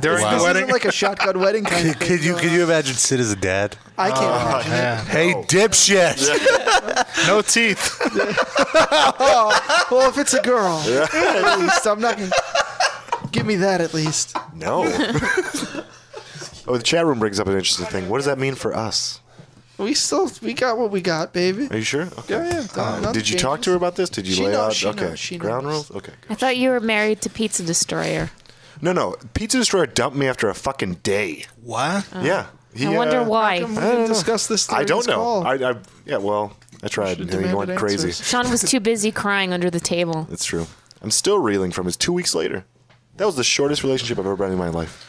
[SPEAKER 3] During
[SPEAKER 2] Wow.
[SPEAKER 3] the
[SPEAKER 6] This
[SPEAKER 3] wedding?
[SPEAKER 6] isn't like a shotgun wedding kind of
[SPEAKER 2] Could,
[SPEAKER 6] thing.
[SPEAKER 2] could you could you imagine Sid as a dad?
[SPEAKER 3] Oh,
[SPEAKER 6] I can't imagine. it.
[SPEAKER 3] *laughs* yeah.
[SPEAKER 2] Hey, dipshit. *laughs*
[SPEAKER 4] *laughs*
[SPEAKER 3] No teeth.
[SPEAKER 6] Oh, well, if it's a girl, at least I'm not gonna give me that. At
[SPEAKER 3] *laughs*
[SPEAKER 6] least
[SPEAKER 4] No. oh, the chat room brings up an interesting thing. What does that mean for us?
[SPEAKER 6] we still we got what we got, baby.
[SPEAKER 4] Are you sure? Okay.
[SPEAKER 6] Yeah, yeah. *laughs*
[SPEAKER 4] Uh,
[SPEAKER 6] Nothing
[SPEAKER 4] did you
[SPEAKER 6] changes.
[SPEAKER 4] talk to her about this? Did you
[SPEAKER 6] She
[SPEAKER 4] lay
[SPEAKER 6] knows,
[SPEAKER 4] out?
[SPEAKER 6] she
[SPEAKER 4] okay.
[SPEAKER 6] knows, she
[SPEAKER 4] Ground rules.
[SPEAKER 6] knows.
[SPEAKER 4] Okay.
[SPEAKER 5] I thought you were married to Pizza Destroyer.
[SPEAKER 4] No, no. Pizza Destroyer dumped me after a fucking day.
[SPEAKER 3] What?
[SPEAKER 4] yeah. He,
[SPEAKER 5] Oh. I wonder
[SPEAKER 4] uh,
[SPEAKER 5] why.
[SPEAKER 6] We didn't discuss this.
[SPEAKER 4] I
[SPEAKER 6] during
[SPEAKER 4] don't
[SPEAKER 6] this
[SPEAKER 4] know.
[SPEAKER 6] call.
[SPEAKER 4] I, I yeah. Well, I tried. And he
[SPEAKER 6] demanded
[SPEAKER 4] went crazy.
[SPEAKER 6] answers.
[SPEAKER 5] Sean was too busy crying under the table.
[SPEAKER 4] That's true. I'm still reeling from his two weeks later. That was the shortest relationship I've ever been in my life.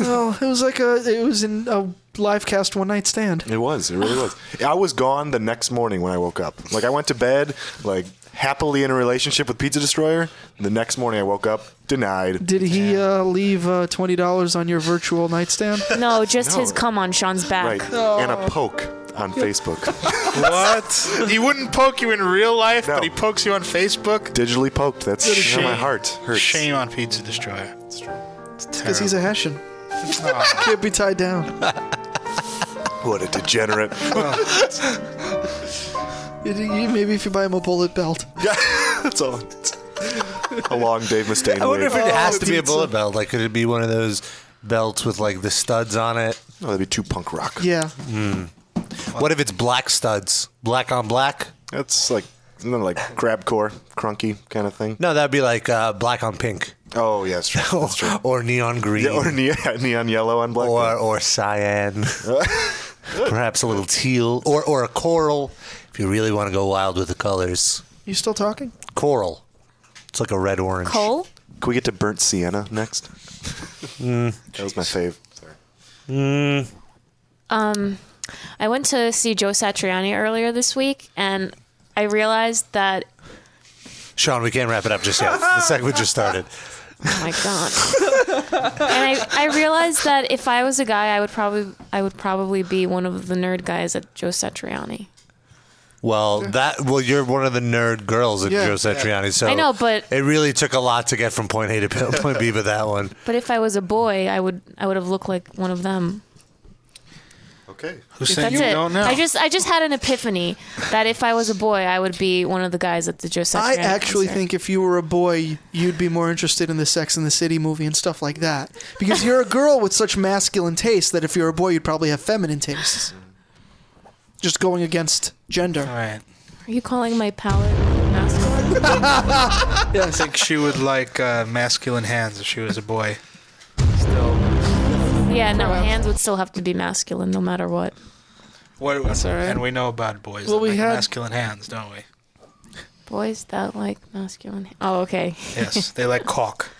[SPEAKER 6] oh, it was like a it was in a live cast one night stand.
[SPEAKER 4] It was. It really was. *sighs* I was gone the next morning when I woke up. Like I went to bed, like happily in a relationship with Pizza Destroyer. The next morning I woke up denied.
[SPEAKER 6] Did he uh, leave uh, twenty dollars on your virtual nightstand?
[SPEAKER 5] No, just
[SPEAKER 4] No.
[SPEAKER 5] his cum on Sean's back.
[SPEAKER 4] Right. And a poke on *laughs* Facebook. *laughs*
[SPEAKER 3] what? He wouldn't poke you in real life, but he pokes you on Facebook.
[SPEAKER 4] Digitally poked. That's
[SPEAKER 3] What a
[SPEAKER 4] how my heart hurts.
[SPEAKER 3] Shame on Pizza Destroyer. It's *laughs*
[SPEAKER 6] Because he's a Hessian.
[SPEAKER 4] Ah.
[SPEAKER 3] Oh.
[SPEAKER 6] *laughs* Can't be
[SPEAKER 4] *laughs*
[SPEAKER 6] tied down.
[SPEAKER 4] What a degenerate.
[SPEAKER 6] You- you- Maybe if you buy him a bullet belt.
[SPEAKER 4] Yeah, *laughs* that's all. a long Dave Mustaine.
[SPEAKER 2] I wonder if
[SPEAKER 4] wig.
[SPEAKER 2] it has to be a bullet belt. Like, could it be one of those belts with like the studs on it?
[SPEAKER 4] No, that'd be too punk rock.
[SPEAKER 6] Yeah.
[SPEAKER 2] Mm. What if it's black studs? Black on black?
[SPEAKER 4] That's like isn't that like crabcore, crunky kind of thing.
[SPEAKER 2] No, that'd be like uh, black on pink.
[SPEAKER 4] Oh yes, true. That's true.
[SPEAKER 2] *laughs* or neon green.
[SPEAKER 4] *laughs* Yeah, or neon, neon yellow on black.
[SPEAKER 2] Or or
[SPEAKER 4] *laughs*
[SPEAKER 2] cyan. Perhaps a little teal or or a coral if you really want to go wild with the colors.
[SPEAKER 6] You still talking?
[SPEAKER 2] Coral. It's like a red orange.
[SPEAKER 5] Coal?
[SPEAKER 4] Can we get to burnt sienna next?
[SPEAKER 2] Hmm.
[SPEAKER 4] that was my fave. Sorry.
[SPEAKER 5] Um, I went to see Joe Satriani earlier this week, and I realized that *laughs*
[SPEAKER 2] Sean, we can't wrap it up just yet. The segment just started.
[SPEAKER 5] oh my god, and I, I realized that if I was a guy, I would probably I would probably be one of the nerd guys at Joe Satriani.
[SPEAKER 2] Well, that well, you're one of the nerd girls at
[SPEAKER 5] Yeah.
[SPEAKER 2] Joe Satriani, so
[SPEAKER 5] I know, but-
[SPEAKER 2] it really took a lot to get from point A to p- *laughs* point B with that one.
[SPEAKER 5] But if I was a boy, I would I would have looked like one of them.
[SPEAKER 4] Okay.
[SPEAKER 5] That's it. I just I just had an epiphany that if I was a boy, I would be one of the guys at the Joe Satriani.
[SPEAKER 6] I actually
[SPEAKER 5] concert.
[SPEAKER 6] think if you were a boy, you'd be more interested in the Sex and the City movie and stuff like that. Because you're a girl with such masculine tastes that if you're a boy, you'd probably have feminine tastes. Just going against gender. All
[SPEAKER 3] right.
[SPEAKER 5] Are you calling my palate masculine?
[SPEAKER 3] I think she would like uh, masculine hands if she was a boy.
[SPEAKER 5] yeah, no, hands would still have to be masculine no matter what.
[SPEAKER 3] What, That's all right. And we know about boys
[SPEAKER 5] Well,
[SPEAKER 3] that
[SPEAKER 5] we
[SPEAKER 3] like
[SPEAKER 5] had-
[SPEAKER 3] masculine hands, don't we?
[SPEAKER 5] Boys that like masculine. Oh, okay.
[SPEAKER 3] Yes, they like caulk.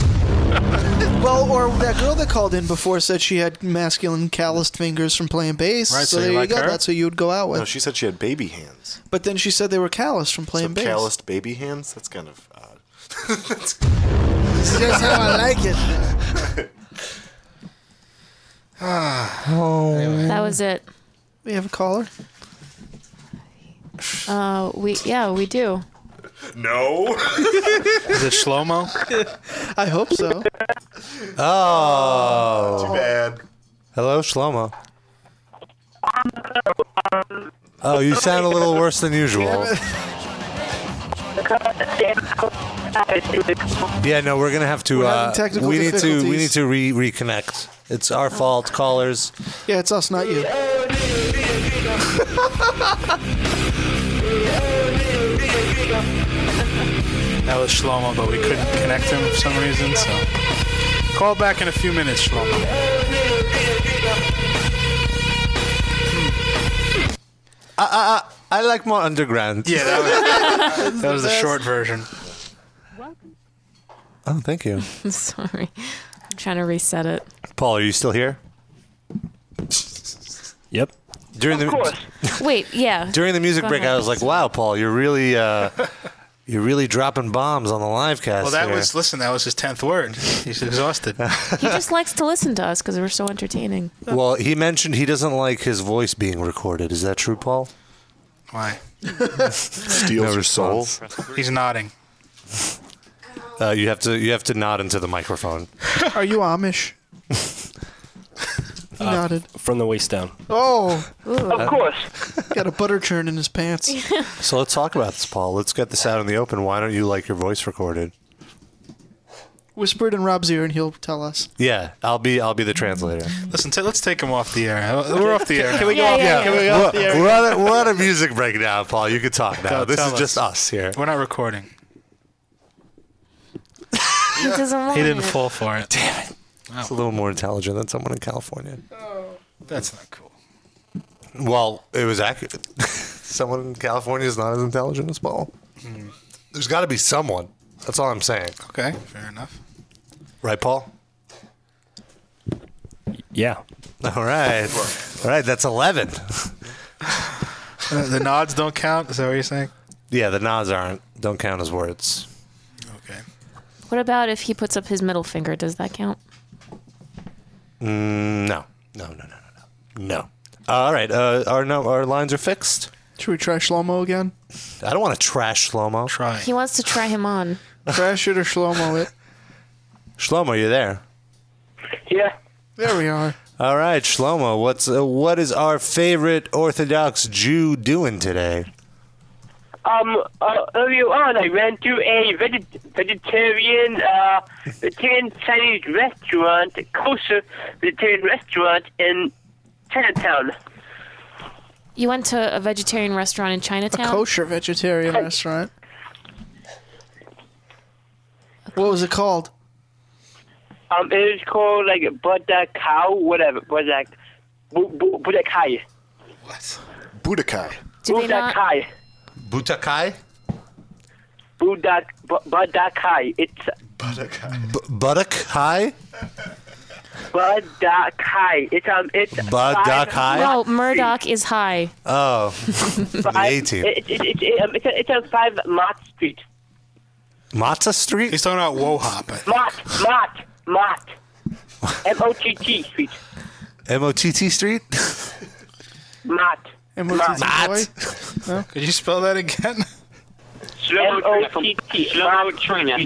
[SPEAKER 6] Well, or that girl that called in before said she had masculine calloused fingers from playing bass.
[SPEAKER 4] Right, so
[SPEAKER 6] so,
[SPEAKER 4] you
[SPEAKER 6] there you
[SPEAKER 4] like
[SPEAKER 6] go.
[SPEAKER 4] her?
[SPEAKER 6] That's who you would go out with.
[SPEAKER 4] No, she said she had baby hands.
[SPEAKER 6] but then she said they were calloused from playing
[SPEAKER 4] So
[SPEAKER 6] bass.
[SPEAKER 4] calloused baby hands. That's kind of uh, odd.
[SPEAKER 6] That's just how I like it.
[SPEAKER 2] oh.
[SPEAKER 5] That was it.
[SPEAKER 6] We have a caller?
[SPEAKER 5] Uh, we yeah, we do.
[SPEAKER 4] No.
[SPEAKER 3] Is it slow mo?
[SPEAKER 6] I hope so.
[SPEAKER 2] Oh,
[SPEAKER 4] too bad.
[SPEAKER 2] Hello, Shlomo. Oh, you sound a little worse than usual. Yeah, no, we're gonna have to.
[SPEAKER 6] We're having
[SPEAKER 2] uh,
[SPEAKER 6] technical
[SPEAKER 2] we need to. We
[SPEAKER 6] difficulties.
[SPEAKER 2] need to re- reconnect. It's our fault, callers.
[SPEAKER 6] Yeah, it's us, not you.
[SPEAKER 4] *laughs*
[SPEAKER 6] *laughs*
[SPEAKER 3] That was Shlomo, but we couldn't connect him for some reason. So call back in a few minutes, Shlomo.
[SPEAKER 2] Uh, uh, uh, I like more underground.
[SPEAKER 3] Yeah, that
[SPEAKER 2] *laughs*
[SPEAKER 3] was, that was the short version.
[SPEAKER 2] Oh, thank you,
[SPEAKER 5] *laughs* I'm sorry. I'm trying to reset it.
[SPEAKER 2] Paul. Are you still here? Yep. During the
[SPEAKER 5] Wait, yeah.
[SPEAKER 2] during the music
[SPEAKER 5] Go
[SPEAKER 2] break,
[SPEAKER 5] ahead.
[SPEAKER 2] I was like, "Wow, Paul, you're really uh, you're really dropping bombs on the live cast."
[SPEAKER 3] Well, that
[SPEAKER 2] here."
[SPEAKER 3] was listen. That was his tenth word. He's exhausted.
[SPEAKER 5] He just likes to listen to us because we're so entertaining.
[SPEAKER 2] Well, he mentioned he doesn't like his voice being recorded. Is that true, Paul?
[SPEAKER 3] Why?
[SPEAKER 2] *laughs* Steals your soul.
[SPEAKER 3] He's nodding.
[SPEAKER 2] *laughs* Uh, you have to you have to nod into the microphone.
[SPEAKER 18] *laughs*
[SPEAKER 6] Are you Amish? He nodded.
[SPEAKER 2] Uh,
[SPEAKER 19] From the waist down.
[SPEAKER 6] Oh,
[SPEAKER 19] Of
[SPEAKER 18] *laughs*
[SPEAKER 19] course.
[SPEAKER 6] Got a butter churn in
[SPEAKER 5] *laughs*
[SPEAKER 6] his pants.
[SPEAKER 2] So let's talk about this, Paul. Let's get this out in the open. Why don't you like your voice recorded?
[SPEAKER 6] Whisper it in Rob's ear, and he'll tell us.
[SPEAKER 2] Yeah, I'll be I'll be the translator.
[SPEAKER 3] Listen, t- let's take him off the air. We're off the air.
[SPEAKER 2] Can,
[SPEAKER 3] now.
[SPEAKER 2] we go off? Yeah, We're, we're on a, we're on a music break now, Paul. You can talk now.
[SPEAKER 3] Tell-
[SPEAKER 2] this
[SPEAKER 3] tell
[SPEAKER 2] is just us here.
[SPEAKER 3] We're not recording.
[SPEAKER 5] He doesn't want
[SPEAKER 3] He didn't
[SPEAKER 5] it.
[SPEAKER 3] fall for it.
[SPEAKER 2] Damn it. It's a little more intelligent than someone in California.
[SPEAKER 3] Oh. That's not cool.
[SPEAKER 2] Well, it was accurate. *laughs* someone in California is not as
[SPEAKER 3] Hmm,
[SPEAKER 2] intelligent as Paul. There's got to be someone. That's all I'm saying.
[SPEAKER 3] Okay, fair enough.
[SPEAKER 2] Right, Paul?
[SPEAKER 7] Yeah.
[SPEAKER 2] All right. All right, that's 11.
[SPEAKER 3] Uh, the nods don't count. Is that what you're saying?
[SPEAKER 2] Yeah, the nods aren't. Don't count as words.
[SPEAKER 5] What about if he puts up his middle finger? Does that count?
[SPEAKER 2] Mm, no. No, no, no, no, no. No. Uh, all right. Uh, our, no, our lines are fixed.
[SPEAKER 18] Should we try Shlomo again?
[SPEAKER 2] I don't want to trash Shlomo. Try.
[SPEAKER 5] He wants to try him on.
[SPEAKER 18] Trash it or Shlomo it?
[SPEAKER 2] Shlomo, you there?
[SPEAKER 17] Yeah.
[SPEAKER 18] There we are.
[SPEAKER 2] All right, Shlomo, what's uh, what is our favorite Orthodox Jew doing today?
[SPEAKER 19] Um, uh, earlier on, I ran to a veget- vegetarian, uh, vegetarian Chinese restaurant, kosher vegetarian restaurant in Chinatown.
[SPEAKER 5] You went to a vegetarian restaurant in Chinatown.
[SPEAKER 18] Kosher vegetarian restaurant. What was it called?
[SPEAKER 19] Um, it is called like Buddha Cow, whatever, Buddha, Bu- Bu- Buddha Kai.
[SPEAKER 4] Budokai.
[SPEAKER 19] Buddha Kai.
[SPEAKER 2] Butakai?
[SPEAKER 19] Buddha, Bu- Buddha Kai. It's
[SPEAKER 2] B- buttock high?
[SPEAKER 19] Buddha Kai. It's um, it's
[SPEAKER 2] Buddha Kai?
[SPEAKER 5] No, Murdoch is high.
[SPEAKER 19] *laughs*
[SPEAKER 2] Oh, from the A
[SPEAKER 19] Five,
[SPEAKER 2] team.
[SPEAKER 19] it, it, it, it, um, it's, a, it's on five Mott Street.
[SPEAKER 2] Matzah Street? He's
[SPEAKER 3] talking about Wohop.
[SPEAKER 19] Mott, Mott,
[SPEAKER 18] *laughs*
[SPEAKER 19] Mott. M O T T Street.
[SPEAKER 2] M-O-T-T Street? *laughs*
[SPEAKER 19] Mott.
[SPEAKER 18] M-O-T-T
[SPEAKER 2] *laughs*
[SPEAKER 3] Could you spell that again?
[SPEAKER 19] M O T T. Slow Trina.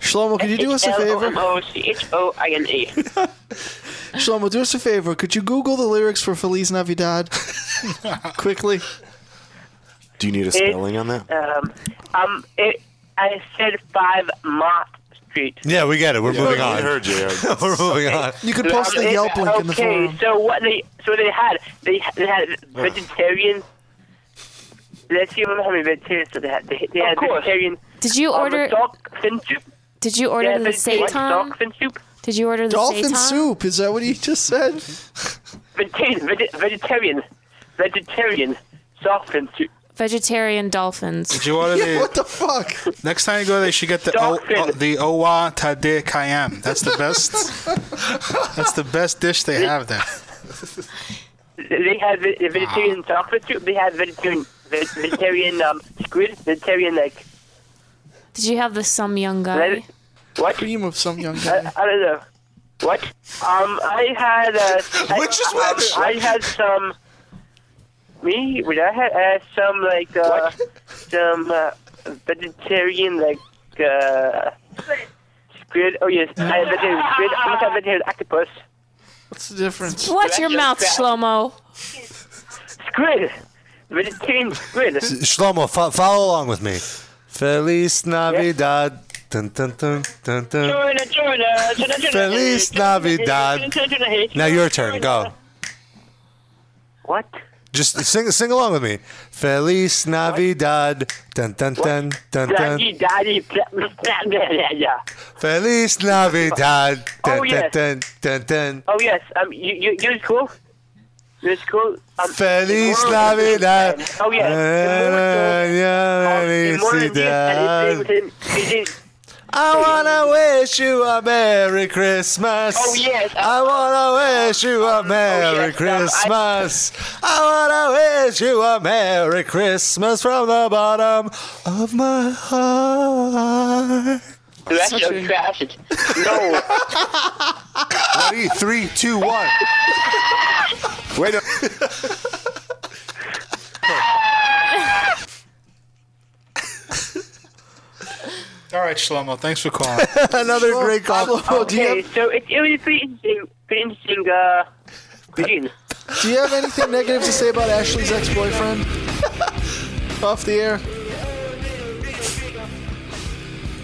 [SPEAKER 18] Shlomo, could you do us a favor?
[SPEAKER 19] M O C H O I N E.
[SPEAKER 18] Shlomo, do us a favor. Could you Google the lyrics for Feliz Navidad quickly?
[SPEAKER 4] Do you need a spelling on that?
[SPEAKER 19] Um, um, it, I said five Mott Street.
[SPEAKER 2] Yeah, we get it. We're
[SPEAKER 4] Yeah,
[SPEAKER 2] moving
[SPEAKER 4] we
[SPEAKER 2] on.
[SPEAKER 4] heard you.
[SPEAKER 2] *laughs* We're moving on.
[SPEAKER 19] Um, it- okay, so what they so they had they they had vegetarian. Let's see how many vegetarians they had. They, they
[SPEAKER 5] Of
[SPEAKER 19] had
[SPEAKER 5] course.
[SPEAKER 19] vegetarian.
[SPEAKER 5] Did you
[SPEAKER 19] um,
[SPEAKER 5] order-
[SPEAKER 19] dog fin soup?
[SPEAKER 5] Did you order
[SPEAKER 19] Yeah,
[SPEAKER 5] the
[SPEAKER 19] but they like
[SPEAKER 5] seitan?
[SPEAKER 19] dolphin soup.
[SPEAKER 5] Did you order the
[SPEAKER 18] Dolphin
[SPEAKER 5] seitan?
[SPEAKER 18] soup. Is that what he just said?
[SPEAKER 19] Vegetarian, vege- vegetarian, vegetarian dolphin soup.
[SPEAKER 5] Vegetarian dolphins.
[SPEAKER 3] Did you order *laughs* Yeah, the- what
[SPEAKER 18] the fuck?
[SPEAKER 3] Next time you go there, you should get the o, o, the Owa Tade Kayam. That's the best. that's the best dish they have there.
[SPEAKER 19] They had ve- vegetarian
[SPEAKER 5] Ah.
[SPEAKER 19] dolphin soup. They had vegetarian ve- vegetarian um, squid, vegetarian like
[SPEAKER 5] Did you have the some young guy?
[SPEAKER 19] Let- what
[SPEAKER 18] cream of some young
[SPEAKER 19] I, I don't know. What? Um, I had
[SPEAKER 2] *laughs*
[SPEAKER 19] uh, I-
[SPEAKER 10] Which is
[SPEAKER 19] I-
[SPEAKER 10] which?
[SPEAKER 19] I, had some. Me? Would I had uh, some like uh, some uh, vegetarian like uh, squid? Oh yes, I had vegetarian squid. I also had vegetarian octopus.
[SPEAKER 18] What's the difference?
[SPEAKER 5] Watch your mouth, Shlomo.
[SPEAKER 19] Squid. Vegetarian squid.
[SPEAKER 2] S- Shlomo, fo- follow along with me. Feliz Navidad. Dun, dun, dun, dun, dun.
[SPEAKER 19] Join us, join us, join us, join
[SPEAKER 2] uh,
[SPEAKER 19] us.
[SPEAKER 2] Feliz Navidad. Now your turn. Go.
[SPEAKER 19] What?
[SPEAKER 2] Just sing sing along with me. Feliz Navidad. Dun, dun, dun, dun,
[SPEAKER 19] Daddy,
[SPEAKER 2] dun.
[SPEAKER 19] daddy, yeah, yeah.
[SPEAKER 2] Feliz Navidad.
[SPEAKER 19] Oh,
[SPEAKER 2] Dun, dun,
[SPEAKER 19] yes.
[SPEAKER 2] dun, dun, dun.
[SPEAKER 19] Oh yes, um, you you you're cool. You're cool. Um,
[SPEAKER 2] Feliz
[SPEAKER 19] tomorrow-
[SPEAKER 2] Navidad. Eh,
[SPEAKER 19] Oh yes. Um,
[SPEAKER 2] Felicidad. I wanna wish you a Merry Christmas.
[SPEAKER 10] Oh, yes. Oh,
[SPEAKER 2] I wanna wish you a Merry Christmas. I wanna wish you a Merry Christmas from the bottom of my heart.
[SPEAKER 19] That's Such no a- trash. *laughs* No.
[SPEAKER 2] Ready? Three, two, one.
[SPEAKER 4] Wait a
[SPEAKER 10] *laughs*
[SPEAKER 3] All right, Shlomo. Thanks for *laughs* calling.
[SPEAKER 2] Another great call.
[SPEAKER 19] um, Okay, so it, it was pretty interesting. Pretty interesting. Uh, beginning.
[SPEAKER 18] Do you have anything negative to say about Ashley's ex-boyfriend?
[SPEAKER 5] *laughs*
[SPEAKER 18] Off the air.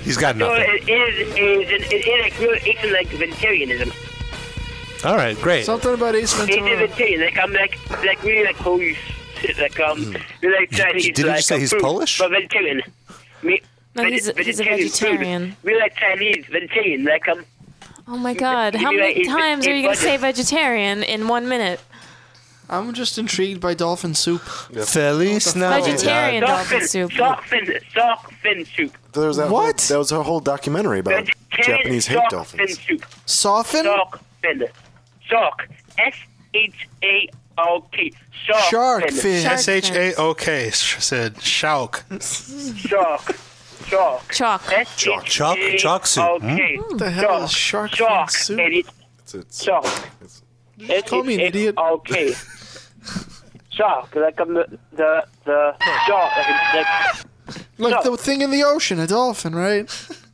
[SPEAKER 2] He's got
[SPEAKER 19] So
[SPEAKER 2] nothing.
[SPEAKER 19] it is it is it is like real it's like vegetarianism.
[SPEAKER 2] All right, great.
[SPEAKER 18] Something about Ace
[SPEAKER 19] It's a
[SPEAKER 18] Ventura.
[SPEAKER 19] vegetarian. Like I'm like like really like holy shit. Like um, really like Chinese.
[SPEAKER 2] didn't Hmm. you
[SPEAKER 19] like,
[SPEAKER 2] say
[SPEAKER 19] um,
[SPEAKER 2] he's
[SPEAKER 19] food,
[SPEAKER 2] Polish?
[SPEAKER 19] But vegetarian. Me,
[SPEAKER 5] No, he's a- he's a vegetarian.
[SPEAKER 19] We like Chinese vegetarian. Like um.
[SPEAKER 5] Oh my God! How
[SPEAKER 19] Maybe I
[SPEAKER 5] many
[SPEAKER 19] eat-
[SPEAKER 5] times
[SPEAKER 19] eat
[SPEAKER 5] are you gonna
[SPEAKER 19] budget.
[SPEAKER 5] say vegetarian in one minute?
[SPEAKER 18] I'm just intrigued by dolphin soup.
[SPEAKER 2] Feliz
[SPEAKER 5] Vegetarian dolphin soup.
[SPEAKER 19] Sock fin, sock fin soup.
[SPEAKER 4] There was that
[SPEAKER 18] What?
[SPEAKER 4] Whole, that was a whole documentary about Japanese hate
[SPEAKER 19] shark
[SPEAKER 4] dolphins.
[SPEAKER 19] fin soup.
[SPEAKER 18] Soften?
[SPEAKER 19] Shark fin. Shark. S H A R K. Shark,
[SPEAKER 3] S H A O K said Shauk.
[SPEAKER 19] Shark. Shark. Chalk.
[SPEAKER 3] Chalk. Chalk- chalk soup,
[SPEAKER 19] Okay.
[SPEAKER 3] hmm?
[SPEAKER 18] What the hell is
[SPEAKER 19] shark shark soup? And it's shark. It's,
[SPEAKER 18] call me an idiot.
[SPEAKER 19] *laughs* Okay. shark, like um, the the the shark, like, like
[SPEAKER 18] Like the thing in the ocean, a dolphin, right?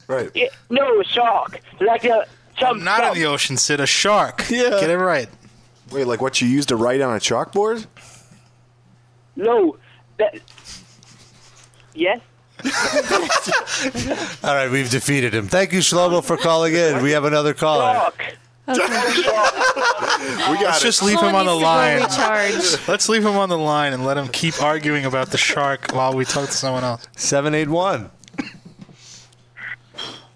[SPEAKER 4] Right.
[SPEAKER 19] Yeah, no shark, like a some
[SPEAKER 3] Not
[SPEAKER 19] shark.
[SPEAKER 3] in the ocean, Sid. A shark.
[SPEAKER 4] Yeah.
[SPEAKER 3] Get it right.
[SPEAKER 4] Wait, like what you used to write on a chalkboard?
[SPEAKER 19] No. That, yes.
[SPEAKER 2] All right, we've defeated him. Thank you, Shlomo, for calling in. We have another caller.
[SPEAKER 4] We got
[SPEAKER 3] Let's
[SPEAKER 4] it.
[SPEAKER 3] just leave him on the line.
[SPEAKER 5] recharge.
[SPEAKER 3] Let's leave him on the line and let him keep arguing about the shark while we talk to someone else.
[SPEAKER 2] Seven eight one.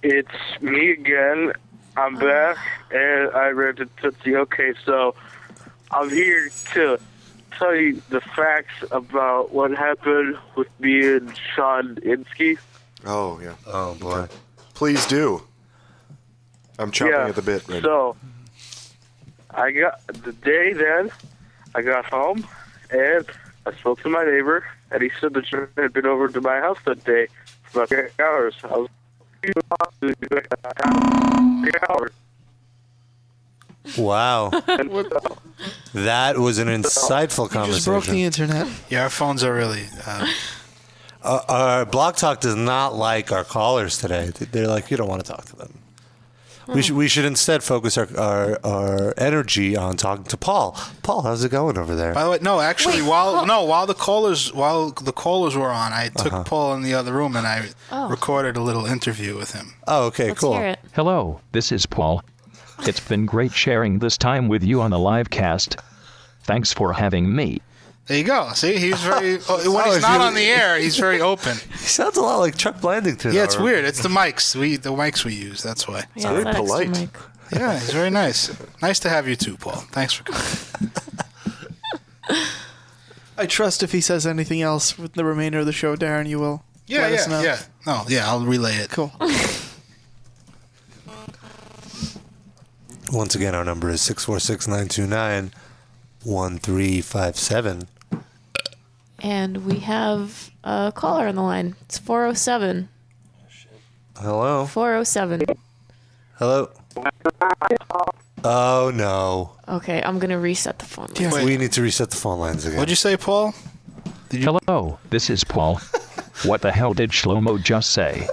[SPEAKER 17] It's me again. I'm back, and I read the Tootsie. Okay, so I'm here to tell you the facts about what happened with me and Sean Insky.
[SPEAKER 4] Oh yeah.
[SPEAKER 2] Oh boy.
[SPEAKER 4] Please do. I'm chopping
[SPEAKER 17] Yeah,
[SPEAKER 4] at the bit right now.
[SPEAKER 17] So I got the day then I got home and I spoke to my neighbor and he said the children had been over to my house that day for about eight hours. I
[SPEAKER 3] *laughs*
[SPEAKER 17] was eight hours.
[SPEAKER 18] *laughs*
[SPEAKER 2] Wow. that was an insightful
[SPEAKER 18] You just broke
[SPEAKER 2] conversation.
[SPEAKER 18] the internet.
[SPEAKER 3] Yeah, our phones are really. Uh,
[SPEAKER 2] Uh, our Block Talk does not like our callers today. They're like, you don't want to talk to them.
[SPEAKER 18] Hmm.
[SPEAKER 2] We should we should instead focus our, our our energy on talking to Paul. Paul, how's it going over there?
[SPEAKER 3] by the way, no, actually, while no, while the callers while the callers were on, I took
[SPEAKER 2] Uh-huh.
[SPEAKER 3] Paul in the other room and I recorded a little interview with him.
[SPEAKER 2] Oh, okay,
[SPEAKER 3] cool. hear it.
[SPEAKER 1] Hello, this is Paul. It's been great sharing this time with you on the live cast. Thanks for having me.
[SPEAKER 3] There you go. See, he's
[SPEAKER 2] *laughs*
[SPEAKER 3] very oh, when
[SPEAKER 1] Oh,
[SPEAKER 3] he's
[SPEAKER 1] is
[SPEAKER 3] not
[SPEAKER 1] he-
[SPEAKER 3] on the air, he's very open. he
[SPEAKER 2] sounds a lot like Chuck Blandington.
[SPEAKER 3] Yeah, it's
[SPEAKER 2] though.
[SPEAKER 3] weird. It's the mics. We the mics we use. That's why.
[SPEAKER 2] Yeah, Very that extra polite. mic.
[SPEAKER 3] Yeah, he's very nice. Nice to have you too, Paul. Thanks for coming.
[SPEAKER 18] I trust if he says anything else with the remainder of the show, Darren, you will.
[SPEAKER 3] Yeah,
[SPEAKER 18] let
[SPEAKER 3] yeah,
[SPEAKER 18] us know. *laughs*
[SPEAKER 3] yeah. No, yeah, I'll relay it. *laughs*
[SPEAKER 18] Cool.
[SPEAKER 2] Once again, our number is 646-929-1357.
[SPEAKER 5] And we have a caller on the line. It's 407.
[SPEAKER 2] Hello.
[SPEAKER 5] 407.
[SPEAKER 2] Hello. Oh no.
[SPEAKER 5] Okay, I'm going to reset the phone.
[SPEAKER 2] We need to reset the phone lines again.
[SPEAKER 3] What'd you say, Paul?
[SPEAKER 1] Hello, this is Paul. what the hell did Shlomo just say?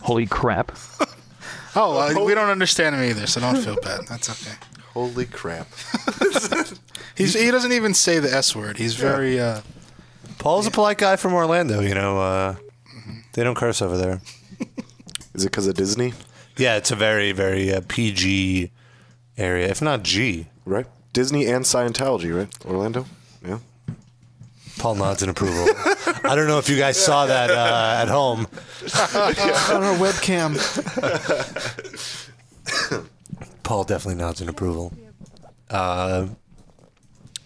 [SPEAKER 1] Holy crap.
[SPEAKER 3] Oh, well, we don't understand him either, so don't feel bad. That's
[SPEAKER 2] *laughs*
[SPEAKER 3] okay.
[SPEAKER 4] Holy crap!
[SPEAKER 3] *laughs* He's he doesn't even say the S word. He's very. Uh,
[SPEAKER 2] Paul's a polite guy from Orlando, you know. Uh, they don't curse over there.
[SPEAKER 4] Mm-hmm. *laughs* Is it because of Disney?
[SPEAKER 2] Yeah, it's a very, very uh, PG area, if not G.
[SPEAKER 4] Right. Disney and Scientology, right? Orlando. Yeah.
[SPEAKER 2] Paul nods in
[SPEAKER 4] *laughs*
[SPEAKER 2] approval. I don't know if you guys saw that uh, at home.
[SPEAKER 18] on our webcam.
[SPEAKER 2] Paul definitely nods in approval. Uh,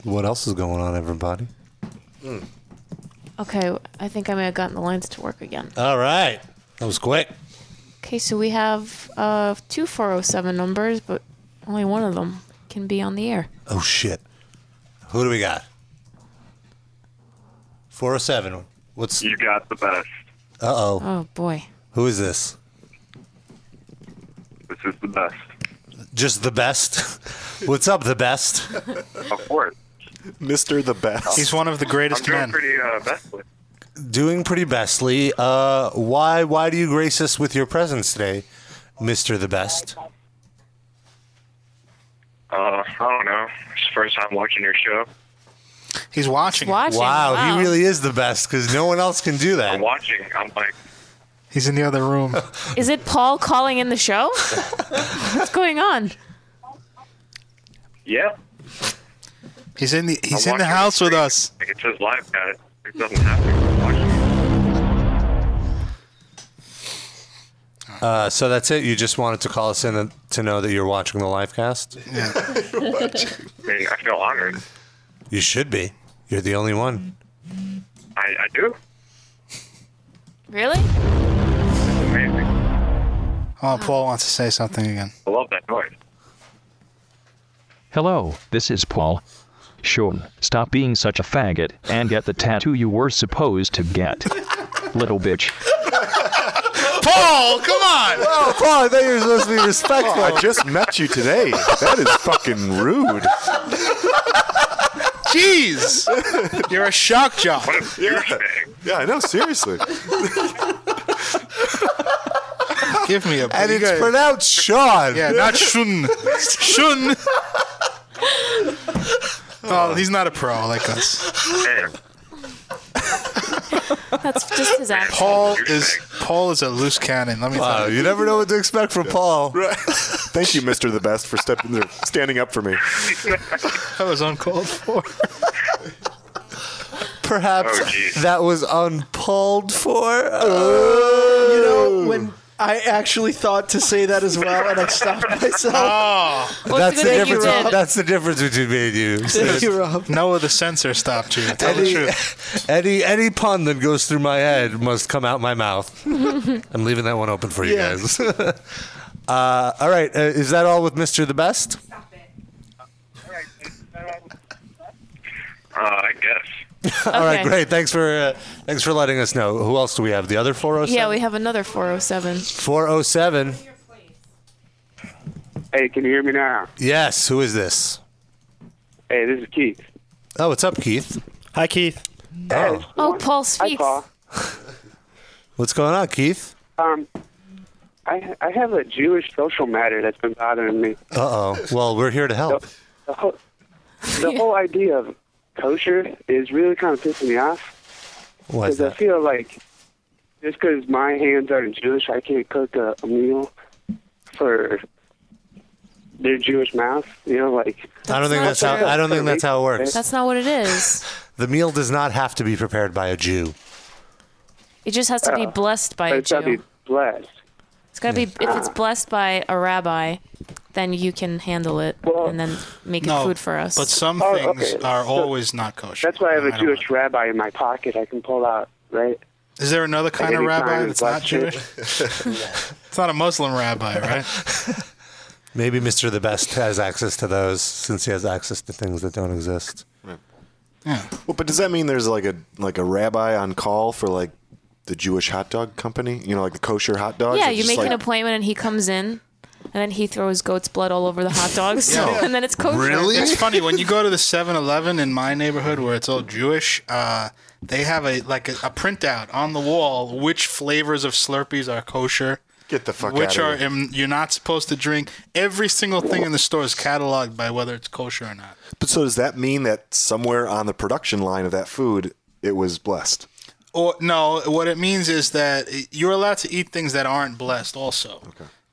[SPEAKER 2] what else is going on, everybody?
[SPEAKER 5] Okay, I think I may have gotten the lines to work again.
[SPEAKER 2] All right. That was quick.
[SPEAKER 5] Okay, so we have uh, two 407 numbers, but only one of them can be on the air.
[SPEAKER 2] Oh, shit. Who do we got? 407. What's.
[SPEAKER 17] You got the best.
[SPEAKER 2] Uh oh.
[SPEAKER 5] Oh, boy.
[SPEAKER 2] Who is this?
[SPEAKER 17] This is the best.
[SPEAKER 2] Just the best. *laughs* What's up, the best?
[SPEAKER 17] Of course.
[SPEAKER 2] Mr. The Best.
[SPEAKER 3] He's one of the greatest
[SPEAKER 17] I'm doing
[SPEAKER 3] men.
[SPEAKER 17] pretty uh, bestly.
[SPEAKER 2] Doing pretty bestly. Uh, why why do you grace us with your presence today, Mr. The Best?
[SPEAKER 17] Uh, I don't know. It's the first time watching your show.
[SPEAKER 3] He's watching.
[SPEAKER 5] watching.
[SPEAKER 2] Wow,
[SPEAKER 5] wow.
[SPEAKER 2] he really is the best because no one else can do that.
[SPEAKER 17] I'm watching. I'm like,
[SPEAKER 3] He's in the other room.
[SPEAKER 5] Is it Paul calling in the show? *laughs* What's going on?
[SPEAKER 17] yeah.
[SPEAKER 3] He's in the he's
[SPEAKER 17] I'm
[SPEAKER 3] in the
[SPEAKER 17] watching
[SPEAKER 3] house with us.
[SPEAKER 17] Like, it says live at it. It doesn't happen.
[SPEAKER 2] Uh, so that's it. You just wanted to call us in and- to know that you're watching the live cast. *laughs*
[SPEAKER 17] I mean, I feel honored.
[SPEAKER 2] You should be. You're the only one.
[SPEAKER 17] I, I do.
[SPEAKER 5] Really?
[SPEAKER 17] Amazing.
[SPEAKER 3] Oh, Paul wants to say something again.
[SPEAKER 20] I love that noise.
[SPEAKER 1] Hello, this is Paul. Sean, stop being such a faggot and get the tattoo you were supposed to get. Little bitch.
[SPEAKER 3] Paul, come on!
[SPEAKER 2] Oh, Paul, I thought you were supposed to be respectful.
[SPEAKER 4] I just met you today. That is fucking rude.
[SPEAKER 3] Jeez! You're a shock jock.
[SPEAKER 4] Yeah,
[SPEAKER 2] *laughs*
[SPEAKER 4] yeah I know. Seriously.
[SPEAKER 3] Give me a
[SPEAKER 2] And
[SPEAKER 3] you
[SPEAKER 2] it's
[SPEAKER 3] guys-
[SPEAKER 2] pronounced Sean.
[SPEAKER 3] Yeah, not
[SPEAKER 2] *laughs*
[SPEAKER 3] Shun. Shun. Oh, he's not a pro like
[SPEAKER 2] *laughs*
[SPEAKER 3] us.
[SPEAKER 5] That's just his accent.
[SPEAKER 3] Paul is Paul is a loose cannon. Let me
[SPEAKER 2] Wow,
[SPEAKER 3] tell you.
[SPEAKER 2] you never know what to expect from
[SPEAKER 3] *laughs*
[SPEAKER 2] Paul.
[SPEAKER 4] Thank you, Mister the Best, for stepping or standing up for me.
[SPEAKER 3] That was uncalled for.
[SPEAKER 2] Perhaps
[SPEAKER 4] Oh,
[SPEAKER 2] *laughs*
[SPEAKER 4] geez.
[SPEAKER 2] that was uncalled for.
[SPEAKER 18] Uh, You know, when I actually thought to say that as well, and I stopped myself.
[SPEAKER 3] Ah.
[SPEAKER 2] that's the difference. That's the difference between me and you.
[SPEAKER 18] Thank you, Rob.
[SPEAKER 3] Noah the censor stopped you. Tell the
[SPEAKER 2] Any,
[SPEAKER 3] truth.
[SPEAKER 2] *laughs* any any pun that goes through my head must come out my
[SPEAKER 5] *laughs*
[SPEAKER 2] mouth. I'm leaving that one open for you
[SPEAKER 10] Yeah.
[SPEAKER 2] guys. *laughs* uh, all right, uh, is that all with Mister the Best?
[SPEAKER 20] Uh, I guess.
[SPEAKER 2] *laughs* all right,
[SPEAKER 5] Okay.
[SPEAKER 2] great. Thanks for uh, thanks for letting us know. Who else do we have? The other four oh seven.
[SPEAKER 5] Yeah, we have another 407.
[SPEAKER 2] Four oh seven.
[SPEAKER 11] Hey, can you hear me now?
[SPEAKER 2] Yes. Who is this?
[SPEAKER 11] Hey, this is Keith.
[SPEAKER 2] Oh, what's up, Keith?
[SPEAKER 11] Hi, Keith.
[SPEAKER 2] Oh,
[SPEAKER 5] Oh, Paul speaks.
[SPEAKER 2] what's going on, Keith?
[SPEAKER 11] Um, I I have a Jewish social matter that's been bothering me.
[SPEAKER 2] Uh oh. Well, we're here to help.
[SPEAKER 11] The whole, the whole idea of kosher is really kind of pissing me off
[SPEAKER 2] Why is
[SPEAKER 11] because I
[SPEAKER 2] that?
[SPEAKER 11] feel like just because my hands aren't Jewish, I can't cook a, a meal for their Jewish mouth. You know, like
[SPEAKER 2] I don't think that's how. I don't think that's how it works.
[SPEAKER 5] That's not what it is.
[SPEAKER 2] The meal does not have to be prepared by a Jew.
[SPEAKER 5] It just has to be
[SPEAKER 11] Oh.
[SPEAKER 5] blessed by a
[SPEAKER 11] It's gotta
[SPEAKER 5] Jew.
[SPEAKER 11] be blessed.
[SPEAKER 5] It's got to be, if it's blessed by a rabbi, then you can handle it and then make it
[SPEAKER 3] No,
[SPEAKER 5] food for us.
[SPEAKER 3] But some
[SPEAKER 11] Oh,
[SPEAKER 3] things
[SPEAKER 11] okay.
[SPEAKER 3] are
[SPEAKER 11] So-
[SPEAKER 3] always not kosher.
[SPEAKER 11] That's why I have
[SPEAKER 3] I
[SPEAKER 11] a
[SPEAKER 3] don't
[SPEAKER 11] Jewish rabbi in my pocket I can pull out, right?
[SPEAKER 3] Is there another kind of
[SPEAKER 11] Any
[SPEAKER 3] rabbi
[SPEAKER 11] kind
[SPEAKER 3] that's
[SPEAKER 11] of
[SPEAKER 3] not
[SPEAKER 11] black
[SPEAKER 3] Jewish?
[SPEAKER 4] *laughs*
[SPEAKER 3] it's not a Muslim
[SPEAKER 5] *laughs*
[SPEAKER 3] rabbi, right?
[SPEAKER 2] Maybe Mr. the Best has access to those since he has access to things that don't exist.
[SPEAKER 4] Well, but does that mean there's like a like a rabbi on call for like the Jewish hot dog company? You know, like the kosher hot dogs.
[SPEAKER 5] yeah,
[SPEAKER 4] It's
[SPEAKER 5] you
[SPEAKER 4] just
[SPEAKER 5] make
[SPEAKER 4] like-
[SPEAKER 5] an appointment and he comes in. And then he throws goat's blood all over the hot dogs, *laughs*
[SPEAKER 3] Yeah.
[SPEAKER 5] and then it's kosher.
[SPEAKER 3] It's funny when you go *laughs* to the 7-Eleven in my neighborhood where it's all Jewish. Uh, they have a like a, a printout on the wall which flavors of Slurpees are kosher.
[SPEAKER 4] Get the fuck
[SPEAKER 3] Which
[SPEAKER 4] outta
[SPEAKER 3] are
[SPEAKER 4] here.
[SPEAKER 3] um, you're not supposed to drink. Every single thing in the store is cataloged by whether it's kosher or not.
[SPEAKER 4] But so does that mean that somewhere on the production line of that food, it was blessed?
[SPEAKER 3] Or no, what it means is that you're allowed to eat things that aren't blessed also.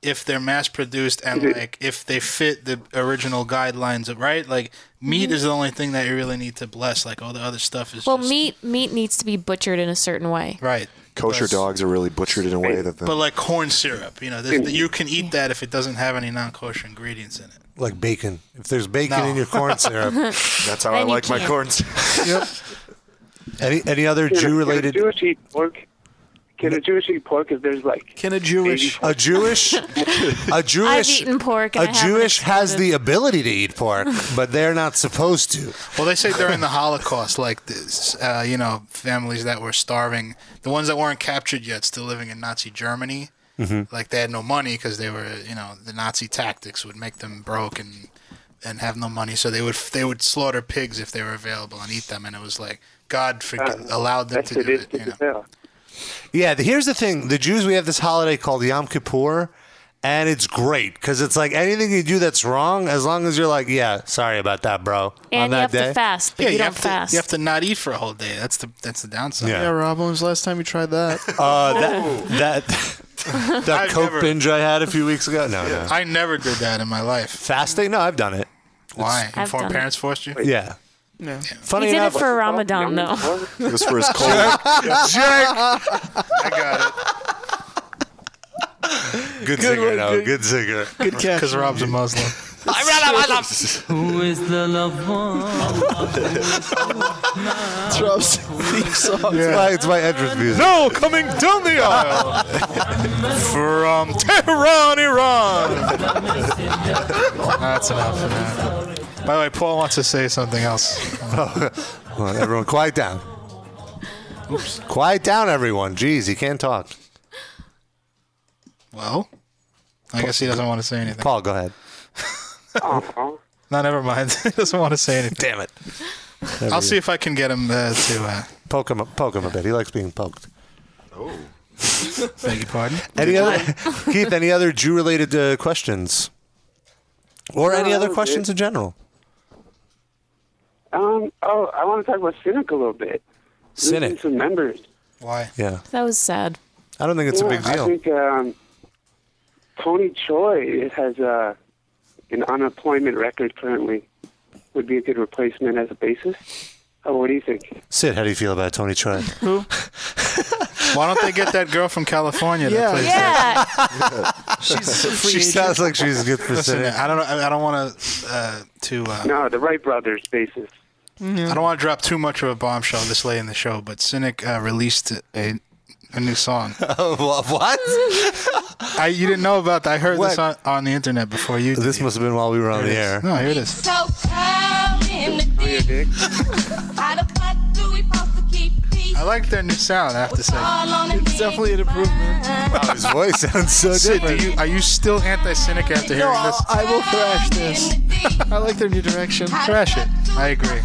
[SPEAKER 3] If they're mass produced and like if they fit the original guidelines of right? Like meat is the only thing that you really need to bless. Like all the other stuff
[SPEAKER 5] *laughs*
[SPEAKER 3] is
[SPEAKER 5] well, meat meat needs to be butchered in a certain way.
[SPEAKER 3] right.
[SPEAKER 4] Kosher dogs are really butchered in a way that the
[SPEAKER 3] But like corn syrup, you know, this, you can eat that if it doesn't have any non-kosher
[SPEAKER 4] *laughs*
[SPEAKER 3] ingredients in it.
[SPEAKER 2] Like bacon. If there's bacon
[SPEAKER 3] No.
[SPEAKER 2] in your corn
[SPEAKER 3] *laughs*
[SPEAKER 2] syrup,
[SPEAKER 4] that's how
[SPEAKER 3] I Then you like my can't. corn
[SPEAKER 2] syrup. yep. Any any other Jew related?
[SPEAKER 11] Can a Jewish eat pork? Can a Jewish eat pork if there's like
[SPEAKER 18] Can a Jewish
[SPEAKER 2] a Jewish
[SPEAKER 5] *laughs*
[SPEAKER 2] a Jewish
[SPEAKER 5] eaten pork and
[SPEAKER 2] a
[SPEAKER 5] I haven't
[SPEAKER 2] Jewish has
[SPEAKER 5] exploded.
[SPEAKER 2] the ability to eat pork, but they're not supposed to.
[SPEAKER 3] Well, they say during the Holocaust, like this, uh, you know, families that were starving, the ones that weren't captured yet, still living in Nazi Germany,
[SPEAKER 10] Mhm.
[SPEAKER 3] like they had no money because they were, you know, the Nazi tactics would make them broke and and have no money, so they would they would slaughter pigs if they were available and eat them, and it was like God freaking allowed them
[SPEAKER 11] Uh, that's
[SPEAKER 3] to do it.
[SPEAKER 11] sadistic
[SPEAKER 3] You know?
[SPEAKER 11] as hell.
[SPEAKER 2] Yeah, the, here's the thing: the Jews we have this holiday called Yom Kippur, and it's great because it's like anything you do that's wrong, as long as you're like, yeah, sorry about that, bro. on
[SPEAKER 5] And you
[SPEAKER 2] that
[SPEAKER 5] have
[SPEAKER 2] day,
[SPEAKER 5] to fast, but
[SPEAKER 3] Yeah,
[SPEAKER 5] you,
[SPEAKER 3] you
[SPEAKER 5] don't
[SPEAKER 3] have to-
[SPEAKER 5] fast.
[SPEAKER 3] you have to not eat for a whole day. That's the that's the downside.
[SPEAKER 2] Yeah.
[SPEAKER 18] Yeah, Rob, when was the last time you tried that?
[SPEAKER 2] Uh, that *laughs* that that
[SPEAKER 3] I've
[SPEAKER 2] Coke
[SPEAKER 3] never-
[SPEAKER 2] binge I had a few weeks ago. No, no.
[SPEAKER 3] I never did that in my life.
[SPEAKER 2] Fasting? No, I've done it.
[SPEAKER 3] Why?
[SPEAKER 5] I've
[SPEAKER 3] Informed
[SPEAKER 5] done it.
[SPEAKER 3] parents forced you?
[SPEAKER 2] Yeah.
[SPEAKER 18] No.
[SPEAKER 2] Funny
[SPEAKER 5] he did
[SPEAKER 2] enough,
[SPEAKER 5] it for Ramadan
[SPEAKER 4] *laughs*
[SPEAKER 5] though.
[SPEAKER 4] it was
[SPEAKER 5] *laughs*
[SPEAKER 4] for his cold.
[SPEAKER 3] I got
[SPEAKER 2] Good, singer,
[SPEAKER 3] one,
[SPEAKER 2] though. *laughs*
[SPEAKER 3] good-
[SPEAKER 2] Good singer.
[SPEAKER 3] *laughs* it. Because Rob's a Muslim.
[SPEAKER 14] Who is the love
[SPEAKER 18] Drops these songs.
[SPEAKER 2] It's, my, it's my entrance music. *laughs*
[SPEAKER 10] No, coming down the aisle from
[SPEAKER 2] *laughs*
[SPEAKER 10] Tehran, Iran.
[SPEAKER 3] That's enough for that. By the way, Paul wants to say
[SPEAKER 2] *laughs*
[SPEAKER 3] something else.
[SPEAKER 2] Come on, everyone, quiet down. Oops. Quiet down, everyone. Jeez, he can't talk.
[SPEAKER 3] Well, I guess he doesn't want to say anything.
[SPEAKER 2] Paul, go ahead.
[SPEAKER 3] *laughs* no, never mind. he doesn't want to say anything. Damn it.
[SPEAKER 2] There
[SPEAKER 3] I'll
[SPEAKER 2] we
[SPEAKER 3] see if I can get him uh, to. Uh,
[SPEAKER 2] Poke him, poke him a bit. He likes being poked.
[SPEAKER 3] beg your pardon.
[SPEAKER 2] Any other, *laughs* Keith? Any other Jew-related uh, questions, or any
[SPEAKER 11] No,
[SPEAKER 2] other
[SPEAKER 11] that was
[SPEAKER 2] questions
[SPEAKER 11] it.
[SPEAKER 2] in general?
[SPEAKER 11] Um, oh, I want to talk about Cynic a little bit. Losing
[SPEAKER 2] Cynic.
[SPEAKER 11] some members.
[SPEAKER 3] Why?
[SPEAKER 2] Yeah,
[SPEAKER 5] That was sad.
[SPEAKER 2] I don't think it's
[SPEAKER 11] Yeah,
[SPEAKER 2] a big
[SPEAKER 11] I
[SPEAKER 2] deal.
[SPEAKER 11] think um, Tony Choi has uh, an unemployment record currently. Would be a good replacement as a bassist. Oh, what do you think?
[SPEAKER 2] Sid, how do you feel about Tony Choi?
[SPEAKER 3] Why don't they get that girl from California?
[SPEAKER 2] Yeah.
[SPEAKER 3] That plays
[SPEAKER 5] Yeah.
[SPEAKER 3] *laughs* She's a free
[SPEAKER 2] she
[SPEAKER 3] agent.
[SPEAKER 2] sounds like she's good for
[SPEAKER 3] Listen, *laughs*
[SPEAKER 2] Sid.
[SPEAKER 3] I don't. know- I I don't want to. Uh, to. Uh,
[SPEAKER 11] No, the Wright brothers bassist.
[SPEAKER 3] I don't want to drop too much of a bombshell this late in the show, but Cynic uh, released a a new song.
[SPEAKER 2] what?
[SPEAKER 3] I you didn't know about that? I heard
[SPEAKER 2] What?
[SPEAKER 3] this on, on the internet before you.
[SPEAKER 2] This must have been while we were on
[SPEAKER 3] Here it
[SPEAKER 2] the
[SPEAKER 3] is.
[SPEAKER 2] air.
[SPEAKER 3] No, here it is.
[SPEAKER 10] So proud in the deep.
[SPEAKER 3] *laughs*
[SPEAKER 10] How the fuck do we supposed to keep peace?
[SPEAKER 3] I like their new sound. I have to say.
[SPEAKER 10] It's definitely an improvement.
[SPEAKER 2] Wow, his voice sounds so
[SPEAKER 3] Sid, do
[SPEAKER 2] different.
[SPEAKER 3] you, are you still anti-Cynic after hearing
[SPEAKER 18] No,
[SPEAKER 3] this?
[SPEAKER 18] I will thrash this. I like their new direction.
[SPEAKER 3] Thrash it. I agree.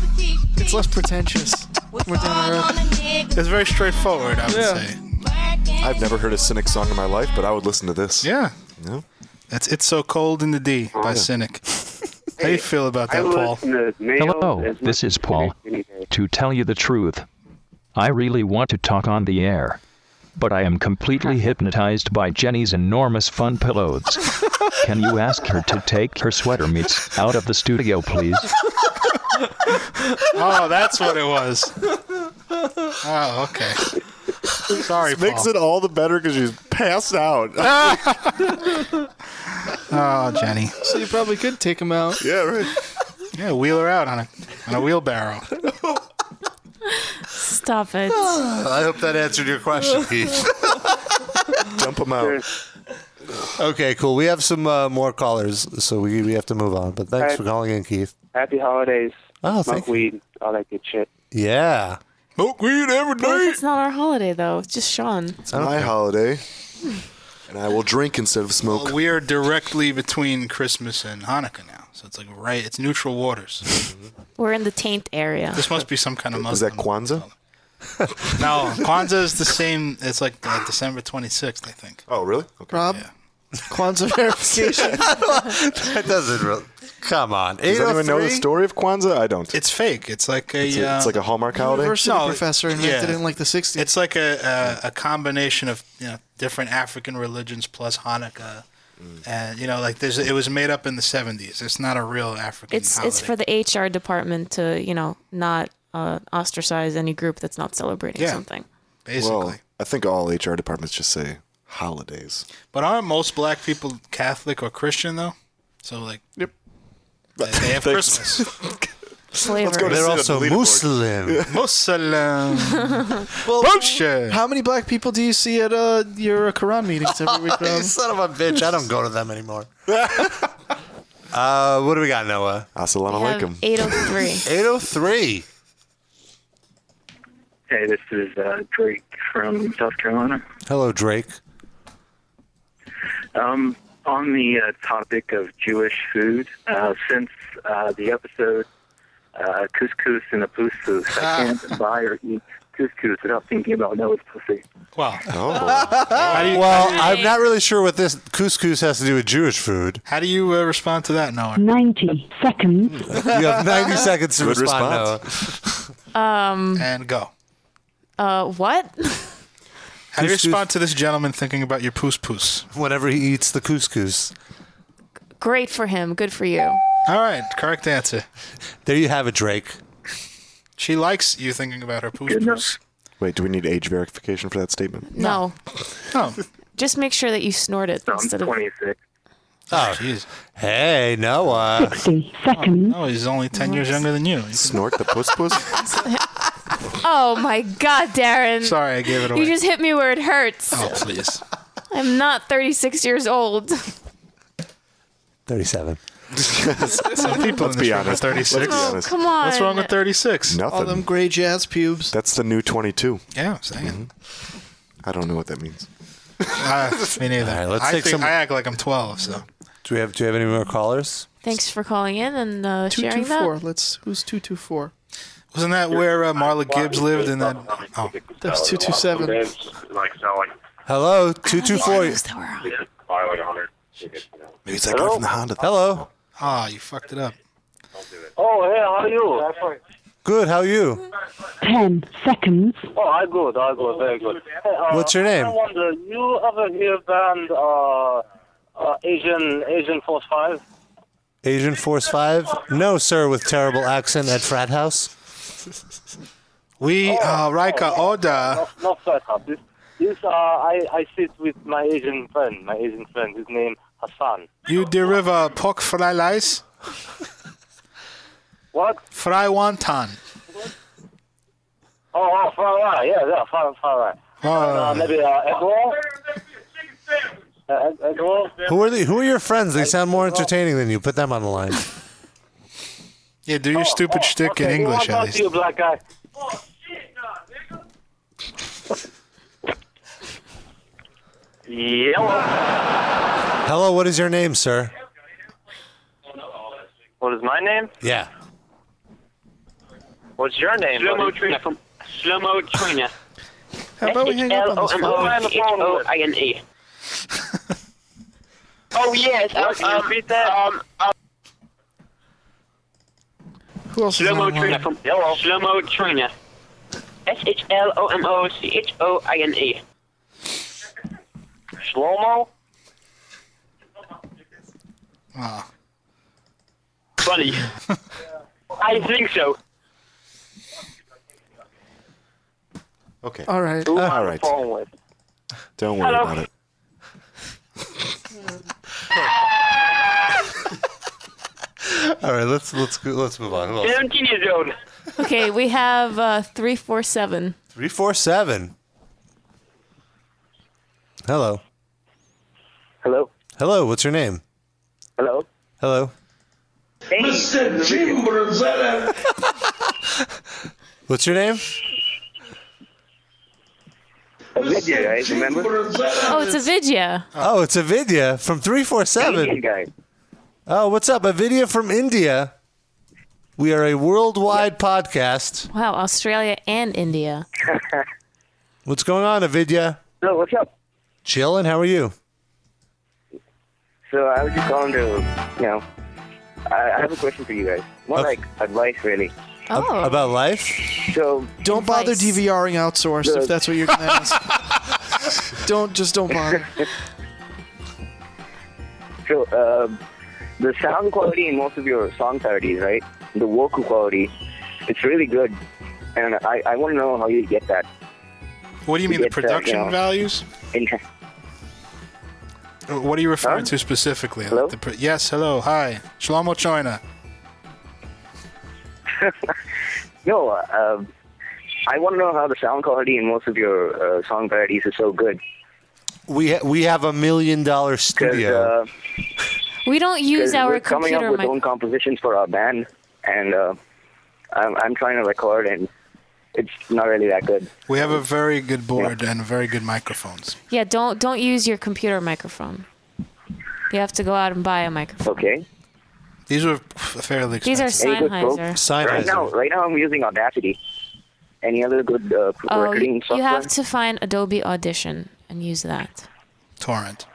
[SPEAKER 18] It's less pretentious. We're down to earth.
[SPEAKER 3] It's very straightforward, I would
[SPEAKER 4] Yeah.
[SPEAKER 3] say.
[SPEAKER 4] I've never heard a Cynic song in my life, but I would listen to this.
[SPEAKER 3] Yeah.
[SPEAKER 4] No?
[SPEAKER 3] That's It's So Cold in the D by
[SPEAKER 18] *laughs*
[SPEAKER 3] Cynic. How do you feel about that, Paul?
[SPEAKER 18] *laughs*
[SPEAKER 1] Hello, this is Paul. To tell you the truth, I really want to talk on the air. But I am completely hypnotized by Jenny's enormous fun pillows. Can you ask her to take her sweater meats out of the studio, please?
[SPEAKER 3] Oh,
[SPEAKER 18] *laughs*
[SPEAKER 3] that's what it was. Oh,
[SPEAKER 4] *laughs*
[SPEAKER 3] okay. Sorry,
[SPEAKER 4] This makes
[SPEAKER 3] Paul.
[SPEAKER 4] it all the better because she's passed out.
[SPEAKER 3] *laughs* Oh, Jenny.
[SPEAKER 18] So you probably could take them out.
[SPEAKER 4] Yeah, right.
[SPEAKER 3] Yeah, wheel her out on a on a wheelbarrow.
[SPEAKER 5] Stop it.
[SPEAKER 2] I hope that answered your question, *laughs* Keith.
[SPEAKER 4] Dump them out.
[SPEAKER 2] Okay, cool. We have some uh, more callers, so we, we have to move on. But thanks
[SPEAKER 11] Alright.
[SPEAKER 2] for calling in, Keith.
[SPEAKER 11] Happy holidays.
[SPEAKER 2] Oh,
[SPEAKER 11] Smoke
[SPEAKER 2] thank you.
[SPEAKER 11] weed, all that good shit.
[SPEAKER 2] Yeah.
[SPEAKER 4] Smoke weed every
[SPEAKER 5] What if it's not our holiday though? It's just Sean.
[SPEAKER 4] It's my holiday, and I will drink instead of smoke.
[SPEAKER 3] Well, we are directly between Christmas and Hanukkah now, so it's like right. It's neutral waters.
[SPEAKER 5] We're in the taint area.
[SPEAKER 3] This must be some kind of
[SPEAKER 4] Is
[SPEAKER 3] Muslim.
[SPEAKER 4] that Kwanzaa?
[SPEAKER 3] No, Kwanzaa is the same. It's like uh, December twenty sixth, I think.
[SPEAKER 4] Oh, really?
[SPEAKER 18] Rob,
[SPEAKER 4] *laughs*
[SPEAKER 18] Kwanzaa verification.
[SPEAKER 2] that doesn't really. Come on.
[SPEAKER 4] Does anyone know the
[SPEAKER 2] 803?
[SPEAKER 4] story of Kwanzaa? I don't.
[SPEAKER 3] It's fake. It's like a.
[SPEAKER 4] It's, a, it's
[SPEAKER 3] uh,
[SPEAKER 4] like a Hallmark holiday.
[SPEAKER 18] University professor invented it in like the 60s.
[SPEAKER 3] It's like a, a, a combination of you know different African religions plus Hanukkah,
[SPEAKER 4] Mm.
[SPEAKER 3] and you know like there's it was made up in the 70s. It's not a real African.
[SPEAKER 5] It's it's for the HR department to you know not uh, ostracize any group that's not celebrating
[SPEAKER 4] Yeah.
[SPEAKER 5] something.
[SPEAKER 3] basically.
[SPEAKER 4] Well, I think all HR departments just say holidays.
[SPEAKER 3] But aren't most black people Catholic or Christian though? So like.
[SPEAKER 4] Yep.
[SPEAKER 3] They, they
[SPEAKER 4] *laughs*
[SPEAKER 3] have
[SPEAKER 4] Thanks.
[SPEAKER 3] Christmas.
[SPEAKER 5] Flavor.
[SPEAKER 2] They're also
[SPEAKER 4] *laughs*
[SPEAKER 2] Muslim.
[SPEAKER 3] *laughs* Muslim.
[SPEAKER 18] *laughs* Well,
[SPEAKER 3] Bullshit.
[SPEAKER 18] How many black people do you see at uh, your Quran meetings
[SPEAKER 2] *laughs*
[SPEAKER 18] every week, Rob?
[SPEAKER 2] Son of a bitch. I don't go to them anymore. *laughs* uh, what do we got, Noah?
[SPEAKER 4] Assalamu alaikum.
[SPEAKER 5] 803.
[SPEAKER 2] 803.
[SPEAKER 17] Hey, this is uh, Drake from South Carolina.
[SPEAKER 2] Hello, Drake.
[SPEAKER 17] Um, on the uh, topic of Jewish food, uh, since uh, the episode uh, Couscous and the Pussous,
[SPEAKER 3] Ah.
[SPEAKER 17] I can't buy or eat couscous without thinking about Noah's pussy.
[SPEAKER 3] Wow.
[SPEAKER 2] *laughs*
[SPEAKER 4] Oh.
[SPEAKER 2] Well, I'm not really sure what this couscous has to do with Jewish food.
[SPEAKER 3] How do you uh, respond to that, Noah?
[SPEAKER 21] 90 seconds.
[SPEAKER 2] You have 90 seconds to
[SPEAKER 4] Good
[SPEAKER 2] respond,
[SPEAKER 4] response.
[SPEAKER 2] Noah.
[SPEAKER 5] Um.
[SPEAKER 3] And go.
[SPEAKER 5] Uh. What?
[SPEAKER 3] How do you respond to this gentleman thinking about your poos poos?
[SPEAKER 2] Whenever he eats the couscous.
[SPEAKER 5] Great for him. Good for you.
[SPEAKER 3] All right, correct answer.
[SPEAKER 2] There you have it, Drake.
[SPEAKER 3] She likes you thinking about her poos poos.
[SPEAKER 4] Wait, do we need age verification
[SPEAKER 5] *laughs*
[SPEAKER 4] for that statement?
[SPEAKER 5] No. *laughs*
[SPEAKER 3] No.
[SPEAKER 5] Just make sure that you snort it instead of.
[SPEAKER 17] 26.
[SPEAKER 3] Oh, jeez.
[SPEAKER 2] Hey, Noah.
[SPEAKER 3] seconds. Oh, he's only 10 years younger than you.
[SPEAKER 4] Snort the puss puss?
[SPEAKER 5] Oh my God, Darren.
[SPEAKER 3] Sorry, I gave it
[SPEAKER 5] You
[SPEAKER 3] away.
[SPEAKER 5] just hit me where it hurts.
[SPEAKER 3] *laughs* Oh, please.
[SPEAKER 5] I'm not 36 years old. *laughs*
[SPEAKER 2] *laughs* 37.
[SPEAKER 3] Some people
[SPEAKER 4] Let's
[SPEAKER 3] in this
[SPEAKER 4] be
[SPEAKER 3] room are
[SPEAKER 4] honest.
[SPEAKER 3] 36.
[SPEAKER 4] Let's be honest.
[SPEAKER 5] Oh, come on.
[SPEAKER 3] What's wrong with 36?
[SPEAKER 4] Nothing.
[SPEAKER 6] All them gray jazz pubes.
[SPEAKER 4] That's the new 22.
[SPEAKER 3] Yeah, I'm saying.
[SPEAKER 4] I don't know what that means.
[SPEAKER 3] Uh, me neither.
[SPEAKER 2] All right, let's
[SPEAKER 3] I,
[SPEAKER 2] take
[SPEAKER 3] think,
[SPEAKER 2] some-
[SPEAKER 3] I act like I'm 12, so.
[SPEAKER 2] Do we have Do we have any more callers?
[SPEAKER 5] Thanks for calling in and uh, sharing that.
[SPEAKER 6] 224. Let's. Who's 224?
[SPEAKER 3] Wasn't that where uh, Marla Gibbs lived in that? Oh.
[SPEAKER 6] That was 227.
[SPEAKER 12] Like selling.
[SPEAKER 2] Hello, 224.
[SPEAKER 12] Buy like a hundred.
[SPEAKER 2] Maybe it's
[SPEAKER 12] that guy from
[SPEAKER 2] the Honda. Hello.
[SPEAKER 3] Ah, you fucked it up.
[SPEAKER 18] Oh, hey, how are you?
[SPEAKER 2] Good, how are you?
[SPEAKER 18] 10 seconds. Oh, I good, I good, very good. Hey, uh,
[SPEAKER 2] What's your name?
[SPEAKER 18] I wonder, you ever hear band uh, uh, Asian Asian Force 5?
[SPEAKER 2] Asian Force 5? No, sir, with terrible accent at frat house. Eh,
[SPEAKER 3] We,
[SPEAKER 2] ah,
[SPEAKER 3] uh,
[SPEAKER 18] Oh,
[SPEAKER 3] Raika Oda.
[SPEAKER 18] Not, not flat up. This, this uh, I, I sit with my Asian friend, my Asian friend, his name Hassan.
[SPEAKER 3] You deriva pork fry lice?
[SPEAKER 18] What?
[SPEAKER 3] Fry wonton.
[SPEAKER 18] Oh, oh far right, yeah, yeah, far, far right.
[SPEAKER 3] Uh,
[SPEAKER 18] Uh, maybe uh, Ecuador? Uh, Ecuador?
[SPEAKER 2] Who are the Who are your friends? They sound more entertaining than you. Put them on the line.
[SPEAKER 3] yeah, do your stupid shtick in English at least.
[SPEAKER 18] you, black guy.
[SPEAKER 2] Hello, what is your name, sir?
[SPEAKER 18] What is my name?
[SPEAKER 2] Yeah.
[SPEAKER 18] What's your name?
[SPEAKER 19] Slow-mo
[SPEAKER 18] buddy?
[SPEAKER 19] Trina from Slow Mo Trina.
[SPEAKER 6] How about we hang up on
[SPEAKER 18] Oh,
[SPEAKER 6] this phone?
[SPEAKER 19] H-O-I-N-E. Oh yes, um, um, um, um,
[SPEAKER 6] Who else is
[SPEAKER 19] Slow Mo
[SPEAKER 6] on the
[SPEAKER 19] Trina
[SPEAKER 6] line?
[SPEAKER 19] from Slow Mo Trina. S H L O M O C H O I N E.
[SPEAKER 18] Shlomo?
[SPEAKER 3] Ah.
[SPEAKER 19] Buddy. I think so.
[SPEAKER 4] Okay.
[SPEAKER 6] All right.
[SPEAKER 4] All right. Don't worry
[SPEAKER 19] Hello.
[SPEAKER 4] about it.
[SPEAKER 2] All right, let's let's go- let's move on. Who else?
[SPEAKER 19] 17 years old.
[SPEAKER 5] *laughs* Okay, we have uh, 347.
[SPEAKER 2] 347. Hello.
[SPEAKER 18] Hello.
[SPEAKER 2] Hello, what's your name?
[SPEAKER 18] Hello.
[SPEAKER 2] Hello.
[SPEAKER 10] Mr. Jim Brunzella.
[SPEAKER 2] What's your name?
[SPEAKER 18] Vidya, guys, eh, remember?
[SPEAKER 5] Oh, it's Avidya.
[SPEAKER 2] Oh, it's Avidya from 347.
[SPEAKER 18] Uh, Indian guy.
[SPEAKER 2] Oh, what's up? Avidya from India. We are a worldwide podcast.
[SPEAKER 5] Wow, Australia and
[SPEAKER 18] *laughs*
[SPEAKER 5] India.
[SPEAKER 2] What's going on, Avidya?
[SPEAKER 18] No, what's up?
[SPEAKER 2] Chillin', how are you?
[SPEAKER 18] So I was just calling to, you know, I, I have a question for you guys. More like advice, really.
[SPEAKER 5] Oh.
[SPEAKER 2] About life?
[SPEAKER 18] So
[SPEAKER 6] Don't bother DVRing outsourced
[SPEAKER 18] Good.
[SPEAKER 6] if that's what you're gonna ask. don't just don't bother.
[SPEAKER 18] So, uh, the sound quality in most of your song parodies, right? The vocal quality, it's really good. And I, I want to know how you get that.
[SPEAKER 3] What do you mean, the
[SPEAKER 18] It's, uh, you
[SPEAKER 3] production
[SPEAKER 18] know,
[SPEAKER 3] values?
[SPEAKER 18] In-
[SPEAKER 3] Uh, What are you referring to specifically? Like
[SPEAKER 18] Hello?
[SPEAKER 3] the pr- yes, hello, hi. Shlomo China.
[SPEAKER 18] no, uh, I want to know how the sound quality in most of your uh, song parodies is so good.
[SPEAKER 2] We ha- we have a million dollar
[SPEAKER 18] uh,
[SPEAKER 2] studio.
[SPEAKER 5] We don't use
[SPEAKER 18] 'Cause
[SPEAKER 5] our
[SPEAKER 18] we're coming up
[SPEAKER 5] computer
[SPEAKER 18] with
[SPEAKER 5] mic.
[SPEAKER 18] own compositions for our band, and uh, I'm, I'm trying to record, and it's not really that good.
[SPEAKER 3] We have a very good board and very good microphones.
[SPEAKER 5] Yeah, don't don't use your computer microphone. You have to go out and buy a microphone.
[SPEAKER 18] Okay.
[SPEAKER 3] These were fairly expensive.
[SPEAKER 5] These are
[SPEAKER 18] Any good pro-
[SPEAKER 5] Sennheiser.
[SPEAKER 18] Right now, right now I'm using Audacity. Any other good uh,
[SPEAKER 5] Oh,
[SPEAKER 18] recording
[SPEAKER 5] you,
[SPEAKER 18] software?
[SPEAKER 5] you have to find Adobe Audition and use that.
[SPEAKER 3] Torrent.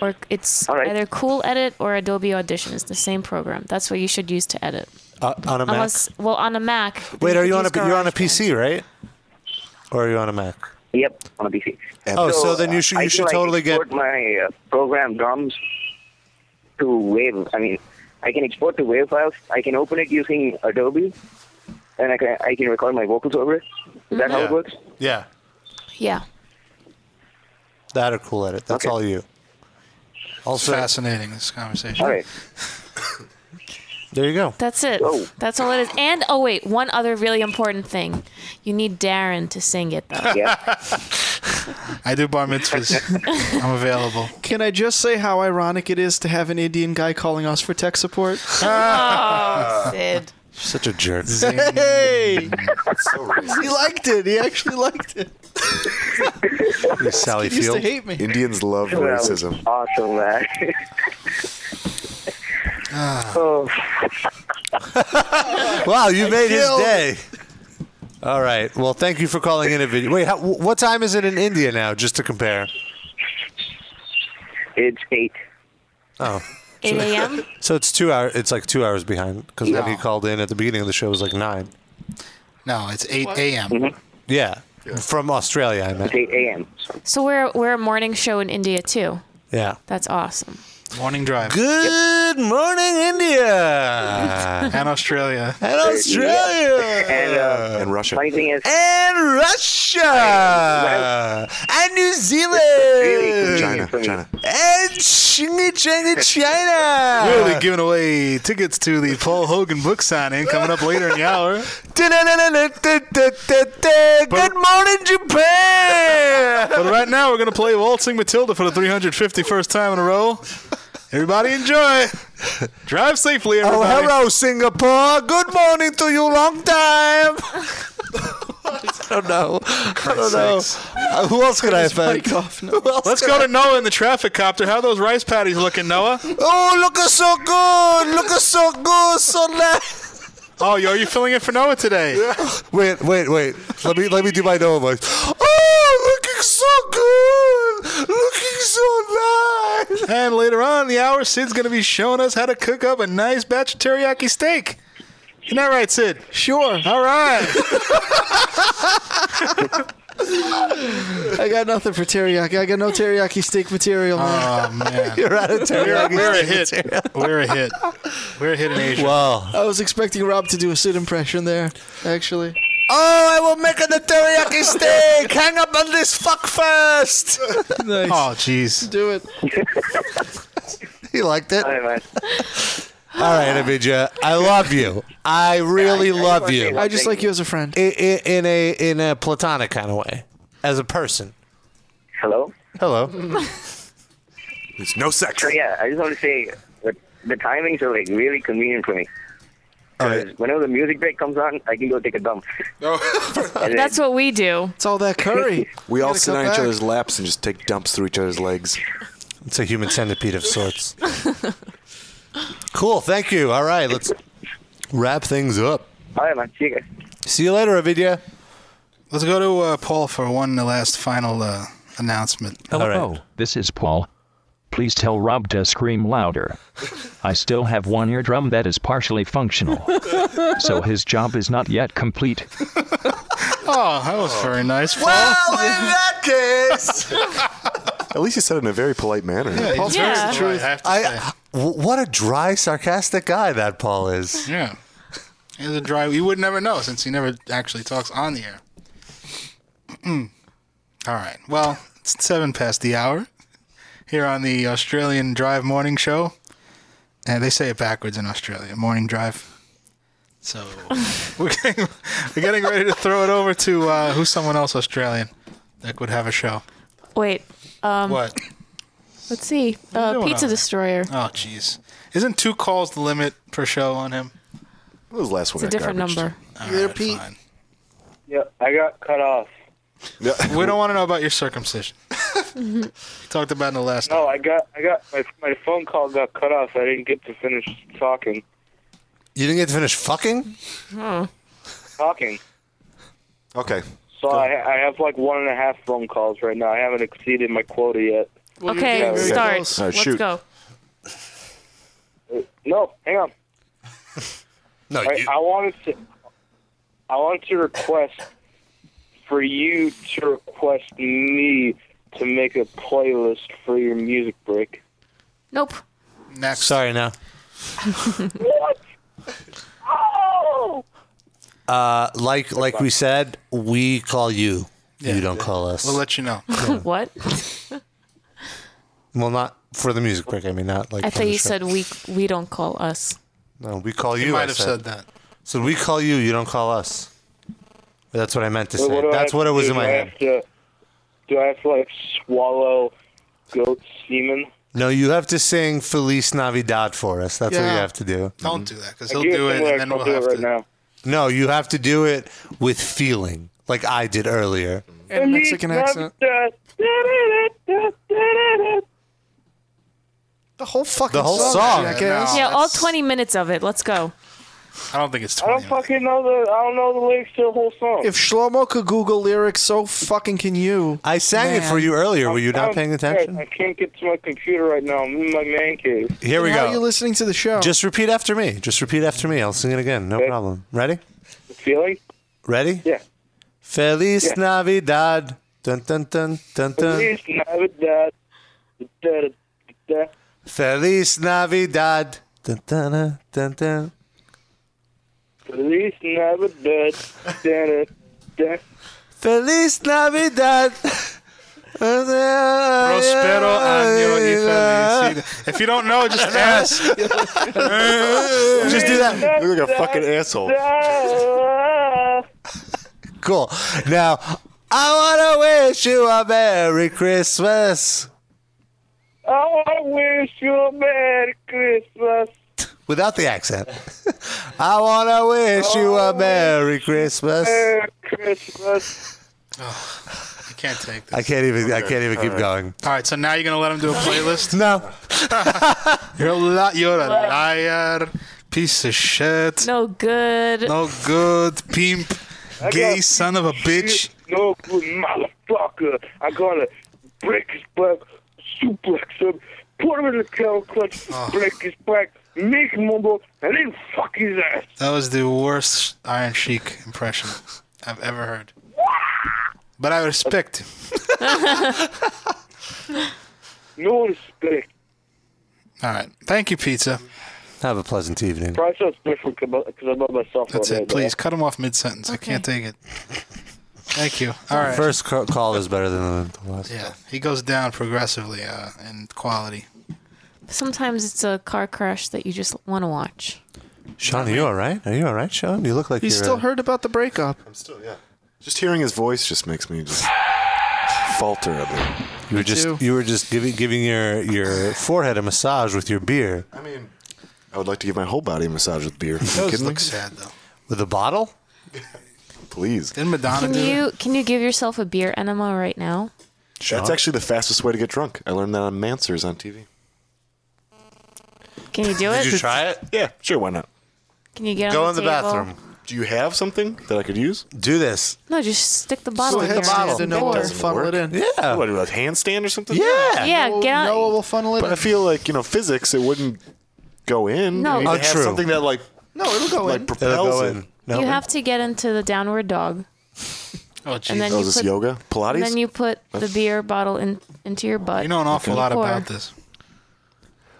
[SPEAKER 5] Or it's
[SPEAKER 2] All right.
[SPEAKER 5] either Cool Edit or Adobe Audition. It's the same program. That's what you should use to edit.
[SPEAKER 2] Uh, on a Mac.
[SPEAKER 5] Unless, well, on a Mac. then
[SPEAKER 2] Wait, are
[SPEAKER 5] could
[SPEAKER 2] you on a
[SPEAKER 5] use
[SPEAKER 2] you're on a
[SPEAKER 5] GarageBand.
[SPEAKER 2] PC, right? Or are you on a Mac?
[SPEAKER 18] Yep, on a PC.
[SPEAKER 2] And- Oh, so then you should-
[SPEAKER 18] uh,
[SPEAKER 2] you
[SPEAKER 18] I
[SPEAKER 2] should
[SPEAKER 18] can,
[SPEAKER 2] totally
[SPEAKER 18] like,
[SPEAKER 2] get-
[SPEAKER 18] export my uh, program drums to Wave. I mean, I can export the Wave files. I can open it using Adobe, and I can I can record my vocals over it. Is that how
[SPEAKER 2] Yeah.
[SPEAKER 18] it works?
[SPEAKER 2] Yeah,
[SPEAKER 5] Yeah.
[SPEAKER 2] that or cool edit. That's all you.
[SPEAKER 3] Also fascinating this conversation.
[SPEAKER 2] There you go.
[SPEAKER 5] That's it. That's all it is. And oh wait, one other really important thing. You need Darren to sing it though.
[SPEAKER 3] I do bar mitzvahs. I'm available.
[SPEAKER 6] Can I just say how ironic it is to have an Indian guy calling us for tech support?
[SPEAKER 10] Oh,
[SPEAKER 5] Sid.
[SPEAKER 2] Such a
[SPEAKER 3] *laughs*
[SPEAKER 2] jerk.
[SPEAKER 6] Hey! he liked it. He actually liked it.
[SPEAKER 18] Sally
[SPEAKER 6] Kid used to Field. hate me.
[SPEAKER 18] Indians love
[SPEAKER 6] Well,
[SPEAKER 18] racism. *laughs*
[SPEAKER 12] Awesome, man. oh.
[SPEAKER 2] Wow, you
[SPEAKER 12] I
[SPEAKER 2] made his
[SPEAKER 12] killed.
[SPEAKER 2] day. All right. Well, thank you for calling in a video. Wait, how, wh- what time is it in India now? Just to compare. *laughs*
[SPEAKER 12] It's eight.
[SPEAKER 2] Oh.
[SPEAKER 5] 8 a.m.?
[SPEAKER 2] So it's two hours. It's like two hours behind because when
[SPEAKER 3] No.
[SPEAKER 2] he called in at the beginning of the show it was like nine.
[SPEAKER 3] No, it's 8 a.m.
[SPEAKER 2] Yeah, from Australia. I meant.
[SPEAKER 12] Eight a.m.
[SPEAKER 5] So we're we're a morning show in India too.
[SPEAKER 2] Yeah.
[SPEAKER 5] That's awesome.
[SPEAKER 3] Morning drive.
[SPEAKER 2] Good morning, India.
[SPEAKER 3] and Australia.
[SPEAKER 2] And Australia.
[SPEAKER 12] And, uh,
[SPEAKER 18] and Russia.
[SPEAKER 12] Funny thing is,
[SPEAKER 2] and Russia and New Zealand
[SPEAKER 18] China, China.
[SPEAKER 2] and China, China, China.
[SPEAKER 3] We'll be giving away tickets to the Paul Hogan book signing coming up later in the hour.
[SPEAKER 2] Good morning, Japan.
[SPEAKER 3] But right now, we're going to play Waltzing Matilda for the 351st time in a row. Everybody enjoy. Drive safely,
[SPEAKER 2] Oh,
[SPEAKER 3] everybody.
[SPEAKER 2] hello, Singapore. Good morning to you. Long time. *laughs* I don't know. I don't know. Uh, who else could I offend?
[SPEAKER 3] Let's go to Noah in the traffic copter. How are those rice patties looking, Noah?
[SPEAKER 2] Oh, look at so good. Look at so good. So nice.
[SPEAKER 3] Oh, yo, are you filling in for Noah
[SPEAKER 2] *laughs*
[SPEAKER 3] today?
[SPEAKER 2] Wait, wait, wait. Let me let me do my Noah voice.
[SPEAKER 10] Oh, looking so good. Looking so nice.
[SPEAKER 3] And later on in the hour, Sid's going to be showing us how to cook up a nice batch of teriyaki steak. Isn't that right, Sid?
[SPEAKER 6] Sure. *laughs*
[SPEAKER 3] All right.
[SPEAKER 6] I got nothing for teriyaki. I got no teriyaki steak material, man.
[SPEAKER 3] Oh, man.
[SPEAKER 6] You're out of teriyaki.
[SPEAKER 3] We're, we're a hit. We're a hit. We're a hit in Asia.
[SPEAKER 2] Wow.
[SPEAKER 6] I was expecting Rob to do a Sid impression there, actually.
[SPEAKER 2] Oh, I will make a teriyaki steak. Hang up on this fuck first.
[SPEAKER 6] Nice.
[SPEAKER 3] *laughs* Oh, jeez.
[SPEAKER 6] Do it.
[SPEAKER 2] *laughs* He liked it. All right, Abidja, I love you. I really love you.
[SPEAKER 6] I just like you as a friend.
[SPEAKER 2] In, in a in a platonic kind of way, as a person.
[SPEAKER 12] Hello.
[SPEAKER 2] Hello.
[SPEAKER 18] There's no sex.
[SPEAKER 12] So yeah, I just want to say that the timings are like really convenient for me. 'Cause Whenever the music break comes on, I can go take a dump.
[SPEAKER 18] Oh.
[SPEAKER 12] And then-
[SPEAKER 5] That's what we do.
[SPEAKER 6] It's all that curry.
[SPEAKER 18] We all sit on each
[SPEAKER 5] back.
[SPEAKER 18] other's laps and just take dumps through each other's legs.
[SPEAKER 2] It's a human centipede of sorts. cool. Thank you. All right, let's wrap things up.
[SPEAKER 12] All right, man. See you guys.
[SPEAKER 2] See you later, Avidya.
[SPEAKER 3] Let's go to uh, Paul for one last final uh, announcement.
[SPEAKER 1] Hello, this is Paul. Please tell Rob to scream louder. I still have one eardrum that is partially functional, so his job is not yet complete.
[SPEAKER 3] Oh, that was very nice, Paul.
[SPEAKER 2] Well, in that case.
[SPEAKER 18] At least you said it in a very polite manner.
[SPEAKER 3] Yeah, he's very Yeah. polite, I have
[SPEAKER 2] I,
[SPEAKER 3] to
[SPEAKER 2] w- what a dry, sarcastic guy that Paul is.
[SPEAKER 3] yeah. It was a dry. You would never know since he never actually talks on the air. *clears throat* Mm. All right. Well, it's seven past the hour here on the Australian Drive Morning Show. And they say it backwards in Australia Morning Drive.
[SPEAKER 5] *laughs*
[SPEAKER 3] So we're getting, we're getting ready to throw it over to uh, who's someone else Australian that could have a show.
[SPEAKER 5] Wait. Um
[SPEAKER 3] what?
[SPEAKER 5] let's see.
[SPEAKER 3] you
[SPEAKER 5] Uh,
[SPEAKER 3] doing
[SPEAKER 5] Pizza
[SPEAKER 3] on there?
[SPEAKER 5] Destroyer.
[SPEAKER 3] Oh, jeez. Isn't two calls the limit per show on him?
[SPEAKER 18] What was the last
[SPEAKER 5] It's a different number.
[SPEAKER 3] You're Pete.
[SPEAKER 12] Yeah, I got cut off.
[SPEAKER 3] *laughs* We don't want to know about your
[SPEAKER 5] *laughs*
[SPEAKER 3] circumcision. you talked about in the last.
[SPEAKER 12] No, I got, I got my my phone call got cut off. So I didn't get to finish talking.
[SPEAKER 2] You didn't get to finish fucking?
[SPEAKER 12] Talking.
[SPEAKER 18] Hmm. Okay.
[SPEAKER 12] So I, I have like one and a half phone calls right now. I haven't exceeded my quota yet.
[SPEAKER 5] okay, start. Let's go.
[SPEAKER 12] Uh, No, hang on.
[SPEAKER 2] *laughs* No,
[SPEAKER 12] I, I wanted to. I wanted to request for you to request me to make a playlist for your music break.
[SPEAKER 5] Nope.
[SPEAKER 3] Next.
[SPEAKER 2] Sorry,
[SPEAKER 3] *laughs*
[SPEAKER 2] no.
[SPEAKER 12] what? Oh!
[SPEAKER 2] Uh, like like we said,
[SPEAKER 5] *laughs*
[SPEAKER 2] we call you. you don't call us.
[SPEAKER 3] We'll let you know.
[SPEAKER 5] what?
[SPEAKER 2] Well, not for the music break. I mean, not like. from
[SPEAKER 5] I thought
[SPEAKER 2] the
[SPEAKER 5] you
[SPEAKER 2] show.
[SPEAKER 5] said we we don't call us.
[SPEAKER 2] No, we call
[SPEAKER 3] He
[SPEAKER 2] you.
[SPEAKER 3] might
[SPEAKER 2] I
[SPEAKER 3] have said that.
[SPEAKER 2] So we call you. You don't call us. That's what I meant to
[SPEAKER 12] Well,
[SPEAKER 2] say.
[SPEAKER 12] do I have
[SPEAKER 2] That's what
[SPEAKER 12] to
[SPEAKER 2] it was
[SPEAKER 12] do?
[SPEAKER 2] in my
[SPEAKER 12] do I
[SPEAKER 2] head.
[SPEAKER 12] have to- do I have to like swallow goat semen?
[SPEAKER 2] No, you have to sing Feliz Navidad for us. That's what
[SPEAKER 12] Yeah.
[SPEAKER 2] you have to do. Mm-hmm.
[SPEAKER 3] Don't do that because
[SPEAKER 12] I
[SPEAKER 3] he'll
[SPEAKER 12] can't
[SPEAKER 3] do it,
[SPEAKER 12] relax.
[SPEAKER 3] and then
[SPEAKER 12] I'll
[SPEAKER 3] we'll
[SPEAKER 12] do it
[SPEAKER 3] have
[SPEAKER 12] right
[SPEAKER 3] to.
[SPEAKER 12] now.
[SPEAKER 2] No, you have to do it with feeling, like I did earlier.
[SPEAKER 6] And a Mexican accent. The whole fucking
[SPEAKER 2] The whole
[SPEAKER 6] song.
[SPEAKER 2] song.
[SPEAKER 6] jackass.
[SPEAKER 5] yeah, all 20 minutes of it. Let's go.
[SPEAKER 3] I don't think it's
[SPEAKER 12] I don't fucking know the I don't know the lyrics to the whole song.
[SPEAKER 6] If Shlomo could Google lyrics, so fucking can you.
[SPEAKER 2] I sang it for you earlier. Were you
[SPEAKER 12] Oh,
[SPEAKER 2] not paying attention?
[SPEAKER 12] I can't get to my computer right now. I'm in my man cave.
[SPEAKER 2] Here we
[SPEAKER 6] How
[SPEAKER 2] go.
[SPEAKER 6] are you listening to the
[SPEAKER 12] Oh.
[SPEAKER 6] show?
[SPEAKER 2] Just repeat after me. Just repeat after me. I'll sing it again. No problem. Ready?
[SPEAKER 12] Feeling?
[SPEAKER 2] Ready?
[SPEAKER 12] Yeah.
[SPEAKER 2] Feliz
[SPEAKER 12] Yeah.
[SPEAKER 2] Navidad. Dun dun dun dun dun.
[SPEAKER 12] Please, Navidad. Da, da, da.
[SPEAKER 2] Feliz Navidad. Dun dun dun dun. dun.
[SPEAKER 12] Feliz Navidad. Da, da, da.
[SPEAKER 2] Feliz Navidad.
[SPEAKER 3] Prospero
[SPEAKER 2] *laughs*
[SPEAKER 3] año y felicidad. If you don't know, just ask.
[SPEAKER 5] *laughs*
[SPEAKER 4] Just do that. You look like a fucking asshole.
[SPEAKER 2] Cool. Now, I want to wish you a Merry Christmas.
[SPEAKER 12] I wish you a Merry Christmas.
[SPEAKER 2] Without the accent. *laughs* I want to wish you a Merry Christmas.
[SPEAKER 12] Oh. Merry Christmas.
[SPEAKER 3] I can't take this.
[SPEAKER 2] I can't even. I can't even
[SPEAKER 3] All
[SPEAKER 2] keep
[SPEAKER 3] right.
[SPEAKER 2] going.
[SPEAKER 3] All right, so now you're gonna let him do a playlist?
[SPEAKER 2] no.
[SPEAKER 3] *laughs* you're a li- you're a liar, piece of shit.
[SPEAKER 5] No good.
[SPEAKER 3] No good, pimp,
[SPEAKER 12] I
[SPEAKER 3] gay
[SPEAKER 12] got-
[SPEAKER 3] son of a bitch.
[SPEAKER 12] No good motherfucker. I gotta break his back, suplex him, put him in the cow clutch,
[SPEAKER 2] Oh.
[SPEAKER 12] break his back, make him mumble, and then fuck his ass.
[SPEAKER 3] That was the worst Iron Sheik impression I've ever heard. But I respect him.
[SPEAKER 10] *laughs*
[SPEAKER 12] No respect.
[SPEAKER 3] All right. Thank you, pizza.
[SPEAKER 2] Have a pleasant evening.
[SPEAKER 12] Probably sounds different because I'm by myself.
[SPEAKER 3] That's
[SPEAKER 12] right
[SPEAKER 3] it.
[SPEAKER 12] now,
[SPEAKER 3] Please cut him off mid sentence. I can't take it. Thank you. All right.
[SPEAKER 2] First ca- call is better than the last.
[SPEAKER 3] Yeah, he goes down progressively uh, in quality.
[SPEAKER 5] Sometimes it's a car crash that you just want to watch.
[SPEAKER 2] Sean, are you all right? Are you all right, Sean? You look like
[SPEAKER 6] You
[SPEAKER 2] you're,
[SPEAKER 6] still
[SPEAKER 2] uh,
[SPEAKER 6] heard about the breakup.
[SPEAKER 4] I'm still, yeah. Just hearing his voice just makes me just falter a bit.
[SPEAKER 2] You were just you were just giving giving your your forehead a massage with your beer.
[SPEAKER 4] I mean, I would like to give my whole body a massage with beer. Are you
[SPEAKER 3] Those
[SPEAKER 4] kidding
[SPEAKER 3] look
[SPEAKER 4] me?
[SPEAKER 3] sad though.
[SPEAKER 2] *laughs* With a bottle?
[SPEAKER 4] Please.
[SPEAKER 3] Didn't Madonna
[SPEAKER 5] Can you can you give yourself a beer enema right now?
[SPEAKER 4] That's actually the fastest way to get drunk. I learned that on Mansers on TV.
[SPEAKER 5] Can you do it?
[SPEAKER 2] it?
[SPEAKER 4] Yeah, sure. Why not?
[SPEAKER 5] Can you get on the, table?
[SPEAKER 4] Do you have something that I could use? Oh,
[SPEAKER 2] Do this.
[SPEAKER 5] No, just stick the bottle in
[SPEAKER 6] Stick the
[SPEAKER 5] your
[SPEAKER 6] bottle.
[SPEAKER 5] hand.
[SPEAKER 6] No one
[SPEAKER 5] Door.
[SPEAKER 6] will funnel it in.
[SPEAKER 2] Yeah.
[SPEAKER 4] What, a handstand or something?
[SPEAKER 5] Yeah. Yeah,
[SPEAKER 6] Noah-
[SPEAKER 5] get out-
[SPEAKER 6] Noah will funnel it
[SPEAKER 4] But I
[SPEAKER 6] in.
[SPEAKER 4] feel like you know physics, it wouldn't go in.
[SPEAKER 5] No.
[SPEAKER 4] you need
[SPEAKER 5] Oh,
[SPEAKER 4] to have
[SPEAKER 5] true.
[SPEAKER 4] something that like
[SPEAKER 6] no, it'll go
[SPEAKER 4] like
[SPEAKER 6] in.
[SPEAKER 4] propels
[SPEAKER 2] It'll go
[SPEAKER 4] it.
[SPEAKER 2] in. No.
[SPEAKER 5] You have to get into the downward dog.
[SPEAKER 3] Oh,
[SPEAKER 5] And then
[SPEAKER 4] oh,
[SPEAKER 5] you
[SPEAKER 4] is this
[SPEAKER 5] put-
[SPEAKER 4] yoga, Pilates.
[SPEAKER 5] And then you put the beer bottle in into your butt.
[SPEAKER 3] You know an awful lot about this.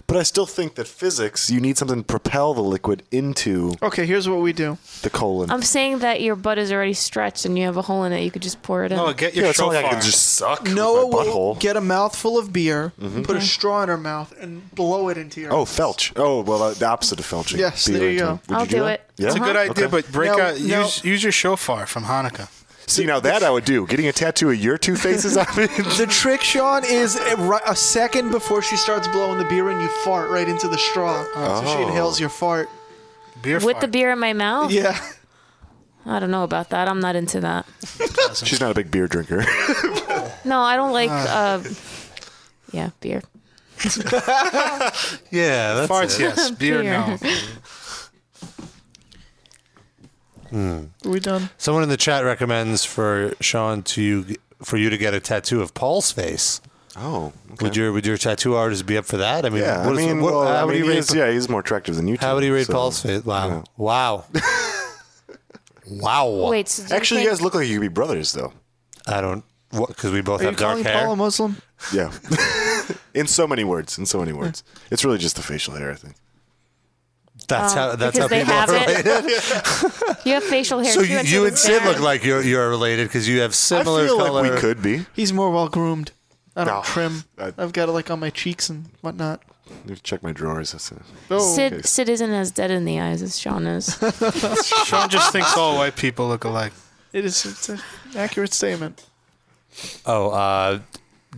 [SPEAKER 4] But I still think that physics, you need something to propel the liquid into
[SPEAKER 6] Okay, here's what we do.
[SPEAKER 4] the colon.
[SPEAKER 5] I'm saying that your butt is already stretched and you have a hole in it. You could just pour it in.
[SPEAKER 4] yeah, it's not like I could just suck
[SPEAKER 6] Noah
[SPEAKER 4] with my
[SPEAKER 6] will
[SPEAKER 4] butthole.
[SPEAKER 6] get a mouthful of beer,
[SPEAKER 4] Mhm.
[SPEAKER 6] put a
[SPEAKER 4] Okay.
[SPEAKER 6] straw in her mouth, and blow it into your.
[SPEAKER 4] Oh, felch. Oh, well, uh, the opposite of felching.
[SPEAKER 6] Yes,
[SPEAKER 4] Beer
[SPEAKER 6] there you
[SPEAKER 4] into
[SPEAKER 6] go.
[SPEAKER 4] it. Would
[SPEAKER 6] I'll
[SPEAKER 4] you
[SPEAKER 6] do
[SPEAKER 4] that?
[SPEAKER 6] it.
[SPEAKER 4] Yeah?
[SPEAKER 3] It's a good idea,
[SPEAKER 4] Okay.
[SPEAKER 3] but break
[SPEAKER 6] Uh-huh. No,
[SPEAKER 3] out.
[SPEAKER 6] no.
[SPEAKER 3] Use, use your shofar from Hanukkah.
[SPEAKER 4] See, now that I would do. Getting a tattoo of your two
[SPEAKER 2] *laughs*
[SPEAKER 4] faces on me.
[SPEAKER 6] *laughs* The trick, Sean, is a, ri- a second before she starts blowing the beer in, you fart right into the straw. So she
[SPEAKER 4] Oh.
[SPEAKER 6] inhales your fart.
[SPEAKER 3] Beer
[SPEAKER 5] With the beer in my mouth?
[SPEAKER 6] Yeah.
[SPEAKER 5] I don't know about that. I'm not into that.
[SPEAKER 4] She's not a big beer drinker.
[SPEAKER 5] No, I don't like.
[SPEAKER 4] Ah.
[SPEAKER 5] Uh, yeah, beer.
[SPEAKER 2] Yeah, that's
[SPEAKER 3] Farts,
[SPEAKER 2] it.
[SPEAKER 3] yes. Beer, no.
[SPEAKER 2] *laughs* Hmm.
[SPEAKER 6] Are *laughs* we done?
[SPEAKER 2] Someone in the chat recommends for Sean to for you to get a tattoo of Paul's face.
[SPEAKER 4] Oh,
[SPEAKER 2] would your would your tattoo artist be up for that? I mean,
[SPEAKER 4] yeah,
[SPEAKER 2] what
[SPEAKER 4] I
[SPEAKER 2] is-
[SPEAKER 4] mean,
[SPEAKER 2] what-
[SPEAKER 4] well,
[SPEAKER 2] how
[SPEAKER 4] I
[SPEAKER 2] would
[SPEAKER 4] mean,
[SPEAKER 2] he
[SPEAKER 4] he
[SPEAKER 2] rate
[SPEAKER 4] is,
[SPEAKER 2] Pa-
[SPEAKER 4] yeah, he's more attractive than you two.
[SPEAKER 2] How would he rate
[SPEAKER 4] so-
[SPEAKER 2] Paul's face? Wow, wow, wow.
[SPEAKER 5] Wait, so do you
[SPEAKER 4] Actually, you
[SPEAKER 5] think-
[SPEAKER 4] guys look like you could be brothers, though.
[SPEAKER 2] I don't. Because we both
[SPEAKER 6] Are you
[SPEAKER 2] have dark
[SPEAKER 6] calling
[SPEAKER 4] hair?
[SPEAKER 6] Paul a Muslim?
[SPEAKER 4] Yeah. in so many words. In so many words. It's really just the facial hair, I think.
[SPEAKER 2] That's
[SPEAKER 5] Oh,
[SPEAKER 2] how. That's
[SPEAKER 5] because
[SPEAKER 2] how
[SPEAKER 5] they
[SPEAKER 2] people
[SPEAKER 5] have
[SPEAKER 2] are
[SPEAKER 5] it.
[SPEAKER 2] related.
[SPEAKER 5] *laughs* You have facial hair.
[SPEAKER 2] so
[SPEAKER 5] too,
[SPEAKER 2] you, you
[SPEAKER 5] so
[SPEAKER 2] and
[SPEAKER 5] does
[SPEAKER 2] Sid
[SPEAKER 5] Aaron.
[SPEAKER 2] look like you're you're related because you have similar
[SPEAKER 4] feel like
[SPEAKER 2] color.
[SPEAKER 4] we could be.
[SPEAKER 6] He's more well groomed.
[SPEAKER 18] I don't
[SPEAKER 4] No.
[SPEAKER 18] trim.
[SPEAKER 4] I-
[SPEAKER 18] I've got it like on my cheeks and whatnot.
[SPEAKER 4] Let me check my drawers. That's it.
[SPEAKER 3] Oh,
[SPEAKER 5] Sid,
[SPEAKER 4] Okay.
[SPEAKER 5] Sid isn't as dead in the eyes as Sean is.
[SPEAKER 3] Sean just thinks all white people look alike.
[SPEAKER 18] It is it's an accurate statement.
[SPEAKER 2] Oh, uh,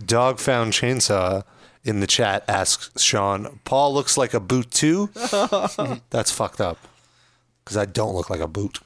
[SPEAKER 2] dog found chainsaw in the chat asks Sean. Paul looks like a boot too. That's fucked up. Because I don't look like a boot.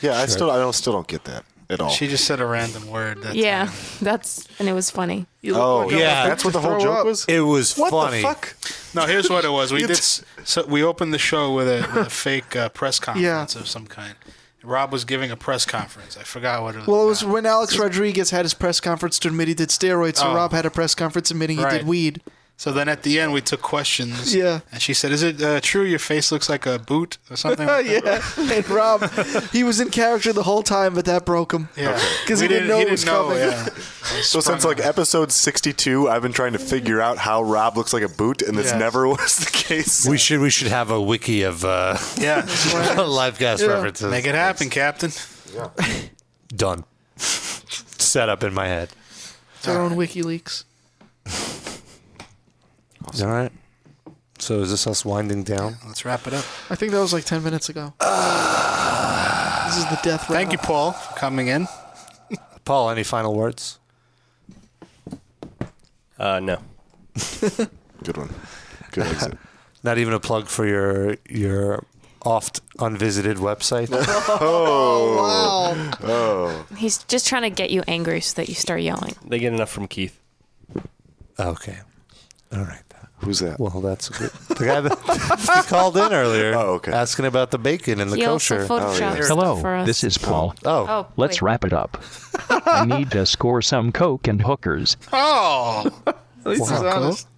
[SPEAKER 4] Yeah, I
[SPEAKER 2] Sure.
[SPEAKER 4] still I don't still don't get that at all.
[SPEAKER 3] She just said a random word. That
[SPEAKER 5] yeah, *laughs* that's and it was funny.
[SPEAKER 4] Oh, yeah, that's what the whole joke was.
[SPEAKER 2] It was
[SPEAKER 4] What the
[SPEAKER 3] funny.
[SPEAKER 4] fuck?
[SPEAKER 3] No, here's what it was. We
[SPEAKER 18] *laughs*
[SPEAKER 4] You
[SPEAKER 3] did s- so we opened the show with a, with a fake uh, press conference
[SPEAKER 18] Yeah.
[SPEAKER 3] of some kind. Rob was giving a press conference. I forgot what it was.
[SPEAKER 18] Well, it was when Alex Rodriguez had his press conference to admit he did steroids, so
[SPEAKER 3] Oh.
[SPEAKER 18] Rob had a press conference admitting he
[SPEAKER 3] Right.
[SPEAKER 18] did weed.
[SPEAKER 3] So then at the end we took questions.
[SPEAKER 18] *laughs* Yeah.
[SPEAKER 3] And she said, "Is it uh, true your face looks like a boot or *laughs*
[SPEAKER 18] *laughs*
[SPEAKER 3] something?" like that?
[SPEAKER 18] yeah, and Rob, he was in character the whole time, but that broke him. *laughs*
[SPEAKER 3] Yeah.
[SPEAKER 18] because he didn't know it was coming. *laughs*
[SPEAKER 4] *laughs* So since like episode 62, I've been trying to figure out how Rob looks like a boot, and this
[SPEAKER 2] Yeah.
[SPEAKER 4] never *laughs* was the case.
[SPEAKER 2] We should we should have a wiki of uh,
[SPEAKER 3] Yeah.
[SPEAKER 2] *laughs* live cast
[SPEAKER 3] Yeah.
[SPEAKER 2] references.
[SPEAKER 3] Make it happen, Captain.
[SPEAKER 2] Done. Set up in my head.
[SPEAKER 18] It's our own WikiLeaks.
[SPEAKER 2] All right. So is this us winding down?
[SPEAKER 3] *laughs* Let's wrap it up.
[SPEAKER 18] I think that was like ten minutes ago.
[SPEAKER 2] *sighs*
[SPEAKER 18] this is the death.
[SPEAKER 3] Thank you, Paul, for coming in.
[SPEAKER 2] Paul, any final words?
[SPEAKER 7] Uh, no.
[SPEAKER 4] *laughs* Good one. Good exit.
[SPEAKER 2] *laughs* Not even a plug for your your oft unvisited website.
[SPEAKER 4] *laughs* Oh,
[SPEAKER 5] wow.
[SPEAKER 4] Oh.
[SPEAKER 5] He's just trying to get you angry so that you start yelling.
[SPEAKER 7] They get enough from Keith.
[SPEAKER 2] Okay. All right.
[SPEAKER 4] Who's that?
[SPEAKER 2] Well, that's good. The guy that *laughs* he called in earlier. Oh, okay. Asking about the bacon and the
[SPEAKER 1] He also
[SPEAKER 2] kosher.
[SPEAKER 1] photoshopped Oh, yeah. stuff for Hello, us.
[SPEAKER 2] This
[SPEAKER 1] this is Paul.
[SPEAKER 2] Oh.
[SPEAKER 1] Oh, Let's wrap it up. I need to score some coke and hookers.
[SPEAKER 3] Oh.
[SPEAKER 10] At least he's honest.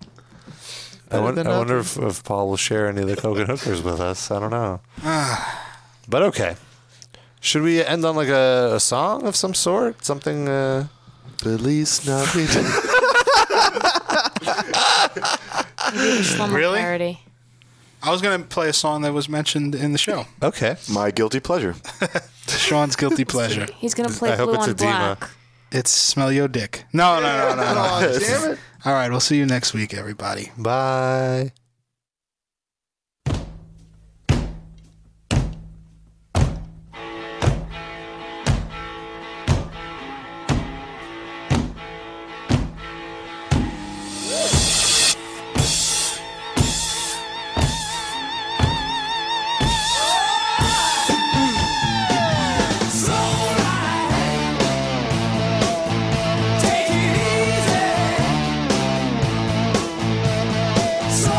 [SPEAKER 2] I,
[SPEAKER 10] Better
[SPEAKER 2] won-
[SPEAKER 10] than
[SPEAKER 2] I wonder if, if Paul will share any of the coke and *laughs* hookers with us. I don't know. But okay. Should we end on like a, a song of some sort? Something. Uh, Feliz
[SPEAKER 3] *laughs*
[SPEAKER 2] Navidad.
[SPEAKER 3] *laughs* Really?
[SPEAKER 5] Parody.
[SPEAKER 3] I was gonna play a song that was mentioned in the show.
[SPEAKER 2] okay.
[SPEAKER 4] My guilty
[SPEAKER 2] *laughs*
[SPEAKER 4] pleasure.
[SPEAKER 3] Sean's guilty pleasure.
[SPEAKER 5] He's gonna play blue on black.
[SPEAKER 3] It's smell your dick. No, no, no, no, no.
[SPEAKER 5] Aw, *laughs* damn it.
[SPEAKER 3] All right, we'll see you next week, everybody.
[SPEAKER 2] Bye.
[SPEAKER 10] Take it easy. So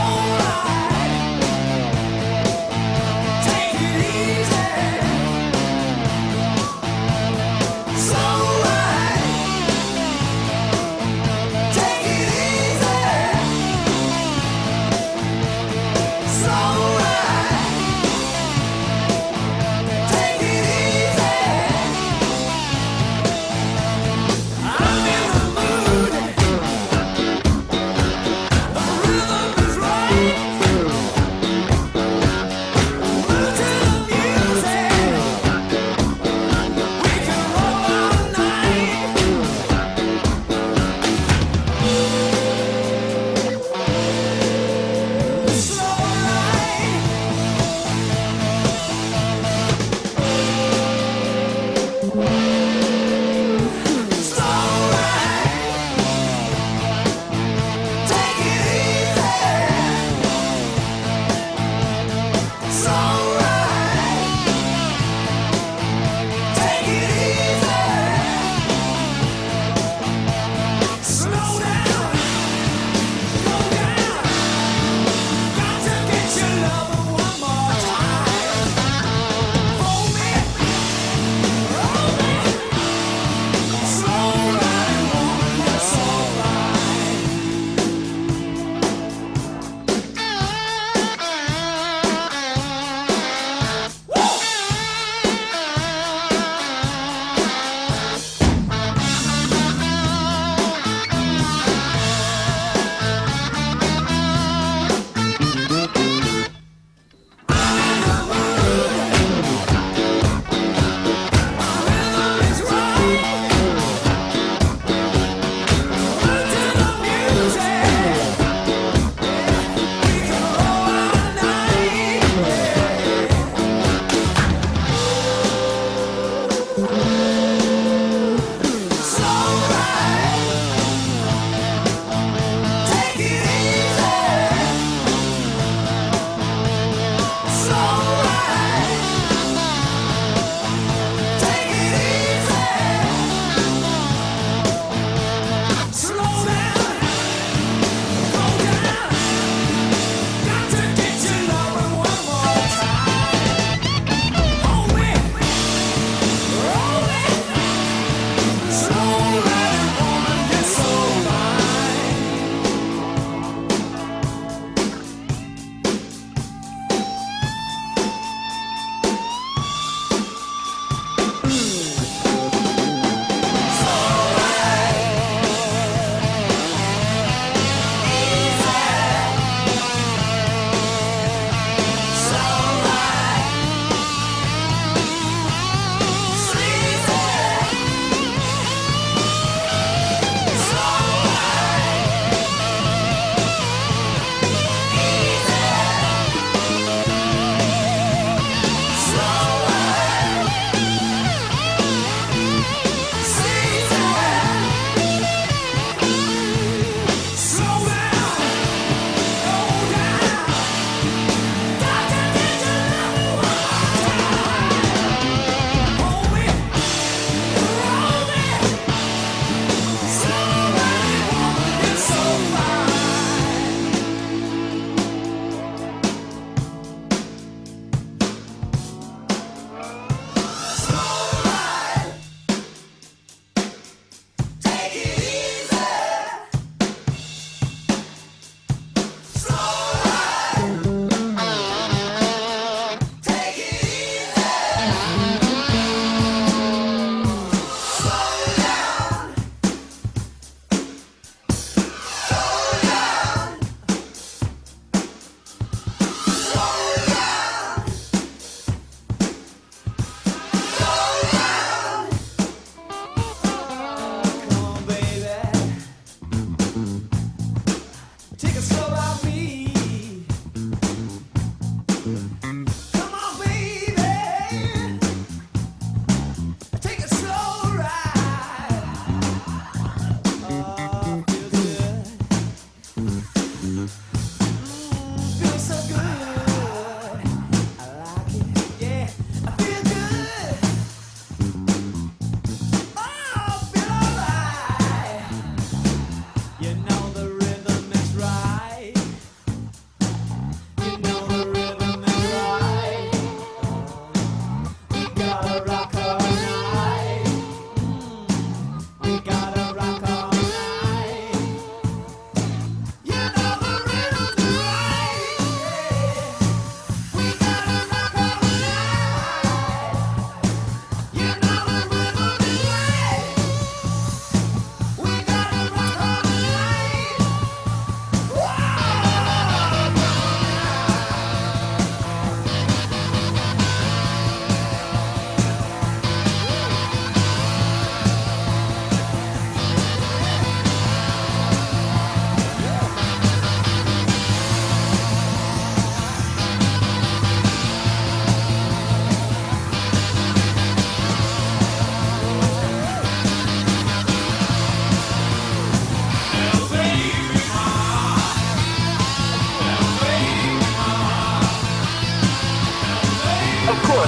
[SPEAKER 10] Oh,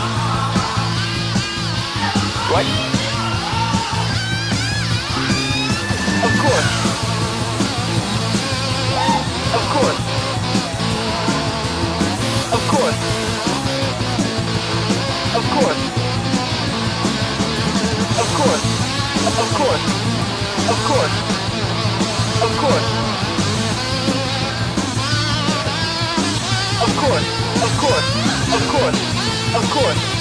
[SPEAKER 10] Mm, Oh, Mm.
[SPEAKER 22] Of course. Of course. Of course. Of course. Of course. Of course.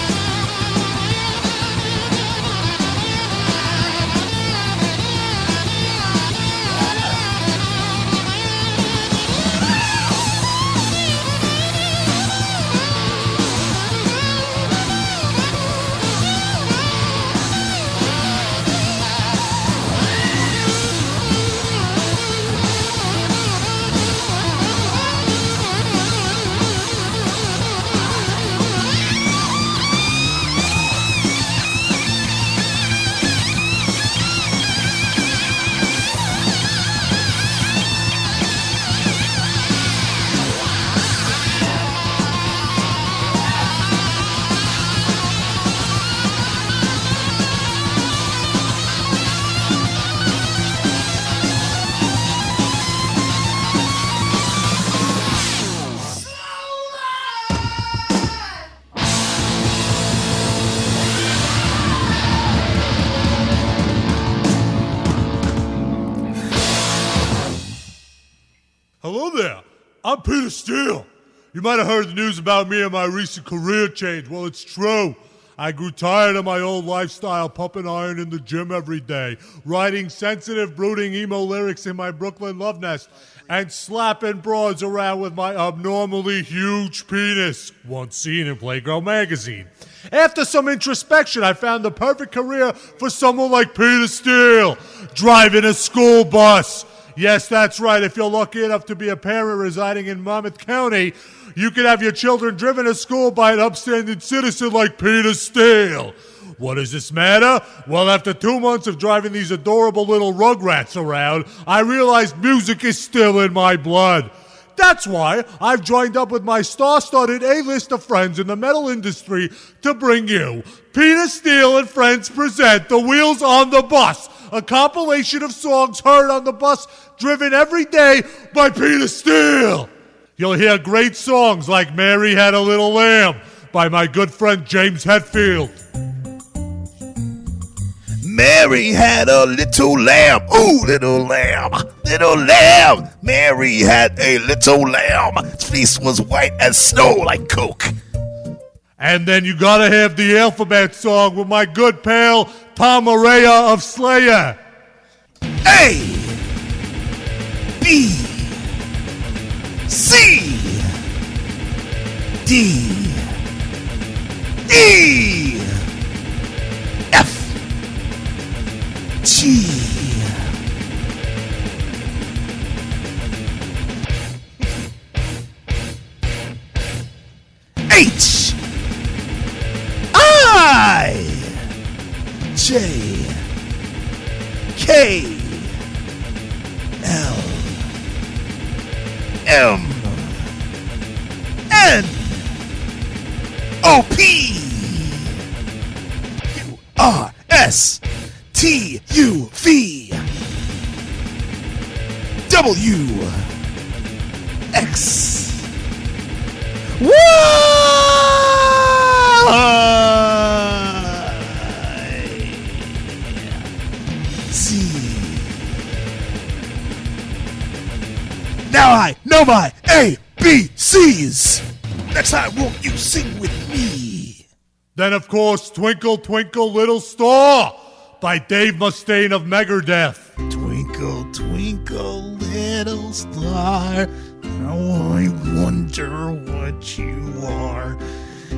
[SPEAKER 21] Hello there. I'm Peter Steele. You might have heard the news about me and my recent career change. Well, it's true. I grew tired of my old lifestyle, pumping iron in the gym every day, writing sensitive, brooding emo lyrics in my Brooklyn love nest, and slapping broads around with my abnormally huge penis, once seen in Playgirl magazine. After some introspection, I found the perfect career for someone like Peter Steele, driving a school bus. Yes, that's right. If you're lucky enough to be a parent residing in Monmouth County, you can have your children driven to school by an upstanding citizen like Peter Steele. What does this matter? Well, after two months of driving these adorable little rugrats around, I realized music is still in my blood. That's why I've joined up with my star studded A list of friends in the metal industry to bring you Peter Steele and Friends present The Wheels on the Bus, a compilation of songs heard on the bus driven every day by Peter Steele. You'll hear great songs like Mary Had a Little Lamb by my good friend James Hetfield.
[SPEAKER 10] Mary had a little lamb. Ooh, little lamb, little lamb. Mary had a little lamb. Its face was white as snow like coke.
[SPEAKER 21] And then you gotta have the alphabet song with my good pal Tom Araya of Slayer.
[SPEAKER 10] A B C D E F G H I J K L M N O P Q R S T U V W X Y Z. Now I know my ABCs. Next time, won't you sing with me?
[SPEAKER 21] Then, of course, Twinkle Twinkle Little Star by Dave Mustaine of Megadeth.
[SPEAKER 10] Twinkle, twinkle, little star. Now I wonder what you are.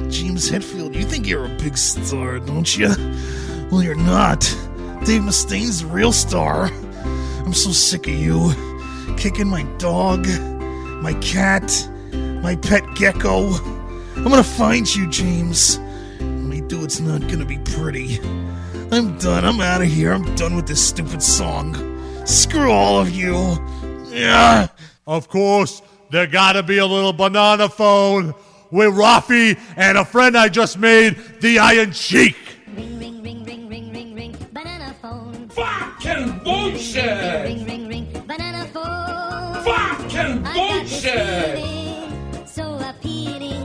[SPEAKER 10] James Hetfield, you think you're a big star, don't you? Well, you're not. Dave Mustaine's a real star. I'm so sick of you. Kicking my dog, my cat, my pet gecko. I'm gonna find you, James. When I do, it's not gonna be pretty. I'm done. I'm out of here. I'm done with this stupid song. Screw all of you. Yeah.
[SPEAKER 21] Of course, there gotta be a little banana phone with Rafi and a friend I just made, the Iron Sheik.
[SPEAKER 22] Fucking bullshit! Ring, ring, ring, banana phone. Fucking bullshit!
[SPEAKER 1] So appealing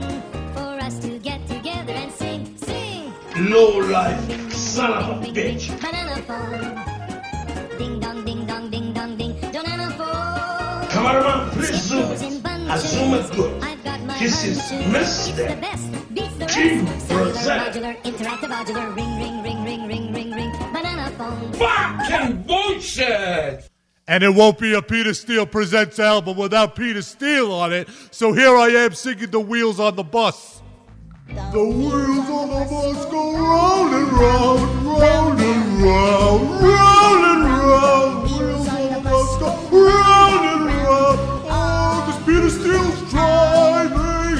[SPEAKER 1] for us to get together and sing, sing.
[SPEAKER 22] Low life, son of a bitch.
[SPEAKER 1] Banana phone. Ding dong, ding dong, ding dong, ding. Banana phone.
[SPEAKER 10] Come on, around, please zoom
[SPEAKER 1] Skittles in
[SPEAKER 10] it. I
[SPEAKER 1] bunches.
[SPEAKER 10] zoom it good.
[SPEAKER 1] I've got my
[SPEAKER 10] This is
[SPEAKER 1] hunches.
[SPEAKER 10] Mr.
[SPEAKER 1] It's the best. Beats the
[SPEAKER 10] Jim
[SPEAKER 1] rest. Cellular,
[SPEAKER 10] Rosetta.
[SPEAKER 1] modular, interactive, modular. Ring, ring, ring, ring, ring, ring, ring. Banana phone.
[SPEAKER 10] Fucking bullshit!
[SPEAKER 21] And it won't be a Peter Steele Presents album without Peter Steele on it. So here I am singing The Wheels on the Bus.
[SPEAKER 10] The wheels on the bus go round and round, round and round, round and round. Wheels on the bus go round and round. Oh, 'cause Peter Steele's driving.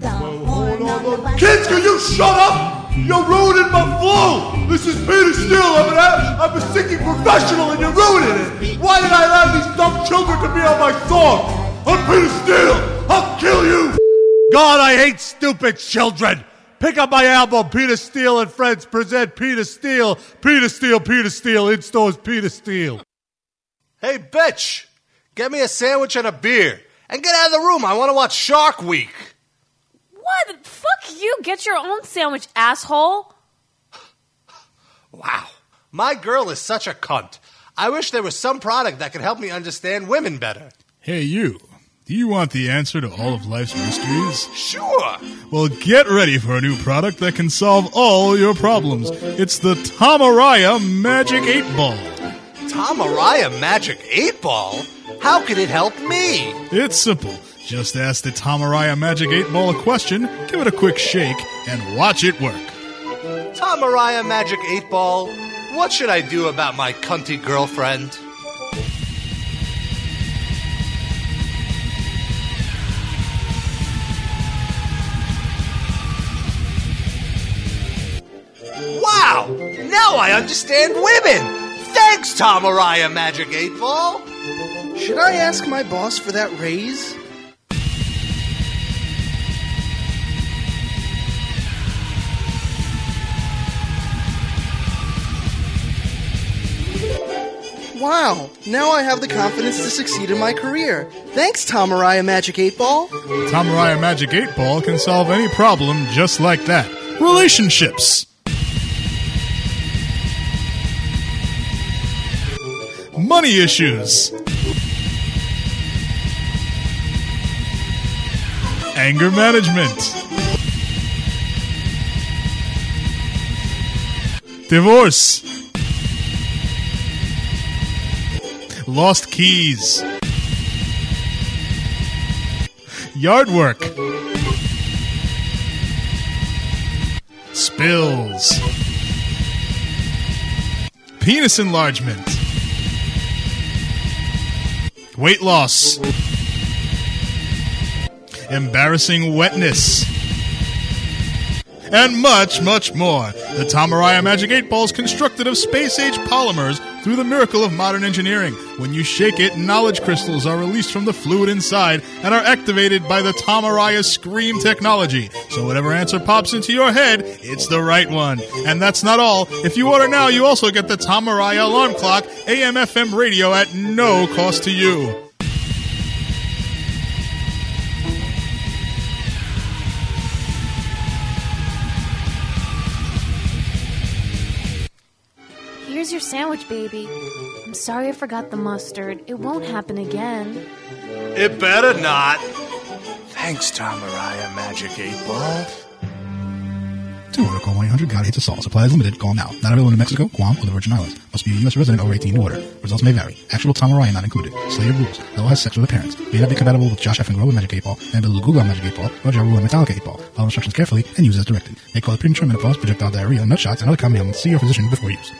[SPEAKER 10] The horn on the bus. Kids, can you shut up? You're ruining my flow. This is Peter Steele. I'm an, a- I'm a singing professional, and you're ruining it. Why did I allow these dumb children to be on my song? I'm Peter Steele. I'll kill you.
[SPEAKER 21] God, I hate stupid children. Pick up my album, Peter Steele and Friends present Peter Steele, Peter Steele, Peter Steele, in stores Peter Steele.
[SPEAKER 2] Hey, bitch, get me a sandwich and a beer. And get out of the room. I want to watch Shark Week.
[SPEAKER 5] What? Fuck you. Get your own sandwich, asshole.
[SPEAKER 2] Wow. My girl is such a cunt. I wish there was some product that could help me understand women better.
[SPEAKER 3] Hey, you. Do you want the answer to all of life's mysteries?
[SPEAKER 2] Sure.
[SPEAKER 3] Well, get ready for a new product that can solve all your problems. It's the Tomaraya Magic 8 Ball.
[SPEAKER 2] Tamariah Magic 8 Ball? How could it help me?
[SPEAKER 3] It's simple. Just ask the Tomaraya Magic 8 Ball a question, give it a quick shake, and watch it work.
[SPEAKER 2] Tamariah Magic 8 Ball, what should I do about my cunty girlfriend? Wow! Now I understand women! Thanks, Tamariah Magic 8 Ball!
[SPEAKER 6] Should I ask my boss for that raise? Wow, now I have the confidence to succeed in my career. Thanks, Tomariah Magic 8 Ball.
[SPEAKER 3] Tomaraya Magic 8 Ball can solve any problem just like that. Relationships. Money issues. Anger management. Divorce. Lost keys. Yard work. Spills. Penis enlargement. Weight loss. Embarrassing wetness. And much, much more. The Tomaraya Magic 8 Ball is constructed of space age polymers through the miracle of modern engineering. When you shake it, knowledge crystals are released from the fluid inside and are activated by the Tomaraya Scream technology. So whatever answer pops into your head, it's the right one. And that's not all. If you order now, you also get the Tomaraya Alarm Clock, AM FM radio at no cost to you.
[SPEAKER 5] Here's your sandwich, baby. I'm sorry I forgot the mustard. It won't happen again.
[SPEAKER 2] It better not. Thanks, Tamariah Magic 8 Ball.
[SPEAKER 23] To order, call 1-800 God Hates a Salt. Supplies limited. Call now. Not available in Mexico, Guam, or the Virgin Islands. Must be a U.S. resident over 18 to order. Results may vary. Actual Tamaraya not included. Slated rules. No has sex with a parent. May not be compatible with Josh F. and Rowan Magic 8 Ball, and Bill Google Magic 8 Ball, or Ja Rule and Metallica 8 Ball. Follow instructions carefully and use as directed. May cause premature menopause, projectile diarrhea, nut shots, and other common ailments. See your E physician before use.